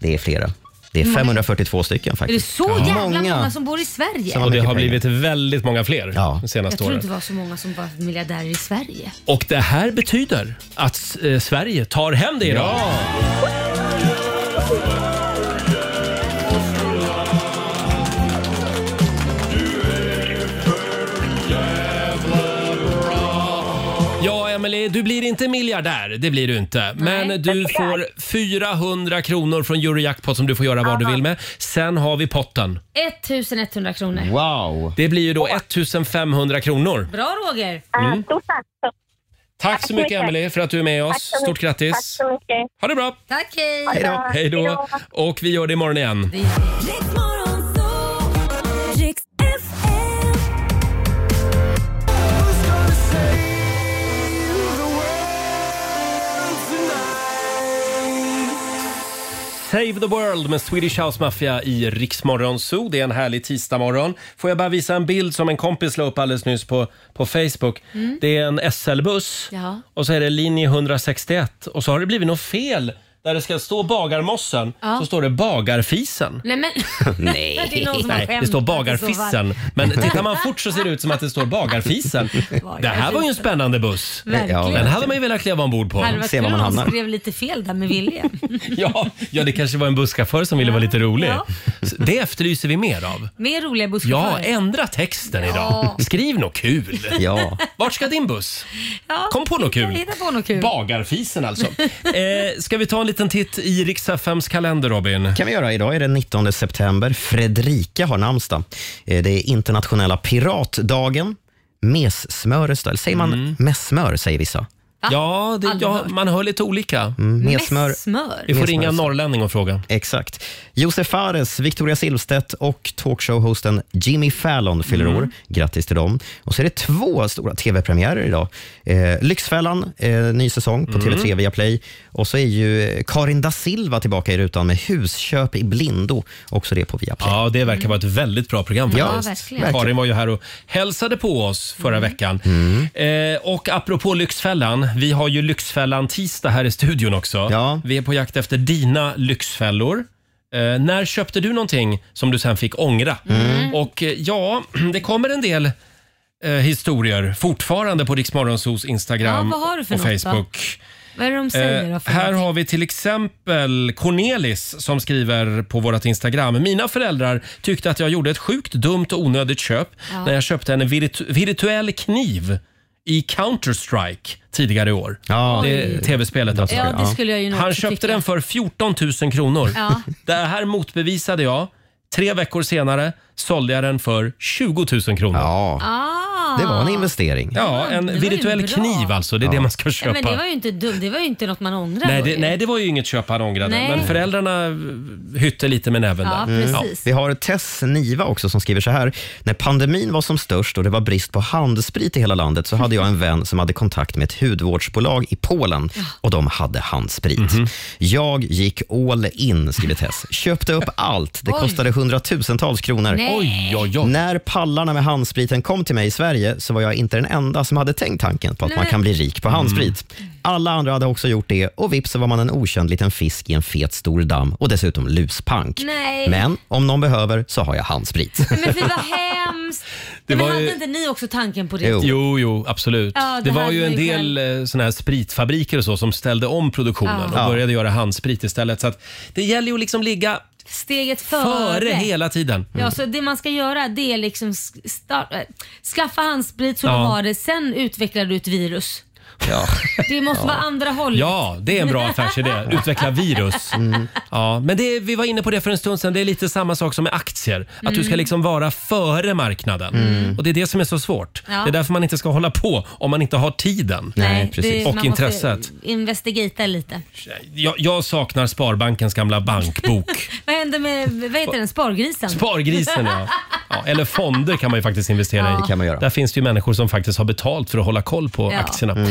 [SPEAKER 3] Det är flera. Det är
[SPEAKER 2] Hur många?
[SPEAKER 3] 542 stycken
[SPEAKER 2] Mm. Är det
[SPEAKER 3] faktiskt.
[SPEAKER 2] så jävla många, som bor i Sverige?
[SPEAKER 1] Och det har blivit väldigt många fler de
[SPEAKER 2] jag
[SPEAKER 1] senaste
[SPEAKER 2] tror
[SPEAKER 1] åren.
[SPEAKER 2] inte det var så många som var miljardärer i Sverige.
[SPEAKER 1] Och det här betyder att eh, Sverige tar hem det idag. Ja, Emily, eh, du blir inte miljardär, det blir du inte. Men du får 400 kronor från Eurojackpot som du får göra vad du vill med. Sen har vi potten.
[SPEAKER 13] 1100 kronor.
[SPEAKER 1] Mm. Wow! Det blir ju då 1500 kronor.
[SPEAKER 13] Bra Roger!
[SPEAKER 1] Mm.
[SPEAKER 20] Eh, Stort tack.
[SPEAKER 1] Tack så mycket Emelie för att du är med
[SPEAKER 20] Tack
[SPEAKER 1] oss.
[SPEAKER 20] så mycket.
[SPEAKER 1] Stort
[SPEAKER 20] Tack
[SPEAKER 1] grattis!
[SPEAKER 20] så mycket.
[SPEAKER 1] Ha det bra!
[SPEAKER 13] Tack, hej!
[SPEAKER 1] Hej då! Hej då! Och vi gör det imorgon igen. Save the World med Swedish House Mafia i Riksmorgon Zoo. Det är en härlig tisdagmorgon. Får jag bara visa en bild som en kompis la upp alldeles nyss på, på Facebook.
[SPEAKER 13] Mm.
[SPEAKER 1] Det är en SL-buss
[SPEAKER 13] Ja.
[SPEAKER 1] och så är det linje 161 och så har det blivit något fel. Där det ska stå Bagarmossen
[SPEAKER 13] Ja.
[SPEAKER 1] så står det Bagarfisen.
[SPEAKER 13] Nej men... Det är någon som har
[SPEAKER 1] Nej, det
[SPEAKER 13] skämtat
[SPEAKER 1] står
[SPEAKER 13] i så
[SPEAKER 1] Bagarfissen.
[SPEAKER 13] fall.
[SPEAKER 1] Men tittar man fort så ser det ut som att det står Bagarfisen. Det här var ju en spännande buss.
[SPEAKER 2] Verkligen. Ja,
[SPEAKER 1] Den hade man ju velat kliva ombord på.
[SPEAKER 2] Hade det varit kul om någon skrev lite fel där med vilja.
[SPEAKER 1] Ja, ja, det kanske var en busschaufför som ville vara lite rolig. Så Det efterlyser vi mer av.
[SPEAKER 2] Mer roliga
[SPEAKER 1] Ja,
[SPEAKER 2] busschaufförer.
[SPEAKER 1] ändra texten idag. Skriv något kul.
[SPEAKER 3] Ja.
[SPEAKER 1] Vart ska din buss?
[SPEAKER 2] Ja,
[SPEAKER 1] Kom på något kul.
[SPEAKER 2] Hitta på något kul.
[SPEAKER 1] Bagarfisen alltså. Eh, ska vi ta en liten titt i riks kalender, Robin?
[SPEAKER 3] kan vi göra. Idag är det 19 september. Fredrika har namnsdag. Eh, Det är internationella piratdagen. Messmörestad. Säger man
[SPEAKER 1] Mm.
[SPEAKER 3] messmör, säger vissa.
[SPEAKER 1] Ja, det, ja man hör lite olika.
[SPEAKER 3] Mm, messmör.
[SPEAKER 1] Vi får ringa norrlänning och fråga.
[SPEAKER 3] Exakt. Josef Fares, Victoria Silvstedt och talkshow-hosten Jimmy Fallon fyller
[SPEAKER 1] Mm.
[SPEAKER 3] år. Grattis till dem. Och så är det två stora tv-premiärer idag. Eh, Lyxfällan, eh, ny säsong på
[SPEAKER 1] Mm.
[SPEAKER 3] TV3 via Play. Och så är ju eh, Karin da Silva tillbaka i rutan med Husköp i blindo. Också det på Viaplay.
[SPEAKER 1] Ja, det verkar vara ett väldigt bra program
[SPEAKER 3] Ja,
[SPEAKER 1] faktiskt.
[SPEAKER 3] verkligen.
[SPEAKER 1] Karin var ju här och hälsade på oss förra
[SPEAKER 2] Mm.
[SPEAKER 1] veckan. Eh, och apropå Lyxfällan, vi har ju Lyxfällan tisdag här i studion också. Vi är på jakt efter dina lyxfällor. Eh, när köpte du någonting som du sen fick ångra?
[SPEAKER 2] Mm.
[SPEAKER 1] Och eh, ja, det kommer en del eh, historier fortfarande på Riksmorgonsos Instagram
[SPEAKER 2] Ja, vad har du för
[SPEAKER 1] och
[SPEAKER 2] något då?
[SPEAKER 1] Facebook.
[SPEAKER 2] Vad är det de säger då?
[SPEAKER 1] Eh,
[SPEAKER 2] för
[SPEAKER 1] här
[SPEAKER 2] något?
[SPEAKER 1] har vi till exempel Cornelis som skriver på vårt Instagram. Mina föräldrar tyckte att jag gjorde ett sjukt dumt och onödigt köp
[SPEAKER 18] Ja.
[SPEAKER 1] när jag köpte en virtu- virtuell kniv i Counter-Strike tidigare i år. Det är
[SPEAKER 2] Oj.
[SPEAKER 1] tv-spelet alltså.
[SPEAKER 2] Ja, det skulle jag ju nog
[SPEAKER 1] Han
[SPEAKER 2] också
[SPEAKER 1] köpte
[SPEAKER 2] tycka.
[SPEAKER 1] den för 14 000 kronor.
[SPEAKER 2] Ja.
[SPEAKER 1] Det här motbevisade jag. Tre veckor senare sålde jag den för 20 000 kronor.
[SPEAKER 2] Ah.
[SPEAKER 3] investering.
[SPEAKER 1] Ja, en
[SPEAKER 2] det var ju
[SPEAKER 1] virtuell
[SPEAKER 2] bra.
[SPEAKER 1] kniv alltså. Det är det man ska köpa.
[SPEAKER 2] Nej, men det var ju inte dumt. Det var ju inte något man ångrar.
[SPEAKER 1] Nej det,
[SPEAKER 2] Roger.
[SPEAKER 1] nej, det var ju inget köp han ångrade.
[SPEAKER 2] Nej.
[SPEAKER 1] Men föräldrarna eh, hytte lite med näven
[SPEAKER 2] Ja,
[SPEAKER 1] där.
[SPEAKER 2] precis.
[SPEAKER 3] Vi har Tess Niva också som skriver så här. När pandemin var som störst och det var brist på handsprit i hela landet så hade jag en vän som hade kontakt med ett hudvårdsbolag i Polen och de hade handsprit.
[SPEAKER 1] Mhm.
[SPEAKER 3] Jag gick all in, skriver Tess. Köpte upp allt. Det
[SPEAKER 18] Oj.
[SPEAKER 3] kostade hundratusentals kronor.
[SPEAKER 18] Nej. Oj,
[SPEAKER 3] När pallarna med handspriten kom till mig i Sverige så var jag inte den enda som hade tänkt tanken på att man
[SPEAKER 18] Nej.
[SPEAKER 3] kan bli rik på handsprit.
[SPEAKER 18] Mm.
[SPEAKER 3] Alla andra hade också gjort det och vips så var man en okänd liten fisk i en fet stor damm och dessutom luspank.
[SPEAKER 2] Nej.
[SPEAKER 3] Men om någon behöver så har jag handsprit.
[SPEAKER 2] Nej, men fy vad hemskt.
[SPEAKER 1] Det
[SPEAKER 2] men
[SPEAKER 1] var
[SPEAKER 2] hade
[SPEAKER 1] ju-
[SPEAKER 2] inte ni också tanken på det?
[SPEAKER 1] Jo. jo, absolut.
[SPEAKER 2] Ja,
[SPEAKER 1] det,
[SPEAKER 2] det
[SPEAKER 1] var
[SPEAKER 2] hade
[SPEAKER 1] ju
[SPEAKER 2] man
[SPEAKER 1] en
[SPEAKER 2] ju
[SPEAKER 1] del eh, såna här spritfabriker och så som ställde om produktionen
[SPEAKER 2] Ja.
[SPEAKER 1] och
[SPEAKER 2] Ja.
[SPEAKER 1] började göra handsprit istället. Så att det gäller ju att liksom ligga
[SPEAKER 2] Steget före.
[SPEAKER 1] före hela tiden. Mm.
[SPEAKER 2] Ja, så det man ska göra det är liksom sk- start, äh, skaffa handsprit så
[SPEAKER 1] Ja.
[SPEAKER 2] du har det, sen utvecklar du ett virus.
[SPEAKER 1] Ja.
[SPEAKER 2] Det måste vara andra hållet.
[SPEAKER 1] Ja, det är en bra affärsidé. Utveckla virus.
[SPEAKER 2] Mm.
[SPEAKER 1] Ja, men det, vi var inne på det för en stund sedan. Det är lite samma sak som med aktier. Att du ska
[SPEAKER 2] Mm.
[SPEAKER 1] liksom vara före marknaden. Och Det är det som är så svårt.
[SPEAKER 2] Ja.
[SPEAKER 1] Det är därför man inte ska hålla på om man inte har tiden
[SPEAKER 2] Det- man
[SPEAKER 1] och intresset.
[SPEAKER 2] Måste investigata lite.
[SPEAKER 1] Jag, jag saknar Sparbankens gamla bankbok.
[SPEAKER 2] Vad händer med, vad heter den, spargrisen?
[SPEAKER 1] Spargrisen ja. ja. Eller fonder kan man ju faktiskt investera
[SPEAKER 2] Ja.
[SPEAKER 1] i.
[SPEAKER 2] Det kan
[SPEAKER 3] man göra.
[SPEAKER 1] Där finns det ju människor som faktiskt har betalt för att hålla koll på
[SPEAKER 2] Ja. Mm.
[SPEAKER 1] aktierna.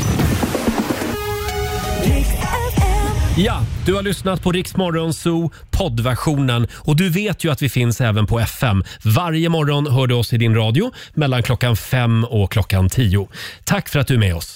[SPEAKER 1] Ja, du har lyssnat på Rix Morgon Zoo poddversionen och du vet ju att vi finns även på FM. Varje morgon hör du oss i din radio mellan klockan fem och klockan tio. Tack för att du är med oss.